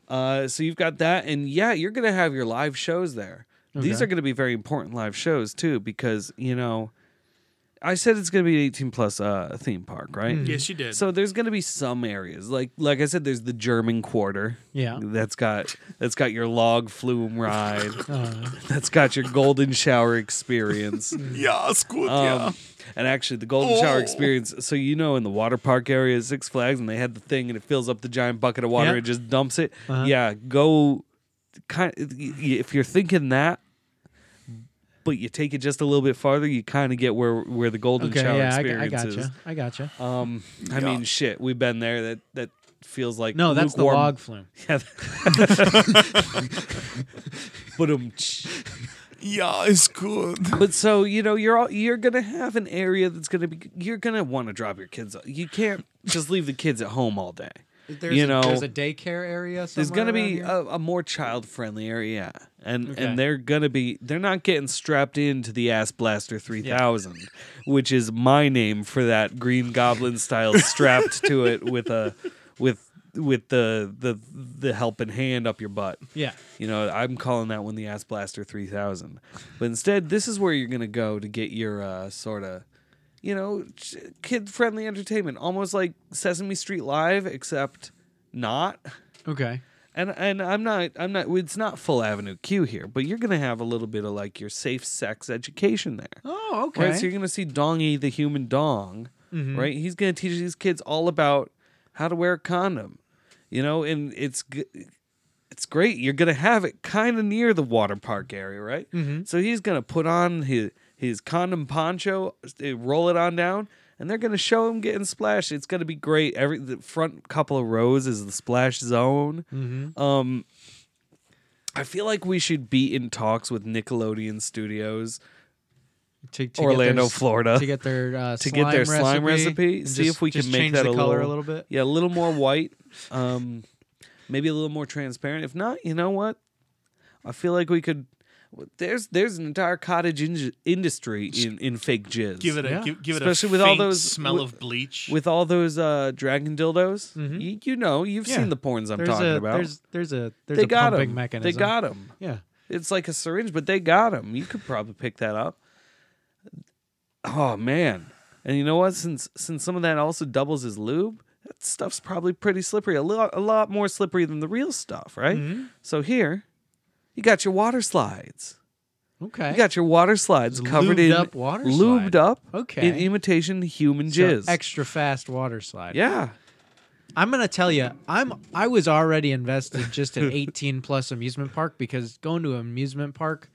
Speaker 1: uh, so you've got that, and yeah, you're gonna have your live shows there. These
Speaker 3: Okay.
Speaker 1: are gonna be very important live shows too, because you know, I said it's gonna be an 18 plus uh, theme park, right?
Speaker 2: yes, you did.
Speaker 1: So there's gonna be some areas like like I said, there's the German Quarter.
Speaker 3: Yeah.
Speaker 1: that's got that's got your log flume ride.
Speaker 3: Uh,
Speaker 1: That's got your golden shower experience. Um,
Speaker 2: yeah, it's good. yeah.
Speaker 1: And actually, the golden shower
Speaker 2: Oh.
Speaker 1: experience. So you know, in the water park area, at Six Flags, and they had the thing, and it fills up the giant bucket of water
Speaker 3: Yeah. Uh-huh.
Speaker 1: and just dumps it. Yeah, go. Kind if you're thinking that, but you take it just a little bit farther, you kind of get where where the golden
Speaker 3: okay.
Speaker 1: shower
Speaker 3: Yeah. I, g- I
Speaker 1: experience is.
Speaker 3: gotcha. I gotcha.
Speaker 1: Um, I
Speaker 2: Yeah.
Speaker 1: mean, shit, we've been there. That that feels like
Speaker 3: No, that's
Speaker 1: lukewarm-
Speaker 3: the log flume.
Speaker 1: Yeah. but um.
Speaker 2: Yeah, it's good.
Speaker 1: But so you know, you're all, you're gonna have an area that's gonna be you're gonna want to drop your kids. off. You can't just leave the kids at home all day.
Speaker 4: There's,
Speaker 1: you
Speaker 4: a,
Speaker 1: know,
Speaker 4: there's a daycare area.
Speaker 1: There's
Speaker 4: somewhere
Speaker 1: gonna be
Speaker 4: around here?
Speaker 1: a, a more child friendly area, and
Speaker 3: Okay.
Speaker 1: and they're gonna be they're not getting strapped into the Ass Blaster 3000, which is my name for that Green Goblin style strapped to it with a with with the the the helping hand up your butt.
Speaker 3: Yeah.
Speaker 1: You know, I'm calling that one the Ass Blaster 3000. But instead, this is where you're going to go to get your uh, sort of, you know, kid friendly entertainment, almost like Sesame Street Live, except not.
Speaker 3: Okay.
Speaker 1: And and I'm not I'm not it's not full Avenue Q here, but you're going to have a little bit of like your safe sex education there.
Speaker 3: Oh, okay.
Speaker 1: Right, so you're gonna see Dongy the human dong, right? He's gonna teach these kids all about how to wear a condom, you know, and it's g- it's great. You're gonna have it kind of near the water park area, right? So he's gonna put on his his condom poncho, eh, roll it on down, and they're gonna show him getting splashed. It's gonna be great. Every the front couple of rows is the splash zone. Um, I feel like we should be in talks with Nickelodeon Studios.
Speaker 3: to, to
Speaker 1: Orlando,
Speaker 3: get their,
Speaker 1: Florida.
Speaker 3: to get their uh,
Speaker 1: to get their
Speaker 3: slime
Speaker 1: slime recipe.
Speaker 3: and
Speaker 1: See
Speaker 3: just-
Speaker 1: if we
Speaker 3: just
Speaker 1: can make
Speaker 3: change
Speaker 1: that
Speaker 3: the
Speaker 1: a,
Speaker 3: color
Speaker 1: little,
Speaker 3: a little bit.
Speaker 1: Yeah, a little more white. Um, maybe a little more transparent. If not, you know what? I feel like we could. There's there's an entire cottage in, industry in, in fake jizz.
Speaker 2: Give it a
Speaker 3: Yeah.
Speaker 2: give, give it
Speaker 1: Especially
Speaker 2: a
Speaker 1: with all
Speaker 2: faint
Speaker 1: those-
Speaker 2: smell
Speaker 1: with-
Speaker 2: of bleach.
Speaker 1: with all those uh, dragon dildos. You, you know, you've
Speaker 3: Mm-hmm. Yeah.
Speaker 1: seen the porns I'm
Speaker 3: There's
Speaker 1: talking
Speaker 3: a
Speaker 1: about.
Speaker 3: there's there's a there's
Speaker 1: They
Speaker 3: a
Speaker 1: got,
Speaker 3: pumping
Speaker 1: 'em.
Speaker 3: mechanism.
Speaker 1: they got them.
Speaker 3: yeah.
Speaker 1: It's like a syringe, but they got him. You could probably pick that up. Oh man! And you know what? Since since some of that also doubles as lube, that stuff's probably pretty slippery. A lot a lot more slippery than the real stuff, right?
Speaker 3: Mm-hmm.
Speaker 1: So here, you got your water slides.
Speaker 3: Okay.
Speaker 1: You got your water slides covered
Speaker 3: Lubed
Speaker 1: in
Speaker 3: up water
Speaker 1: lubed
Speaker 3: slide.
Speaker 1: up,
Speaker 3: Okay.
Speaker 1: in imitation human
Speaker 3: So,
Speaker 1: jizz.
Speaker 3: extra fast water slide.
Speaker 1: yeah,
Speaker 3: I'm gonna tell you, I'm I was already invested just in 18 plus amusement park because going to an amusement park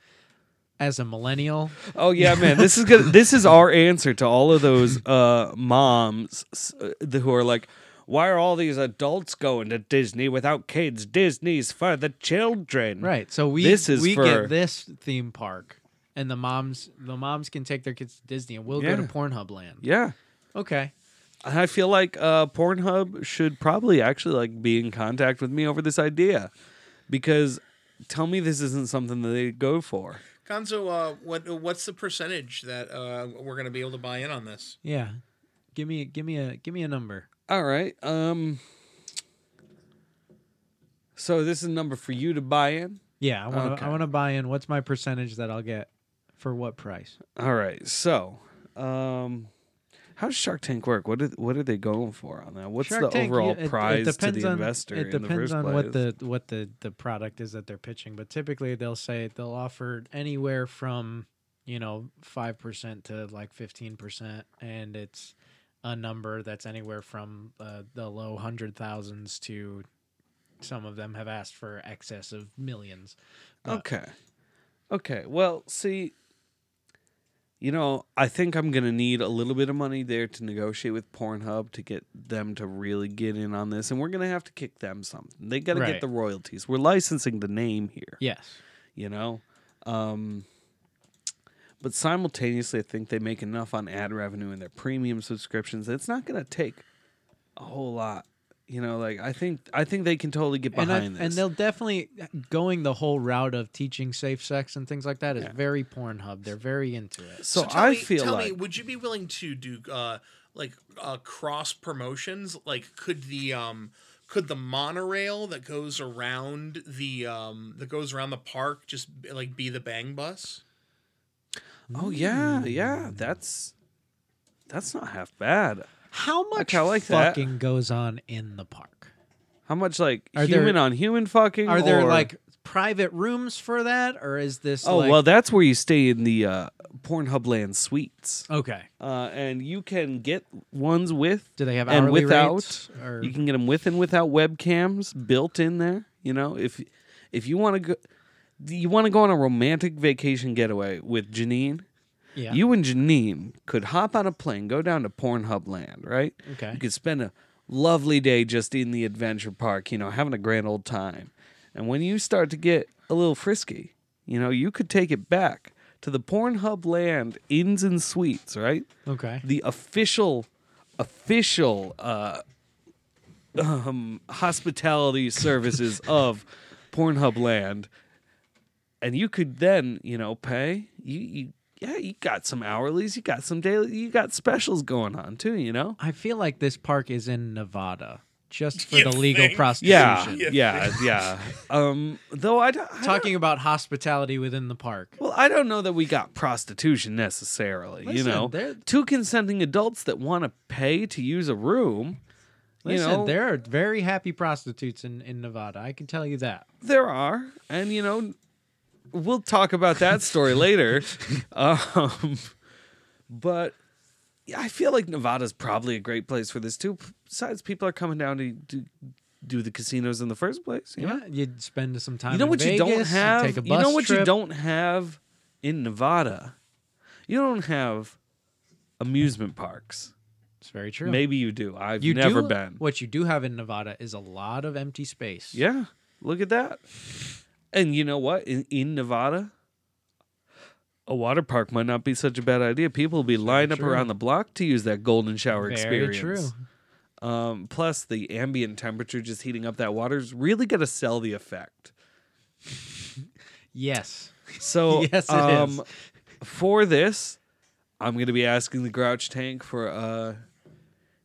Speaker 3: as a millennial,
Speaker 1: Oh yeah, man. This is good. This is our answer to all of those uh, moms s- uh, who are like, "Why are all these adults going to Disney without kids? Disney's for the children."
Speaker 3: right? So we
Speaker 1: This is
Speaker 3: we
Speaker 1: for-
Speaker 3: get this theme park, and the moms the moms can take their kids to Disney, and we'll
Speaker 1: Yeah.
Speaker 3: go to Pornhub Land.
Speaker 1: Yeah.
Speaker 3: Okay.
Speaker 1: And I feel like uh, Pornhub should probably actually like be in contact with me over this idea, because tell me this isn't something that they go for.
Speaker 2: Gonzo, uh, what what's the percentage that uh, we're going to be able to buy in on this?
Speaker 3: Yeah. Give me give me a give me a number.
Speaker 1: All right. Um. So this is a number for you to buy in.
Speaker 3: Yeah, I want to
Speaker 1: Okay.
Speaker 3: I want to buy in. What's my percentage that I'll get for what price?
Speaker 1: All right. So, um, how does Shark Tank work? What are, what are they going for on that? What's the
Speaker 3: Shark Tank,
Speaker 1: overall
Speaker 3: yeah, it- it
Speaker 1: prize to
Speaker 3: depends
Speaker 1: the
Speaker 3: on-
Speaker 1: investor
Speaker 3: It
Speaker 1: in the
Speaker 3: depends
Speaker 1: first
Speaker 3: on
Speaker 1: place?
Speaker 3: what the what the the product is that they're pitching, but typically they'll say they'll offer anywhere from you know, 5% to like 15%. And it's a number that's anywhere from uh, the low hundred thousands to some of them have asked for excess of millions. But-
Speaker 1: Okay. Okay. Well, see, you know, I think I'm going to need a little bit of money there to negotiate with Pornhub to get them to really get in on this. And we're going to have to kick them something. They got to
Speaker 3: Right.
Speaker 1: get the royalties. We're licensing the name here,
Speaker 3: Yes.
Speaker 1: you know? Um, but simultaneously, I think they make enough on ad revenue and their premium subscriptions. that It's not going to take a whole lot. You know, like I think I think they can totally get
Speaker 3: And, I,
Speaker 1: behind this.
Speaker 3: and they'll definitely going the whole route of teaching safe sex and things like that is very Pornhub. They're very into it.
Speaker 1: so
Speaker 2: tell
Speaker 1: I
Speaker 2: me-
Speaker 1: feel
Speaker 2: tell
Speaker 1: like
Speaker 2: me, would you be willing to do uh, like uh, cross promotions? Like, could the um, could the monorail that goes around the um, that goes around the park just like be the bang bus?
Speaker 1: Oh yeah, yeah. That's that's not half bad.
Speaker 3: How much
Speaker 1: I like that.
Speaker 3: fucking goes on in the park?
Speaker 1: How much like
Speaker 3: Are there-
Speaker 1: human on human fucking?
Speaker 3: Are there
Speaker 1: or-
Speaker 3: like private rooms for that, or is this?
Speaker 1: Oh
Speaker 3: like-
Speaker 1: well, that's where you stay in the uh, Pornhub Land suites,
Speaker 3: okay.
Speaker 1: uh, and you can get ones with
Speaker 3: Do they have
Speaker 1: and
Speaker 3: hourly
Speaker 1: without.
Speaker 3: rates, or
Speaker 1: You can get them with and without webcams built in there. You know, if if you want to go, you want to go on a romantic vacation getaway with Janine.
Speaker 3: yeah?
Speaker 1: You and Janine could hop on a plane, go down to Pornhub Land, right?
Speaker 3: Okay.
Speaker 1: You could spend a lovely day just in the adventure park, you know, having a grand old time. And when you start to get a little frisky, you know, you could take it back to the Pornhub Land Inns and Suites, right?
Speaker 3: okay.
Speaker 1: The official, official uh, um, hospitality services of Pornhub Land. And you could then, you know, pay. You, you, yeah, you got some hourlies, you got some daily, you got specials going on too, you know?
Speaker 3: I feel like this park is in Nevada, just for
Speaker 2: You
Speaker 3: the legal
Speaker 2: think?
Speaker 1: Yeah,
Speaker 3: prostitution.
Speaker 2: You
Speaker 1: yeah, yeah. Um, though I don't, I
Speaker 3: Talking about hospitality within the park.
Speaker 1: don't- well, I don't know that we got prostitution necessarily. you
Speaker 3: Listen,
Speaker 1: know,
Speaker 3: there-
Speaker 1: two consenting adults that want to pay to use a room. You
Speaker 3: Listen,
Speaker 1: know,
Speaker 3: there are very happy prostitutes in, in Nevada. I can tell you that.
Speaker 1: there are, and you know, we'll talk about that story later. Um, but yeah, I feel like Nevada's probably a great place for this too. Besides, people are coming down to do, do the casinos in the first place. You know,
Speaker 3: Yeah, you'd spend some time.
Speaker 1: You know
Speaker 3: in
Speaker 1: what you don't
Speaker 3: Vegas, you'd
Speaker 1: have.
Speaker 3: Take a
Speaker 1: you
Speaker 3: bus
Speaker 1: know what you
Speaker 3: trip.
Speaker 1: don't have in Nevada. You don't have amusement parks.
Speaker 3: It's very true.
Speaker 1: Maybe you do. I've
Speaker 3: you
Speaker 1: never
Speaker 3: do,
Speaker 1: been.
Speaker 3: What you do have in Nevada is a lot of empty space.
Speaker 1: Yeah, look at that. And you know what? In, in Nevada, a water park might not be such a bad idea. People will be lined up
Speaker 3: true.
Speaker 1: around the block to use that golden shower
Speaker 3: Very
Speaker 1: experience.
Speaker 3: true.
Speaker 1: Um, plus, the ambient temperature just heating up that water is really going to sell the effect.
Speaker 3: Yes.
Speaker 1: So
Speaker 3: Yes, it
Speaker 1: um,
Speaker 3: is.
Speaker 1: for this, I'm gonna be asking the Grouch Tank for uh,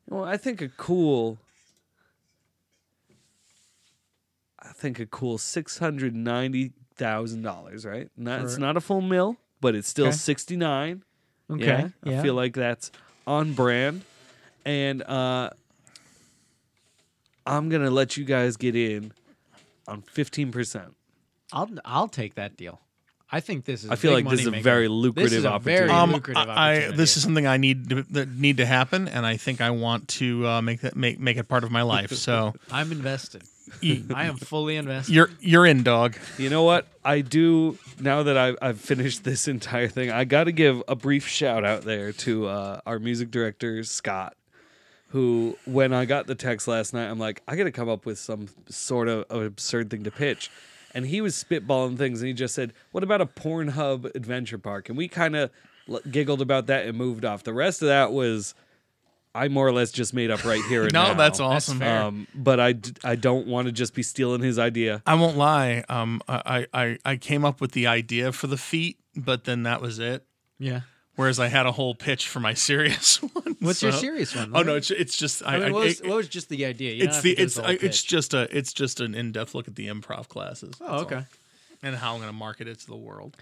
Speaker 1: well, I think a cool, I think a cool six hundred ninety thousand dollars. Right? Not, it's
Speaker 3: For-
Speaker 1: not a full mill, but it's still
Speaker 3: Okay.
Speaker 1: sixty nine.
Speaker 3: Okay.
Speaker 1: Yeah,
Speaker 3: yeah.
Speaker 1: I feel like that's on brand. And uh I'm gonna let you guys get in on fifteen percent.
Speaker 3: I'll I'll take that deal. I think this is.
Speaker 1: I feel
Speaker 3: big
Speaker 1: like this is a
Speaker 3: moneymaker.
Speaker 1: very
Speaker 3: This is
Speaker 1: lucrative
Speaker 3: a
Speaker 1: opportunity.
Speaker 3: Very
Speaker 1: Um,
Speaker 3: lucrative
Speaker 2: I, I
Speaker 3: opportunity.
Speaker 2: this is something I need to, that need to happen, and I think I want to uh, make that make make it part of my life. So
Speaker 3: I'm invested.
Speaker 2: you,
Speaker 3: I am fully invested.
Speaker 2: you're you're in, dog.
Speaker 1: You know what? I do now that I've, I've finished this entire thing. I got to give a brief shout out there to uh, our music director Scott, who when I got the text last night, I'm like, I got to come up with some sort of, of absurd thing to pitch, and he was spitballing things, and he just said, "What about a Pornhub adventure park?" And we kind of l- giggled about that and moved off. The rest of that was. I more or less just made up right here and
Speaker 2: No,
Speaker 1: now.
Speaker 2: that's awesome.
Speaker 3: fair.
Speaker 1: Um, but I, d- I don't want to just be stealing his idea.
Speaker 2: I won't lie. Um, I, I I- I came up with the idea for the feet, but then that was it.
Speaker 3: Yeah.
Speaker 2: Whereas I had a whole pitch for my serious one.
Speaker 3: What's your
Speaker 2: so-
Speaker 3: serious one?
Speaker 2: Oh no, it's it's just I.
Speaker 3: I mean,
Speaker 2: I-
Speaker 3: what, was,
Speaker 2: it-
Speaker 3: what was just the idea? You don't
Speaker 2: it's
Speaker 3: have
Speaker 2: the
Speaker 3: to give
Speaker 2: it's
Speaker 3: us
Speaker 2: I,
Speaker 3: whole
Speaker 2: it's
Speaker 3: pitch.
Speaker 2: just a it's just an in depth look at the improv classes.
Speaker 3: Oh,
Speaker 2: that's all.
Speaker 3: okay.
Speaker 2: And how I'm going to market it to the world.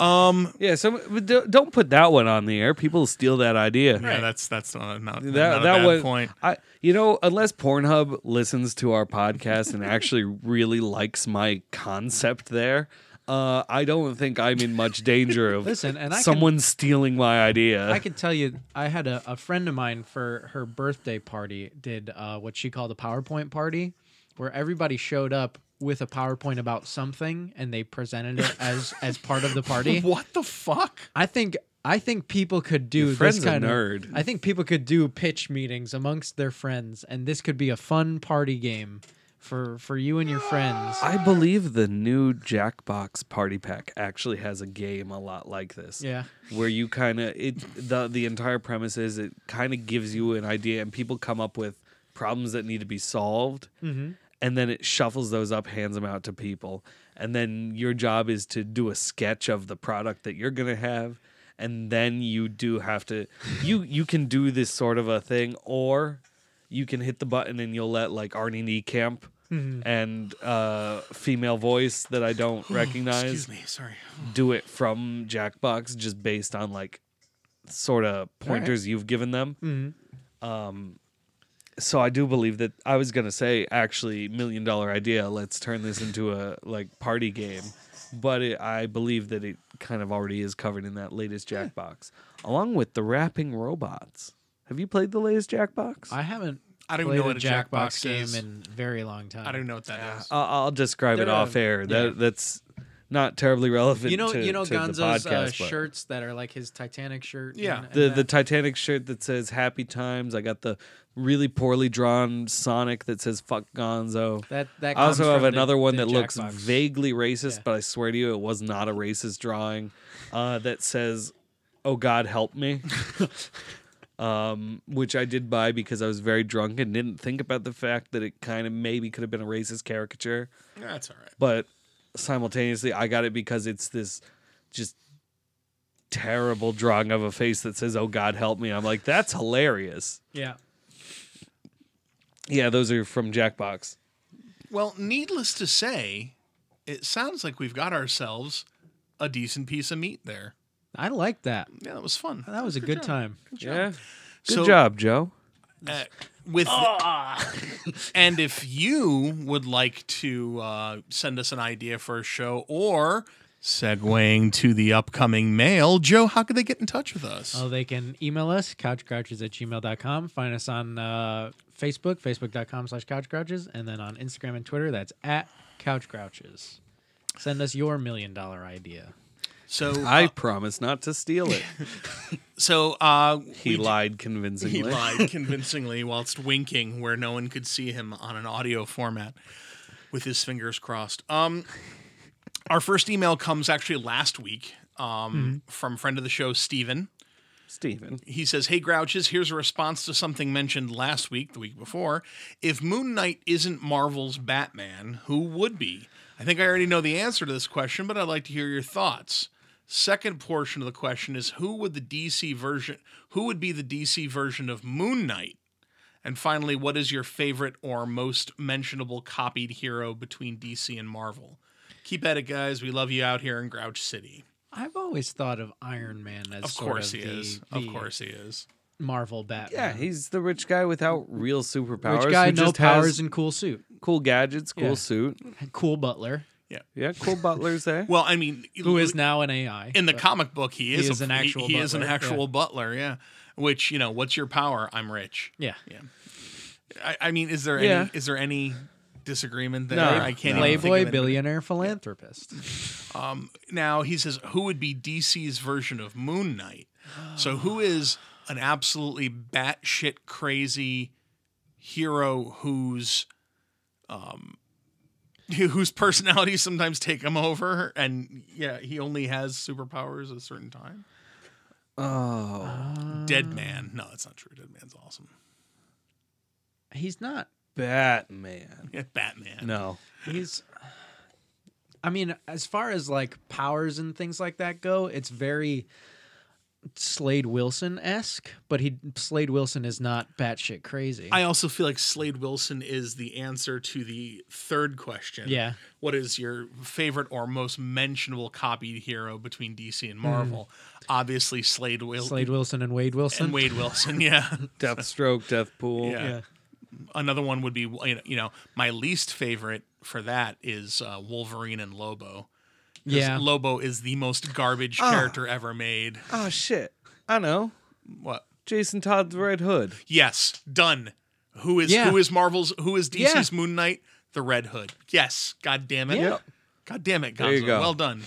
Speaker 1: Yeah, so but don't- don't put that one on the air. People steal that idea.
Speaker 2: Yeah, that's that's not, a- not,
Speaker 1: That
Speaker 2: not a
Speaker 1: that
Speaker 2: bad
Speaker 1: was
Speaker 2: point.
Speaker 1: I you know unless Pornhub listens to our podcast and actually really likes my concept there, uh, I don't think I'm in much danger of
Speaker 3: Listen, and I can-
Speaker 1: someone stealing my idea.
Speaker 3: I can tell you, I had a, a friend of mine for her birthday party did uh, what she called a PowerPoint party, where everybody showed up with a PowerPoint about something and they presented it as as part of the party.
Speaker 2: What the fuck?
Speaker 3: I think I think people could do
Speaker 1: Your friend's
Speaker 3: this
Speaker 1: a
Speaker 3: kind
Speaker 1: nerd.
Speaker 3: of. I think people could do pitch meetings amongst their friends, and this could be a fun party game for for you and your friends.
Speaker 1: I believe the new Jackbox Party Pack actually has a game a lot like this.
Speaker 3: Yeah.
Speaker 1: Where you kind of it the the entire premise is it kind of gives you an idea and people come up with problems that need to be solved. And then it shuffles those up, hands them out to people. And then your job is to do a sketch of the product that you're going to have. And then you do have to you you can do this sort of a thing or you can hit the button and you'll let like Arnie Niekamp and uh, female voice that I don't recognize
Speaker 2: Excuse me, sorry.
Speaker 1: do it from Jackbox just based on like sort of pointers you've given them. Um,
Speaker 3: Mm-hmm.
Speaker 1: so I do believe that I was gonna say actually million dollar idea. Let's turn this into a like party game. But it, I believe that it kind of already is covered in that latest Jackbox, along with the rapping robots. Have you played the latest Jackbox?
Speaker 3: I haven't.
Speaker 2: I don't even
Speaker 3: played
Speaker 2: know
Speaker 3: a
Speaker 2: what a
Speaker 3: Jackbox,
Speaker 2: Jackbox
Speaker 3: game
Speaker 2: is.
Speaker 3: in a very long time.
Speaker 2: I don't even know what that is.
Speaker 1: I'll, I'll describe it
Speaker 3: They're,
Speaker 1: off
Speaker 3: uh,
Speaker 1: air.
Speaker 3: yeah.
Speaker 1: That that's not terribly relevant.
Speaker 3: You know,
Speaker 1: to,
Speaker 3: you know
Speaker 1: to the
Speaker 3: Gonzo's
Speaker 1: podcast,
Speaker 3: uh,
Speaker 1: but-
Speaker 3: shirts that are like his Titanic shirt.
Speaker 2: Yeah.
Speaker 3: and- uh, and
Speaker 1: The
Speaker 3: that?
Speaker 1: the Titanic shirt that says "Happy Times." I got the really poorly drawn Sonic that says "Fuck Gonzo."
Speaker 3: That that
Speaker 1: I also
Speaker 3: comes
Speaker 1: have
Speaker 3: from the-
Speaker 1: another one
Speaker 3: the
Speaker 1: that looks
Speaker 3: Jackbox.
Speaker 1: vaguely racist,
Speaker 3: Yeah.
Speaker 1: but I swear to you, it was not a racist drawing. Uh, that says, "Oh God, help me," um, which I did buy because I was very drunk and didn't think about the fact that it kind of maybe could have been a racist caricature
Speaker 2: That's all right.
Speaker 1: but simultaneously I got it because it's this just terrible drawing of a face that says, "Oh God, help me." I'm like, that's hilarious.
Speaker 3: Yeah.
Speaker 1: Yeah, those are from Jackbox.
Speaker 2: Well, needless to say, it sounds like we've got ourselves a decent piece of meat there.
Speaker 3: I like that.
Speaker 2: Yeah, that was fun.
Speaker 3: That was a good time.
Speaker 1: Yeah, good
Speaker 2: So-
Speaker 1: job, Joe.
Speaker 2: Uh, with and if you would like to uh, send us an idea for a show or segueing to the upcoming mail, Joe, how could they get in touch with us?
Speaker 1: Uh,
Speaker 3: Oh, they can email us, couchcrouches at gmail.com. Find us on uh, Facebook, facebook.com slash couchcrouches. And then on Instagram and Twitter, that's at couchcrouches. Send us your million dollar idea.
Speaker 2: so
Speaker 1: I
Speaker 2: uh,
Speaker 1: promise not to steal it.
Speaker 2: so uh,
Speaker 1: He lied convincingly.
Speaker 2: he lied convincingly whilst winking where no one could see him on an audio format with his fingers crossed. Um, our first email comes actually last week um,
Speaker 1: Mm-hmm.
Speaker 2: from friend of the show, Steven.
Speaker 1: Steven.
Speaker 2: He says, Hey, Grouches, here's a response to something mentioned last week, the week before. If Moon Knight isn't Marvel's Batman, who would be? I think I already know the answer to this question, but I'd like to hear your thoughts. Second portion of the question is who would the DC version who would be the DC version of Moon Knight? And finally, what is your favorite or most mentionable copied hero between DC and Marvel? Keep at it, guys. We love you out here in Grouch City.
Speaker 3: I've always thought of Iron Man as
Speaker 2: Of
Speaker 3: sort
Speaker 2: course
Speaker 3: of
Speaker 2: he
Speaker 3: the-
Speaker 2: is.
Speaker 3: the
Speaker 2: Of course he is.
Speaker 3: Marvel Batman.
Speaker 1: Yeah, he's the rich guy without real superpowers.
Speaker 3: Rich guy,
Speaker 1: who
Speaker 3: no
Speaker 1: just has
Speaker 3: powers, and cool suit.
Speaker 1: cool gadgets, cool
Speaker 3: Yeah.
Speaker 1: suit.
Speaker 3: Cool butler,
Speaker 1: Yeah, cool butlers eh? there.
Speaker 2: Well, I mean,
Speaker 3: who is now an AI.
Speaker 2: in the
Speaker 3: but-
Speaker 2: comic book he is,
Speaker 3: is
Speaker 2: a-
Speaker 3: an
Speaker 2: he-
Speaker 3: actual
Speaker 2: he, is an
Speaker 3: butler,
Speaker 2: actual butler yeah which you know what's your power i'm rich
Speaker 3: Yeah.
Speaker 2: i, I mean is there
Speaker 1: Yeah.
Speaker 2: any is there any disagreement there
Speaker 1: No.
Speaker 2: i can't even think of
Speaker 3: Playboy,
Speaker 2: it.
Speaker 3: billionaire, philanthropist.
Speaker 2: now he says who would be dc's version of moon knight so who is an absolutely batshit crazy hero who's um whose personalities sometimes take him over and yeah he only has superpowers at a certain time
Speaker 1: oh,
Speaker 3: Uh, Mm.
Speaker 2: Dead Man. No, that's not true. Dead Man's awesome.
Speaker 3: He's not.
Speaker 1: Batman.
Speaker 2: Yeah, Batman.
Speaker 1: No.
Speaker 3: He's. I mean, as far as like powers and things like that go, it's very Slade Wilson esque, but he Slade Wilson is not batshit crazy.
Speaker 2: I also feel like Slade Wilson is the answer to the third question.
Speaker 3: Yeah.
Speaker 2: What is your favorite or most mentionable copied hero between DC and Marvel? Obviously, Slade, Wil-
Speaker 3: Hmm. Slade Wilson and Wade Wilson.
Speaker 2: and Wade Wilson. Yeah.
Speaker 1: Deathstroke, Deathpool.
Speaker 2: Yeah. Another one would be, you know, you know, my least favorite for that is uh, Wolverine and Lobo.
Speaker 3: Yeah.
Speaker 2: Lobo is the most garbage
Speaker 1: Ah.
Speaker 2: character ever made.
Speaker 1: Oh shit! I know.
Speaker 2: What?
Speaker 1: Jason Todd's Red Hood.
Speaker 2: Yes, done. Who is
Speaker 3: Yeah.
Speaker 2: who is Marvel's who is
Speaker 1: Yeah.
Speaker 2: DC's Moon Knight? The Red Hood. Yes. God damn it.
Speaker 1: Yeah. Yep.
Speaker 2: God damn it,
Speaker 1: There you
Speaker 2: Gonzo.
Speaker 1: go.
Speaker 2: Well done.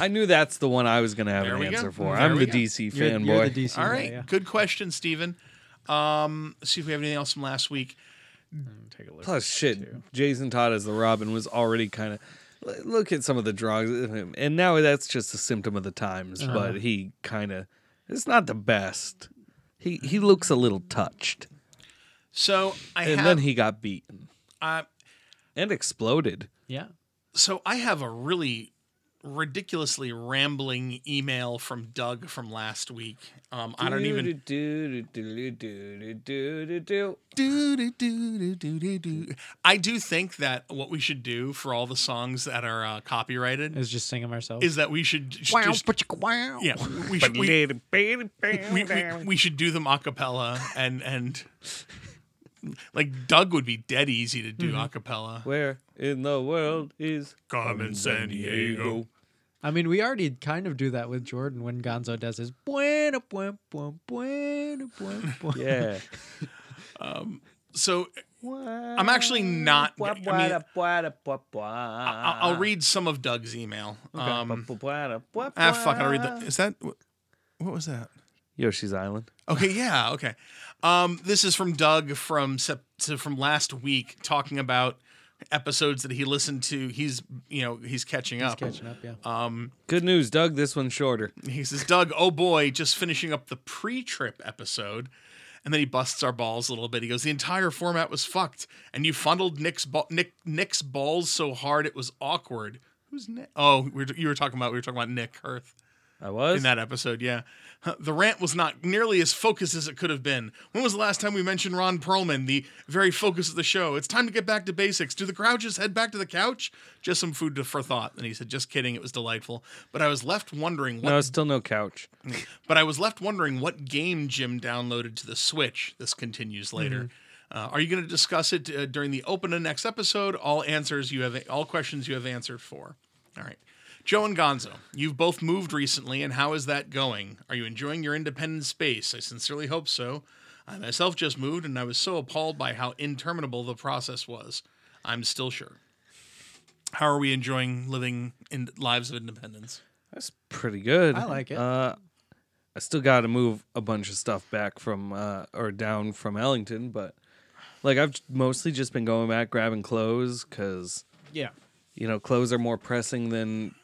Speaker 1: I knew that's the one I was gonna have
Speaker 2: There
Speaker 1: an
Speaker 2: we go.
Speaker 1: answer for.
Speaker 2: There
Speaker 1: I'm
Speaker 2: we
Speaker 1: the
Speaker 2: go.
Speaker 1: DC
Speaker 3: You're,
Speaker 1: fanboy.
Speaker 3: you're the DC.
Speaker 2: All
Speaker 3: guy,
Speaker 2: right.
Speaker 3: yeah.
Speaker 2: Good question, Steven. Um, let's see if we have anything else from last week.
Speaker 3: Take a look.
Speaker 1: Plus, shit, Jason Todd as the Robin was already kind of. Look at some of the drawings of him, and now that's just a symptom of the times.
Speaker 3: Uh-huh.
Speaker 1: But he kind of, it's not the best. He he looks a little touched,
Speaker 2: So I
Speaker 1: and
Speaker 2: have
Speaker 1: then he got beaten
Speaker 2: uh,
Speaker 1: and exploded.
Speaker 3: Yeah.
Speaker 2: so I have a really ridiculously rambling email from Doug from last week. Um, I don't even do, do, do, do, do, do, do. I do think that what we should do for all the songs that are uh, copyrighted
Speaker 3: Is just singing ourselves.
Speaker 2: is that we should j- just,
Speaker 4: wow.
Speaker 2: yeah we should we, we, we, we should do them a cappella and and like Doug would be dead easy to do a cappella.
Speaker 1: Where in the world is
Speaker 2: Carmen San Diego.
Speaker 3: I mean, we already kind of do that with Jordan when Gonzo does his bueno, bueno, bueno, bueno, bueno.
Speaker 1: Yeah,
Speaker 2: So I'm actually not. I mean, I- I'll read some of Doug's email. Um, ah, fuck! I'll read the. Is that what was that?
Speaker 1: Yoshi's Island.
Speaker 2: Okay, yeah, okay. Um, this is from Doug from sep- so from last week, talking about episodes that he listened to. He's you know he's catching up.
Speaker 3: Catching up, yeah.
Speaker 1: Good news, Doug. This one's shorter.
Speaker 2: He says, Doug, oh boy, just finishing up the pre trip episode. And then he busts our balls a little bit. He goes, The entire format was fucked. And you fondled Nick's, ba- Nick, Nick's balls so hard it was awkward. Who's Nick? Oh, we were, you were talking about we were talking about Nick Hearth
Speaker 1: I was
Speaker 2: in that episode, yeah. Huh, The rant was not nearly as focused as it could have been. When was the last time we mentioned Ron Perlman, the very focus of the show? It's time to get back to basics. Do the Grouches head back to the couch? Just some food to- for thought. And he said, Just kidding, it was delightful. But I was left wondering what
Speaker 1: No, still no couch.
Speaker 2: but I was left wondering what game Jim downloaded to the Switch. This continues later. Uh, are you going to discuss it uh, during the open of next episode? All answers you have, all questions you have answered for. All right. Joe and Gonzo, you've both moved recently, and how is that going? Are you enjoying your independent space? I sincerely hope so. I myself just moved, and I was so appalled by how interminable the process was. I'm still sure. How are we enjoying living in lives of independence?
Speaker 1: That's pretty good.
Speaker 3: I like it.
Speaker 1: Uh, I still got to move a bunch of stuff back from uh, or down from Ellington, but like I've j- mostly just been going back grabbing clothes because
Speaker 3: Yeah.
Speaker 1: you know clothes are more pressing than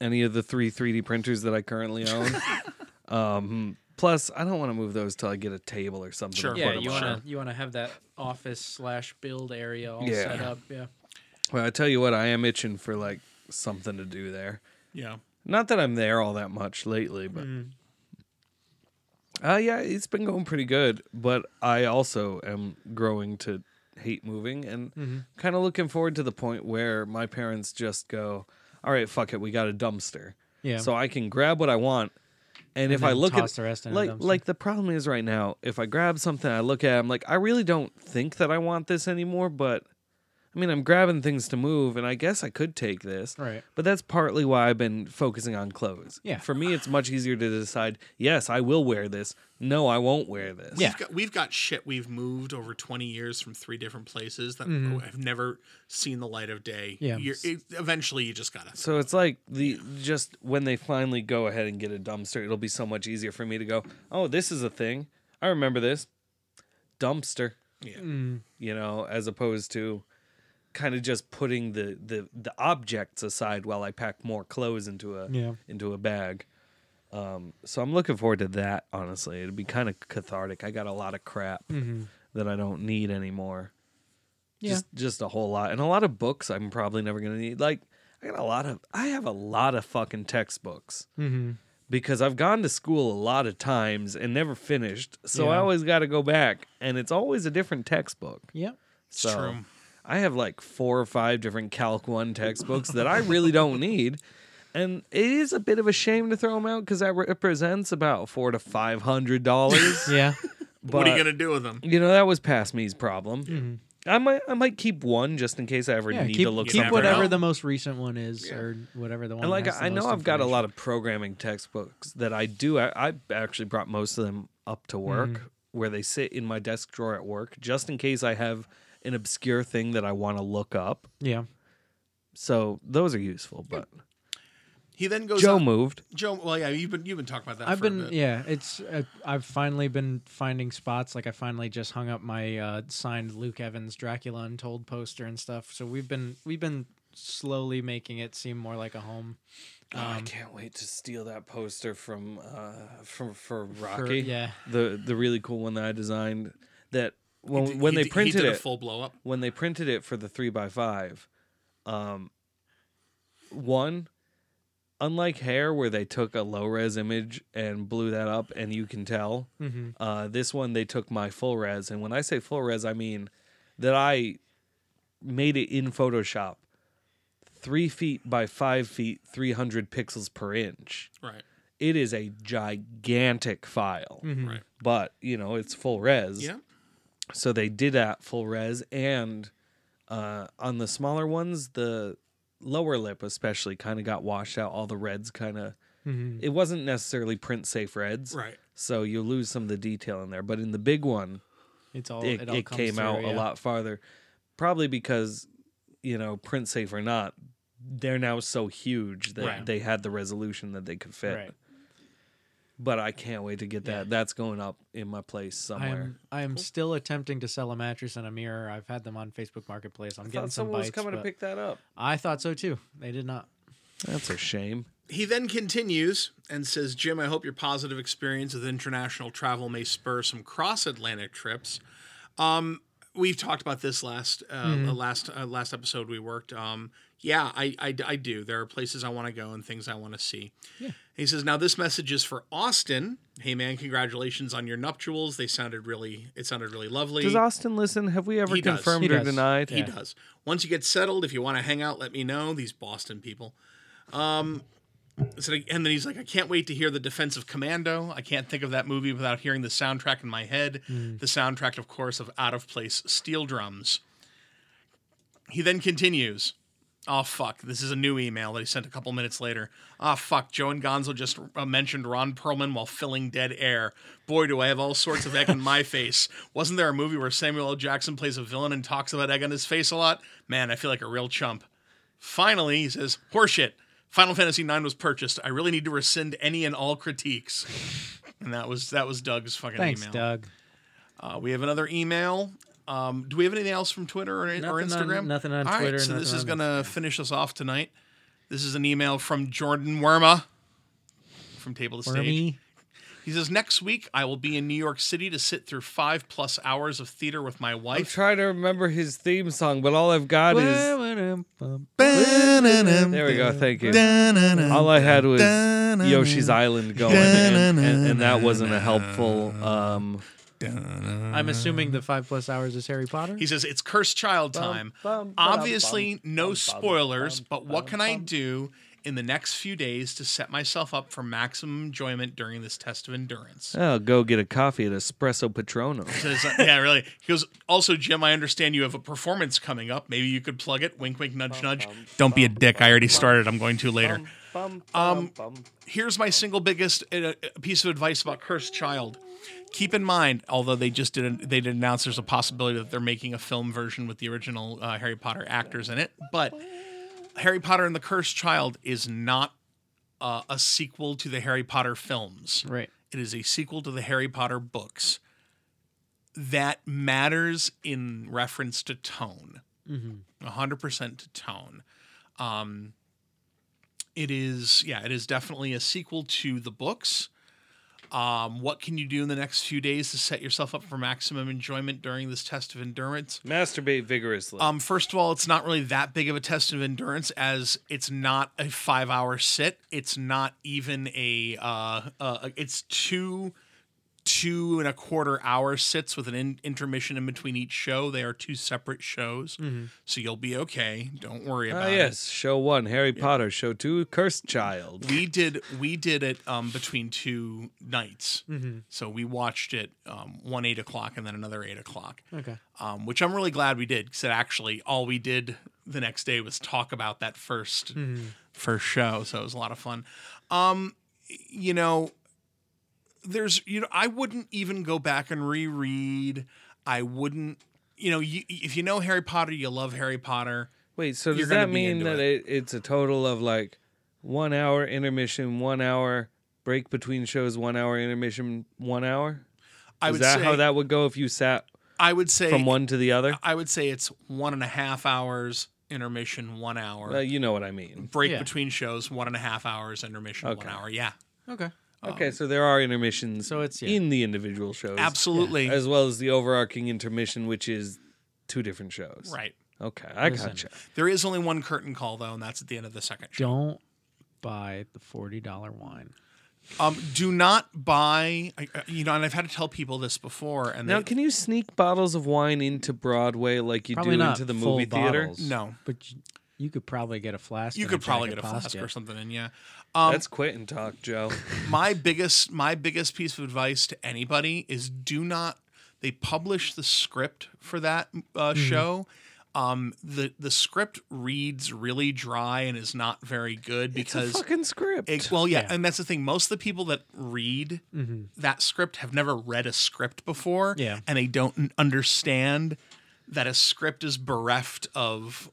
Speaker 1: any of the three 3D printers that I currently own. um, plus, I don't want to move those till I get a table or something.
Speaker 2: Sure.
Speaker 1: to
Speaker 3: Yeah,
Speaker 1: put 'em
Speaker 3: you
Speaker 1: on.
Speaker 3: want to you want to have that office slash build area all
Speaker 1: Yeah.
Speaker 3: set up. Yeah.
Speaker 1: Well, I tell you what, I am itching for like something to do there.
Speaker 2: Yeah.
Speaker 1: Not that I'm there all that much lately, but
Speaker 3: Hmm.
Speaker 1: uh, yeah, it's been going pretty good. But I also am growing to hate moving and
Speaker 3: Mm-hmm.
Speaker 1: kind of looking forward to the point where my parents just go, "All right, fuck it, we got a dumpster,
Speaker 3: Yeah.
Speaker 1: so I can grab what I want." And, if I
Speaker 3: then
Speaker 1: look
Speaker 3: toss
Speaker 1: at
Speaker 3: the rest in a
Speaker 1: like
Speaker 3: dumpster.
Speaker 1: like the problem is right now, if I grab something, I look at, it, I'm like, I really don't think that I want this anymore, but. I mean, I'm grabbing things to move, and I guess I could take this.
Speaker 3: Right.
Speaker 1: But that's partly why I've been focusing on clothes.
Speaker 3: Yeah.
Speaker 1: For me, it's much easier to decide, yes, I will wear this. No, I won't wear this.
Speaker 3: Yeah.
Speaker 2: We've got, we've got shit we've moved over 20 years from three different places that
Speaker 1: Mm-hmm.
Speaker 2: have never seen the light of day.
Speaker 3: Yeah.
Speaker 2: You're, it, eventually, you just gotta.
Speaker 1: So it's like the just when they finally go ahead and get a dumpster, it'll be so much easier for me to go, oh, this is a thing. I remember this. Dumpster.
Speaker 2: Yeah.
Speaker 1: Mm, You know, as opposed to kind of just putting the, the, the objects aside while I pack more clothes into a
Speaker 3: Yeah.
Speaker 1: into a bag. Um, so I'm looking forward to that. Honestly, it'd be kind of cathartic. I got a lot of crap that I don't need anymore.
Speaker 3: Mm-hmm. Yeah.
Speaker 1: Just just a whole lot, and a lot of books I'm probably never gonna need. Like I got a lot of, I have a lot of fucking textbooks
Speaker 3: Mm-hmm.
Speaker 1: because I've gone to school a lot of times and never finished. So I
Speaker 3: Yeah.
Speaker 1: always got to go back, and it's always a different textbook.
Speaker 3: Yeah.
Speaker 1: So
Speaker 2: true.
Speaker 1: I have like four or five different Calc 1 textbooks that I really don't need. And it is a bit of a shame to throw them out because that represents about four to five hundred dollars.
Speaker 3: Yeah.
Speaker 1: but
Speaker 2: what are you gonna do with them?
Speaker 1: you know that was past me's problem. I might I might keep one just in case I ever need
Speaker 3: Mm-hmm. keep,
Speaker 1: to look
Speaker 3: keep
Speaker 1: something
Speaker 3: whatever
Speaker 1: up.
Speaker 3: the most recent one is, or whatever the one.
Speaker 1: And like
Speaker 3: that has the
Speaker 1: I know
Speaker 3: most
Speaker 1: I've got a
Speaker 3: information.
Speaker 1: lot of programming textbooks that I do. I, I actually brought most of them up to work
Speaker 3: Mm-hmm.
Speaker 1: where they sit in my desk drawer at work just in case I have an obscure thing that I want to look up.
Speaker 3: Yeah,
Speaker 1: So those are useful. But
Speaker 2: He then goes
Speaker 1: Joe
Speaker 2: on-
Speaker 1: moved.
Speaker 2: Joe. Well, yeah, you've been you've been talking about that.
Speaker 3: I've
Speaker 2: for a
Speaker 3: been
Speaker 2: bit.
Speaker 3: yeah. It's uh, I've finally been finding spots. Like I finally just hung up my uh, signed Luke Evans Dracula Untold poster and stuff. So we've been we've been slowly making it seem more like a home.
Speaker 1: Oh, I can't wait to steal that poster from uh from for Rocky.
Speaker 3: for- yeah.
Speaker 1: The the really cool one that I designed that when
Speaker 2: He did-
Speaker 1: when
Speaker 2: he
Speaker 1: they
Speaker 2: did- he
Speaker 1: printed
Speaker 2: did
Speaker 1: it
Speaker 2: a full blow up.
Speaker 1: when they printed it for the three by five, um, one, unlike hair where they took a low res image and blew that up and you can tell,
Speaker 3: Mm-hmm.
Speaker 1: uh, this one they took my full res, and when I say full res, I mean that I made it in Photoshop, three feet by five feet, three hundred pixels per inch.
Speaker 2: Right.
Speaker 1: It is a gigantic file,
Speaker 3: Mm. Mm-hmm.
Speaker 2: Right.
Speaker 1: but you know it's full res
Speaker 2: Yeah.
Speaker 1: so they did at full res and uh, on the smaller ones the lower lip especially kind of got washed out all the reds kind of
Speaker 3: Mm-hmm.
Speaker 1: it wasn't necessarily print safe reds
Speaker 2: Right.
Speaker 1: so you lose some of the detail in there but in the big one
Speaker 3: It's all
Speaker 1: it,
Speaker 3: Oh, it,
Speaker 1: it,
Speaker 3: all comes
Speaker 1: came out
Speaker 3: through, yeah.
Speaker 1: a lot farther probably because you know print safe or not they're now so huge that
Speaker 2: Right.
Speaker 1: they had the resolution that they could fit
Speaker 3: Right.
Speaker 1: but i can't wait to get that that's going up in my place
Speaker 3: I
Speaker 1: somewhere
Speaker 3: am I am still attempting to sell a mattress and a mirror. I've had them on Facebook Marketplace. I'm
Speaker 1: I
Speaker 3: getting
Speaker 1: thought
Speaker 3: some
Speaker 1: someone
Speaker 3: bites.
Speaker 1: was coming to
Speaker 3: but-
Speaker 1: pick that up
Speaker 3: I thought so too. They did not.
Speaker 1: that's a shame
Speaker 2: He then continues and says, Jim, I hope your positive experience with international travel may spur some cross Atlantic trips. Um, we've talked about this last uh, last uh, last episode we worked. Um, yeah, I, I, I do. There are places I want to go and things I want to see. He says, now this message is for Austin. Hey man, congratulations on your nuptials. They sounded really it sounded really lovely.
Speaker 1: Does Austin listen? Have we ever
Speaker 2: He does.
Speaker 1: confirmed
Speaker 3: He
Speaker 1: or
Speaker 3: does.
Speaker 1: denied?
Speaker 2: He does. Once you get settled, if you want to hang out, let me know. These Boston people. Um, so- and then he's like, I can't wait to hear the Defensive Commando. I can't think of that movie without hearing the soundtrack in my head. The soundtrack, of course, of out of place steel drums. He then continues. Oh fuck! This is a new email that he sent a couple minutes later. Ah fuck! Joe and Gonzo just uh, mentioned Ron Perlman while filling dead air. Boy, do I have all sorts of egg in my face. Wasn't there a movie where Samuel L. Jackson plays a villain and talks about egg on his face a lot? Man, I feel like a real chump. Finally, he says, "Horseshit! Final Fantasy IX was purchased. I really need to rescind any and all critiques." And that was that was Doug's fucking
Speaker 3: Thanks,
Speaker 2: email.
Speaker 3: Doug.
Speaker 2: Uh, we have another email. Um, do we have anything else from Twitter or, or
Speaker 3: Nothing on-
Speaker 2: Instagram?
Speaker 3: nothing on
Speaker 2: All right,
Speaker 3: Twitter,
Speaker 2: so this
Speaker 3: nothing
Speaker 2: is
Speaker 3: on
Speaker 2: gonna finish us off tonight. This is an email from Jordan Werma from Table to Stage.
Speaker 3: Wormy.
Speaker 2: He says, "Next week I will be in New York City to sit through five plus hours of theater with my
Speaker 1: I'm
Speaker 2: wife."
Speaker 1: trying to remember his theme song, but all I've got is there we go. Thank you. All I had was Yoshi's Island going, and, and, and that wasn't a helpful. Um,
Speaker 3: I'm assuming the five plus hours is Harry Potter.
Speaker 2: He says, "It's cursed child time.
Speaker 1: bum, ba-dum,
Speaker 2: Obviously,
Speaker 1: bum,
Speaker 2: no
Speaker 1: bum,
Speaker 2: spoilers,
Speaker 1: bum,
Speaker 2: but what
Speaker 1: bum,
Speaker 2: can I
Speaker 1: bum."
Speaker 2: do in the next few days to set myself up for maximum enjoyment during this test of endurance?"
Speaker 1: oh, go get a coffee at Espresso Patrono.
Speaker 2: Says, uh, yeah, really. He goes, also, Jim, I understand you have a performance coming up. Maybe you could plug it. Wink, wink, nudge, nudge. Don't be a dick. I already started. I'm going to later.
Speaker 1: Um,
Speaker 2: Here's my single biggest uh, piece of advice about Cursed Child. Keep in mind, although they just didn't, they did announce there's a possibility that they're making a film version with the original uh, Harry Potter actors in it. But Harry Potter and the Cursed Child is not uh, a sequel to the Harry Potter films.
Speaker 3: right.
Speaker 2: It is a sequel to the Harry Potter books. That matters in reference to tone, a 100% to tone. Um, it is, yeah, it is definitely a sequel to the books. Um, what can you do in the next few days to set yourself up for maximum enjoyment during this test of endurance?
Speaker 1: Masturbate vigorously.
Speaker 2: Um, first of all, it's not really that big of a test of endurance as it's not a five hour sit. It's not even a uh, uh it's two two and a quarter hour sits with an in- intermission in between each show. They are two separate shows, so you'll be okay. Don't worry
Speaker 1: Mm-hmm. Ah,
Speaker 2: about it.
Speaker 1: yes. Show one, Harry Potter. Show two, Cursed Child.
Speaker 2: we did we did it um, between two nights
Speaker 1: Mm-hmm.
Speaker 2: so we watched it um, one eight o'clock and then another eight o'clock
Speaker 3: Okay.
Speaker 2: um, which i'm really glad we did because it actually all we did the next day was talk about that 1st
Speaker 1: Mm-hmm.
Speaker 2: first show so it was a lot of fun um, you know there's you know i wouldn't even go back and reread i wouldn't you know you, if you know harry potter you love harry potter
Speaker 1: Wait, so
Speaker 2: You're
Speaker 1: does
Speaker 2: gonna
Speaker 1: that
Speaker 2: be
Speaker 1: mean
Speaker 2: into
Speaker 1: that it. it's a total of like one hour intermission, one hour break between shows, one hour intermission, one hour?
Speaker 2: i
Speaker 1: Is
Speaker 2: would
Speaker 1: that
Speaker 2: say Uh,
Speaker 1: how that would go if you sat
Speaker 2: i would say
Speaker 1: from one to the other?
Speaker 2: I would say it's one and a half hours intermission, one hour
Speaker 1: Well, Uh, you know what I mean.
Speaker 2: break
Speaker 3: yeah.
Speaker 2: between shows, one and a half hours intermission, one
Speaker 1: Okay.
Speaker 2: hour. Yeah,
Speaker 3: Okay.
Speaker 2: um,
Speaker 1: Okay, so there are intermissions
Speaker 3: So it's- yeah.
Speaker 1: in the individual shows.
Speaker 2: absolutely
Speaker 1: As well as the overarching intermission, which is two different shows.
Speaker 2: right.
Speaker 1: Okay, I
Speaker 3: Listen.
Speaker 1: gotcha.
Speaker 2: There is only one curtain call though, and that's at the end of the second show.
Speaker 3: Don't buy the forty dollar wine.
Speaker 2: Um, do not buy. I- I- You know, and I've had to tell people this before, and
Speaker 1: Now,
Speaker 2: they,
Speaker 1: can you sneak bottles of wine into Broadway like you
Speaker 3: Probably
Speaker 1: do
Speaker 3: not
Speaker 1: into the
Speaker 3: full
Speaker 1: movie theater?
Speaker 3: bottles.
Speaker 2: no,
Speaker 3: But you, you could probably get a flask.
Speaker 2: you
Speaker 3: and
Speaker 2: could probably
Speaker 3: Jack
Speaker 2: get a
Speaker 3: and
Speaker 2: flask
Speaker 3: Pastia.
Speaker 2: or something. And yeah, um,
Speaker 1: That's quit and talk, Joe.
Speaker 2: my biggest my biggest piece of advice to anybody is do not they publish the script for that uh, show um the the script reads really dry and is not very good because
Speaker 1: it's a fucking script.
Speaker 2: it- well yeah, and that's the thing most of the people that read
Speaker 3: Mm-hmm.
Speaker 2: that script have never read a script before
Speaker 3: Yeah.
Speaker 2: and they don't n- understand that a script is bereft of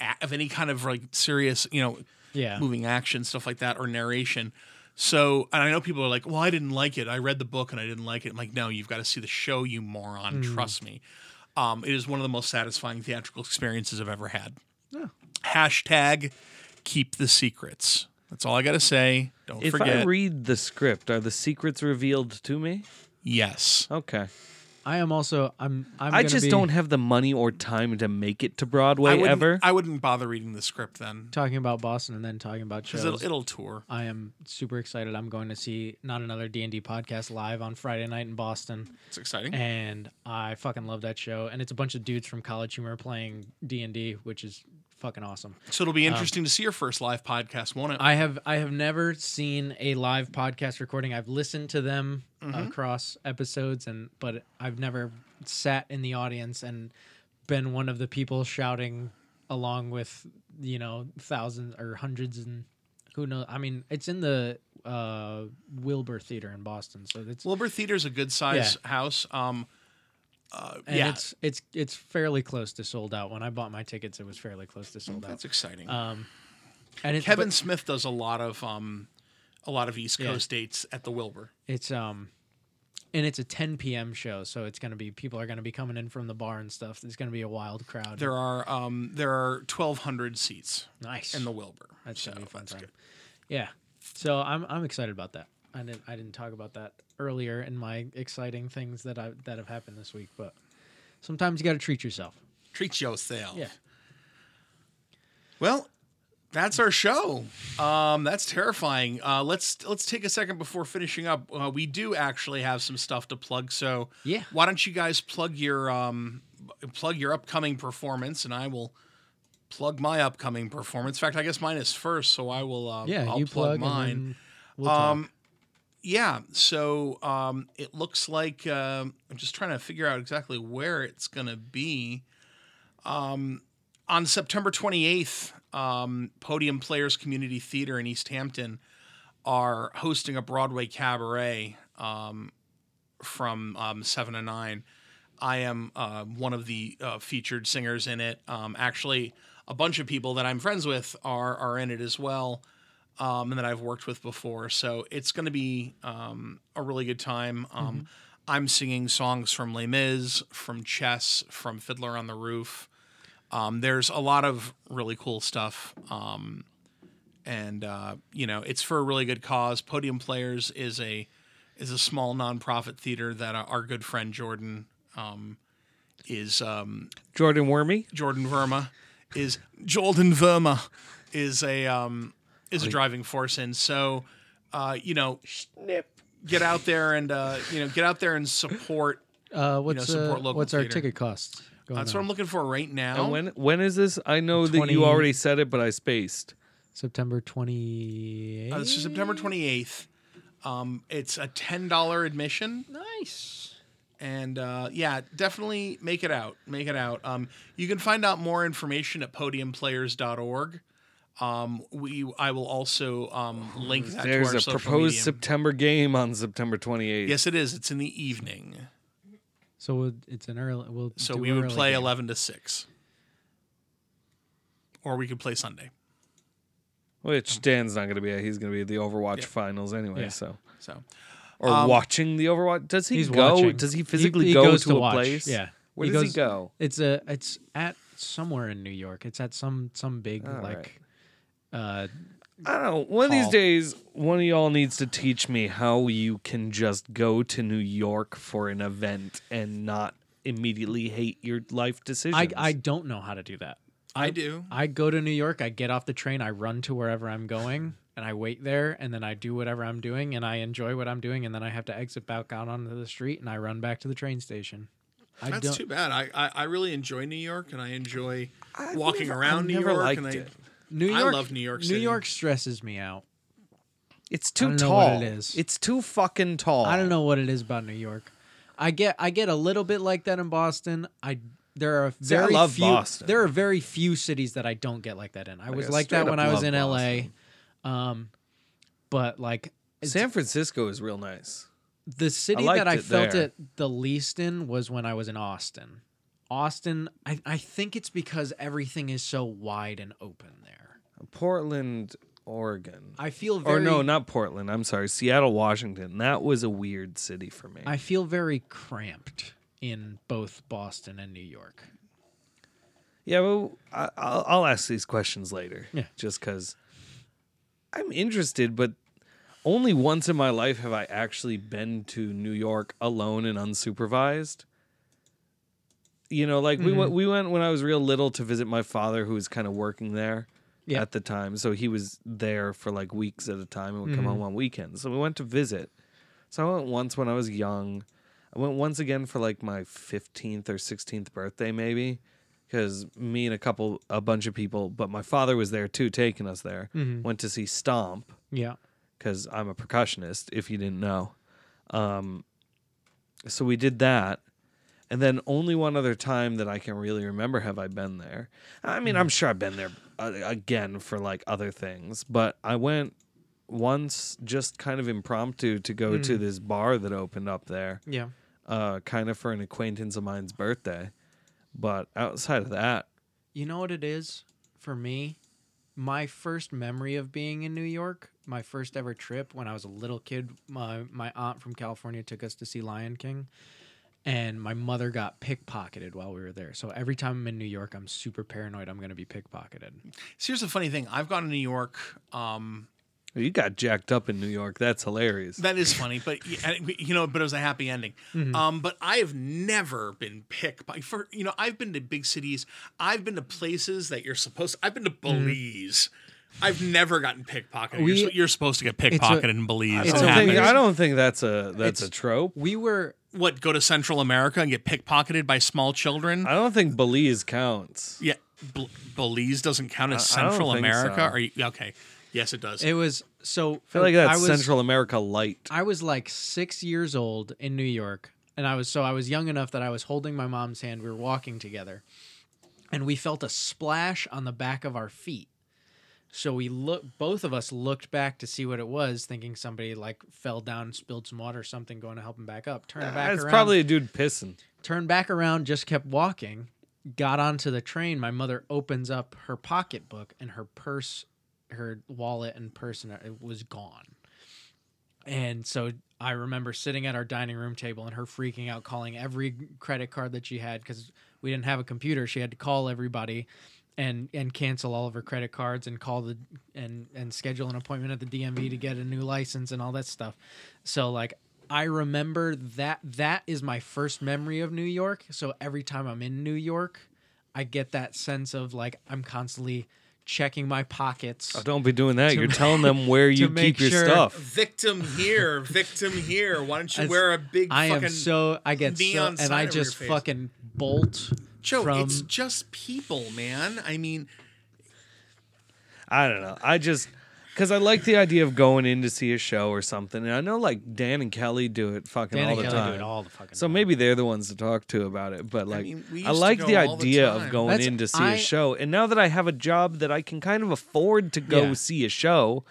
Speaker 2: a- of any kind of like serious you know
Speaker 3: Yeah.
Speaker 2: moving action, stuff like that, or narration. So, and I know people are like, well, I didn't like it. I read the book and I didn't like it. I'm like, no, you've got to see the show, you moron. Trust me. Um, it is one of the most satisfying theatrical experiences I've ever had. Hashtag keep the secrets. That's all I got to say. Don't
Speaker 1: if I
Speaker 2: forget.
Speaker 1: read the script, are the secrets revealed to me?
Speaker 2: yes.
Speaker 1: Okay.
Speaker 3: I am also. I'm. I'm
Speaker 1: I
Speaker 3: gonna
Speaker 1: just
Speaker 3: be
Speaker 1: don't have the money or time to make it to Broadway
Speaker 2: I wouldn't,
Speaker 1: ever.
Speaker 2: I wouldn't bother reading the script then
Speaker 3: talking about Boston and then talking about shows.
Speaker 2: because it'll, it'll tour.
Speaker 3: I am super excited. I'm going to see not another D and D podcast live on Friday night in Boston,
Speaker 2: It's exciting.
Speaker 3: and I fucking love that show. And it's a bunch of dudes from College Humor playing D and D, which is fucking awesome.
Speaker 2: so it'll be interesting to see your first live podcast, won't it?
Speaker 3: Um, I have I have never seen a live podcast recording. I've listened to them across episodes, and but I've never sat in the audience and been one of the people shouting along with you know thousands or hundreds and who knows. I mean, it's in the uh, Wilbur Theater in Boston, so it's
Speaker 2: Wilbur Theater's a good size house. Um, uh,
Speaker 3: and
Speaker 2: yeah,
Speaker 3: it's it's it's fairly close to sold out. When I bought my tickets, it was fairly close to sold
Speaker 2: Oh,
Speaker 3: out.
Speaker 2: that's exciting.
Speaker 3: Um, and it's,
Speaker 2: Kevin Smith does a lot of um, a lot of East
Speaker 3: Yeah.
Speaker 2: Coast dates at the Wilbur.
Speaker 3: It's um and it's a 10 p.m. show, so it's going to be people are going to be coming in from the bar and stuff. It's going to be a wild crowd.
Speaker 2: There are um, there are twelve hundred seats
Speaker 3: nice.
Speaker 2: in the Wilbur.
Speaker 3: that's
Speaker 2: so
Speaker 3: gonna be a fun
Speaker 2: that's
Speaker 3: time.
Speaker 2: good.
Speaker 3: Yeah. So I'm I'm excited about that. I didn't I didn't talk about that earlier in my exciting things that I that have happened this week, but sometimes you got to treat yourself.
Speaker 2: Treat yourself.
Speaker 3: Yeah.
Speaker 2: Well, that's our show. Um, that's terrifying. Uh, let's let's take a second before finishing up. Uh, we do actually have some stuff to plug. So
Speaker 3: Yeah.
Speaker 2: why don't you guys plug your um, plug your upcoming performance, and I will plug my upcoming performance. In fact, I guess mine is first, so I will. Uh,
Speaker 3: Yeah,
Speaker 2: I'll
Speaker 3: you plug,
Speaker 2: plug,
Speaker 3: and
Speaker 2: mine.
Speaker 3: then We'll
Speaker 2: Um,
Speaker 3: talk.
Speaker 2: yeah. So um, it looks like um I'm just trying to figure out exactly where it's going to be. Um, on September 28th, um, Podium Players Community Theater in East Hampton are hosting a Broadway cabaret um, from um, 7 to 9. I am uh, one of the uh, featured singers in it. Um, actually, a bunch of people that I'm friends with are are in it as well um, and that I've worked with before. So it's going to be um, a really good time. Um, I'm singing songs from Les Mis, from Chess, from Fiddler on the Roof. Um, there's a lot of really cool stuff. Um, and uh, you know, it's for a really good cause. Podium Players is a is a small nonprofit theater that our our good friend Jordan um, is um,
Speaker 1: Jordan Wormy?
Speaker 2: Jordan Verma is Jordan Verma is a um is a driving force and so uh you know snip get out there and uh, you know get out there and support.
Speaker 3: Uh, what's
Speaker 2: know, support
Speaker 3: uh,
Speaker 2: local
Speaker 3: what's our
Speaker 2: theater.
Speaker 3: ticket costs? Going
Speaker 2: That's what
Speaker 3: on?
Speaker 2: I'm looking for right now.
Speaker 1: And when when is this? I know that
Speaker 3: 20
Speaker 1: you already said it, but I spaced.
Speaker 3: September twenty
Speaker 2: Uh, this is September 28th. Um, it's a ten dollar admission,
Speaker 3: Nice.
Speaker 2: and uh, yeah, definitely make it out. Make it out. Um, you can find out more information at podiumplayers.org. Um, we I will also um, link that
Speaker 1: There's
Speaker 2: to our
Speaker 1: a
Speaker 2: social
Speaker 1: proposed
Speaker 2: media.
Speaker 1: September game on September 28th.
Speaker 2: yes, it is. It's in the evening,
Speaker 3: So we'll, it's an early. We'll
Speaker 2: so
Speaker 3: do
Speaker 2: we
Speaker 3: an
Speaker 2: would
Speaker 3: early
Speaker 2: play
Speaker 3: game.
Speaker 2: eleven to six, or we could play Sunday.
Speaker 1: Which Dan's not going to be at. He's going to be at the Overwatch finals anyway.
Speaker 3: Yeah.
Speaker 1: So
Speaker 2: So
Speaker 1: or
Speaker 2: Um,
Speaker 1: watching the Overwatch. Does he
Speaker 3: He's
Speaker 1: go?
Speaker 3: watching.
Speaker 1: Does he
Speaker 3: He-
Speaker 1: physically
Speaker 3: he
Speaker 1: go
Speaker 3: goes
Speaker 1: to,
Speaker 3: to
Speaker 1: a
Speaker 3: watch,
Speaker 1: place?
Speaker 3: yeah.
Speaker 1: Where
Speaker 3: He
Speaker 1: does
Speaker 3: goes-
Speaker 1: he go?
Speaker 3: It's a. It's at somewhere in New York. It's at some some big
Speaker 1: All
Speaker 3: like. Uh,
Speaker 1: I don't know. One of these
Speaker 3: Hall.
Speaker 1: days, one of y'all needs to teach me how you can just go to New York for an event and not immediately hate your life decisions.
Speaker 3: I I don't know how to do that.
Speaker 2: I do.
Speaker 3: I go to New York, I get off the train, I run to wherever I'm going, and I wait there, and then I do whatever I'm doing, and I enjoy what I'm doing, and then I have to exit back out onto the street, and I run back to the train station. I
Speaker 2: That's
Speaker 3: don't.
Speaker 2: too bad. I, I, I really enjoy New York, and I enjoy
Speaker 1: I've
Speaker 2: walking
Speaker 1: never-
Speaker 2: around
Speaker 1: I've
Speaker 2: New
Speaker 1: never
Speaker 2: York.
Speaker 1: liked
Speaker 2: and I,
Speaker 1: it.
Speaker 3: New
Speaker 2: I
Speaker 3: York,
Speaker 2: love New York
Speaker 3: New
Speaker 2: City.
Speaker 3: York stresses me out.
Speaker 1: It's too
Speaker 3: don't know
Speaker 1: tall.
Speaker 3: what it is.
Speaker 1: It's too fucking tall.
Speaker 3: I don't know what it is about New York. I get I get a little bit like that in Boston. I there are
Speaker 1: See, I
Speaker 3: very
Speaker 1: love
Speaker 3: few
Speaker 1: Boston.
Speaker 3: there are very few cities that I don't get like that in. I was
Speaker 1: I
Speaker 3: like that
Speaker 1: straight
Speaker 3: when
Speaker 1: up
Speaker 3: I was
Speaker 1: love
Speaker 3: in
Speaker 1: Boston.
Speaker 3: LA. Um but like it's-
Speaker 1: San Francisco is real nice.
Speaker 3: the city
Speaker 1: liked
Speaker 3: that I
Speaker 1: it
Speaker 3: felt
Speaker 1: there.
Speaker 3: it the least in was when I was in Austin. Austin, I, I think it's because everything is so wide and open there.
Speaker 1: Portland, Oregon.
Speaker 3: I feel very
Speaker 1: Or no, not Portland. I'm sorry. Seattle, Washington. That was a weird city for me.
Speaker 3: I feel very cramped in both Boston and New York.
Speaker 1: Yeah, well, I, I'll, I'll ask these questions later.
Speaker 3: Yeah.
Speaker 1: Just because I'm interested, but only once in my life have I actually been to New York alone and unsupervised. You know, like
Speaker 3: Mm-hmm.
Speaker 1: we went, we went when I was real little to visit my father, who was kind of working there
Speaker 3: Yeah.
Speaker 1: at the time. So he was there for like weeks at a time and would
Speaker 3: Mm-hmm.
Speaker 1: come home on weekends. So we went to visit. So I went once when I was young. I went once again for like my 15th or 16th birthday, maybe, because me and a couple, a bunch of people, but my father was there too, taking us there. Went to see Stomp
Speaker 3: Yeah.
Speaker 1: because I'm a percussionist, if you didn't know. Um, so we did that. And then only one other time that I can really remember have I been there. I mean, I'm sure I've been there uh, again for like other things, but I went once just kind of impromptu to go to this bar that opened up there
Speaker 3: Yeah.
Speaker 1: uh, kind of for an acquaintance of mine's birthday. But outside of that,
Speaker 3: You know what it is for me? My first memory of being in New York, my first ever trip when I was a little kid, my, my aunt from California took us to see Lion King, and my mother got pickpocketed while we were there. So every time I'm in New York, I'm super paranoid I'm going to be pickpocketed.
Speaker 2: So here's the funny thing. I've gone to New York. Um,
Speaker 1: you got jacked up in New York. That's hilarious.
Speaker 2: that is funny, but you know, but it was a happy ending.
Speaker 1: Mm-hmm.
Speaker 2: Um, but I have never been picked by for you know. I've been to big cities. I've been to places that you're supposed. I've been to
Speaker 1: Mm-hmm.
Speaker 2: Belize. I've never gotten pickpocketed. You're
Speaker 3: We-
Speaker 2: su- you're, supposed to get pickpocketed in Belize.
Speaker 1: I
Speaker 2: It
Speaker 3: it's
Speaker 1: don't, think,
Speaker 2: happens.
Speaker 1: I don't think that's a that's a
Speaker 3: It's-
Speaker 1: trope.
Speaker 3: We were
Speaker 2: What go to Central America and get pickpocketed by small children?
Speaker 1: I don't think Belize counts.
Speaker 2: Yeah, Bel- Belize doesn't count as
Speaker 1: I- I don't
Speaker 2: Central
Speaker 1: think
Speaker 2: America.
Speaker 1: so.
Speaker 2: Are you okay? Yes, it does.
Speaker 3: it was so
Speaker 1: I feel like that's
Speaker 3: I was,
Speaker 1: Central America light.
Speaker 3: I was like six years old in New York, and I was so I was young enough that I was holding my mom's hand. We were walking together, and we felt a splash on the back of our feet. So we look, both of us looked back to see what it was, thinking somebody like fell down, spilled some water, or something, going to help him back up. Turn back
Speaker 1: That's
Speaker 3: around,
Speaker 1: probably a dude pissing.
Speaker 3: turned back around, just kept walking. Got onto the train. My mother opens up her pocketbook and her purse, her wallet and purse, and it was gone. And so I remember sitting at our dining room table and her freaking out, calling every credit card that she had because we didn't have a computer. She had to call everybody and and cancel all of her credit cards and call the and and schedule an appointment at the DMV to get a new license and all that stuff. So like I remember that that is my first memory of New York. So every time I'm in New York, I get that sense of like I'm constantly
Speaker 4: checking my pockets.
Speaker 1: Oh, don't be doing that. You're telling them where you
Speaker 4: make
Speaker 1: keep your
Speaker 4: sure-
Speaker 1: stuff.
Speaker 2: Victim here, victim here. Why don't you
Speaker 4: As-
Speaker 2: wear a big
Speaker 4: I
Speaker 2: fucking
Speaker 4: am so I get so,
Speaker 2: neon
Speaker 4: and
Speaker 2: sign
Speaker 4: I
Speaker 2: over your
Speaker 4: just
Speaker 2: face.
Speaker 4: fucking bolt
Speaker 2: Joe,
Speaker 4: from
Speaker 2: it's just people, man. I mean,
Speaker 1: I don't know. I just because I like the idea of going in to see a show or something. And I know like Dan and Kelly do it fucking
Speaker 4: Dan
Speaker 1: all
Speaker 4: and
Speaker 1: the
Speaker 4: Kelly
Speaker 1: time.
Speaker 4: do it all the fucking
Speaker 1: so
Speaker 4: time.
Speaker 1: maybe they're the ones to talk to about it. But like, I,
Speaker 2: mean, we used to
Speaker 1: like
Speaker 2: go
Speaker 1: the
Speaker 2: all the
Speaker 1: idea
Speaker 2: time.
Speaker 1: of going
Speaker 4: That's-
Speaker 1: in to see a
Speaker 4: I-
Speaker 1: show. And now that I have a job that I can kind of afford to go
Speaker 4: Yeah.
Speaker 1: see a show,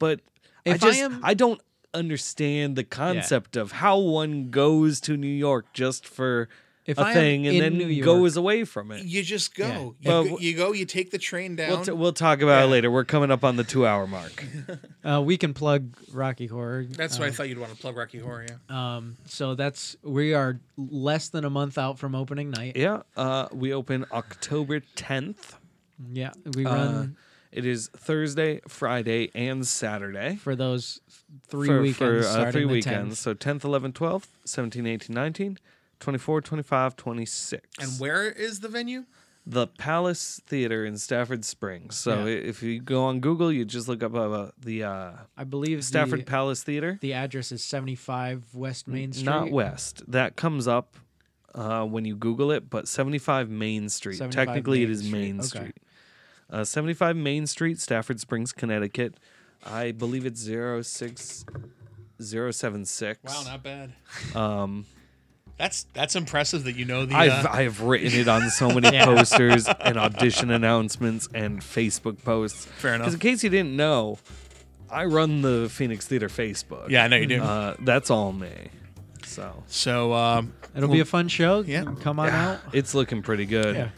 Speaker 1: but I
Speaker 4: If I
Speaker 1: just I,
Speaker 4: am-
Speaker 1: don't understand the concept of how one goes to New York just for
Speaker 4: If
Speaker 1: a
Speaker 4: I am
Speaker 1: thing and
Speaker 4: in
Speaker 1: then
Speaker 4: New
Speaker 1: goes away from it.
Speaker 2: you just go. You,
Speaker 1: Well,
Speaker 2: go you go. You take the train down.
Speaker 1: We'll, t- we'll talk about it later. We're coming up on the two hour mark.
Speaker 4: uh, we can plug Rocky Horror.
Speaker 2: That's
Speaker 1: Uh,
Speaker 2: why I thought you'd want to plug Rocky Horror. Yeah.
Speaker 4: Um, so that's we are less than a month out from opening night.
Speaker 1: Yeah, uh, we open October 10th.
Speaker 4: Yeah, we
Speaker 1: Uh,
Speaker 4: run
Speaker 1: it is Thursday, Friday, and Saturday.
Speaker 4: for those three
Speaker 1: for,
Speaker 4: weekends.
Speaker 1: for, uh,
Speaker 4: starting
Speaker 1: three
Speaker 4: the 10th.
Speaker 1: weekends. So 10th, 11th, 12th, 17, 18, 19, 24, 25, 26.
Speaker 2: And where is the venue?
Speaker 1: the Palace Theater in Stafford Springs. So i- if you go on Google, you just look up uh, the uh,
Speaker 4: I believe
Speaker 1: Stafford
Speaker 4: The,
Speaker 1: Palace Theater,
Speaker 4: the address is seventy five West Main Street.
Speaker 1: not West. That comes up uh, when you Google it, but 75 Main Street.
Speaker 4: 75
Speaker 1: Technically, it
Speaker 4: Main
Speaker 1: is
Speaker 4: Street.
Speaker 1: Main
Speaker 4: Okay.
Speaker 1: Street. Uh, 75 Main Street, Stafford Springs, Connecticut. I believe it's 06076.
Speaker 2: bad.
Speaker 1: Um,
Speaker 2: That's that's impressive that you know the.
Speaker 1: I've,
Speaker 2: uh,
Speaker 1: I've written it on so many posters and audition announcements and Facebook posts.
Speaker 2: Fair enough.
Speaker 1: Because in case you didn't know, I run the Phoenix Theater Facebook.
Speaker 2: yeah, I know you do.
Speaker 1: Uh, that's all me. So
Speaker 2: so um,
Speaker 4: It'll be a fun show.
Speaker 2: Yeah.
Speaker 4: come on out.
Speaker 1: it's looking pretty good.
Speaker 4: Yeah.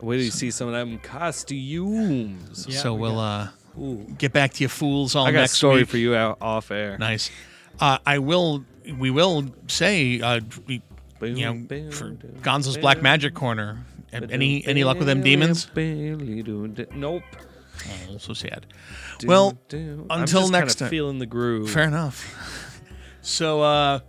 Speaker 1: Wait till you see some of them costumes.
Speaker 4: Yeah,
Speaker 2: so
Speaker 4: we
Speaker 2: we'll
Speaker 4: got-
Speaker 2: uh,
Speaker 1: Ooh.
Speaker 2: get back to you fools all
Speaker 1: I got a
Speaker 2: next
Speaker 1: story
Speaker 2: week.
Speaker 1: for you out off air.
Speaker 2: Nice. Uh, I will. We will say. Uh, we,
Speaker 1: Boom,
Speaker 2: you know,
Speaker 1: boom,
Speaker 2: for
Speaker 1: boom,
Speaker 2: Gonzo's
Speaker 1: boom.
Speaker 2: Black Magic Corner. Any any luck with them demons?
Speaker 1: Nope.
Speaker 2: Oh, so sad. Well,
Speaker 1: Doo-doo. I'm
Speaker 2: until
Speaker 1: just
Speaker 2: next
Speaker 1: kinda
Speaker 2: time.
Speaker 1: Feeling the groove.
Speaker 2: Fair enough. So uh,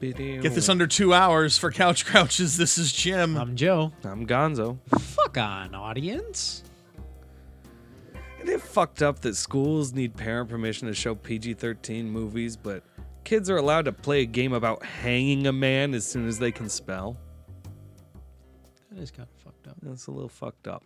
Speaker 2: get this under two hours for Couch Crouches. This is Jim.
Speaker 4: I'm Joe.
Speaker 1: I'm Gonzo.
Speaker 4: Fuck on, audience.
Speaker 1: And it fucked up that schools need parent permission to show PG 13 movies, but kids are allowed to play a game about hanging a man as soon as they can spell.
Speaker 4: That is kind of fucked up.
Speaker 1: That's a little fucked up.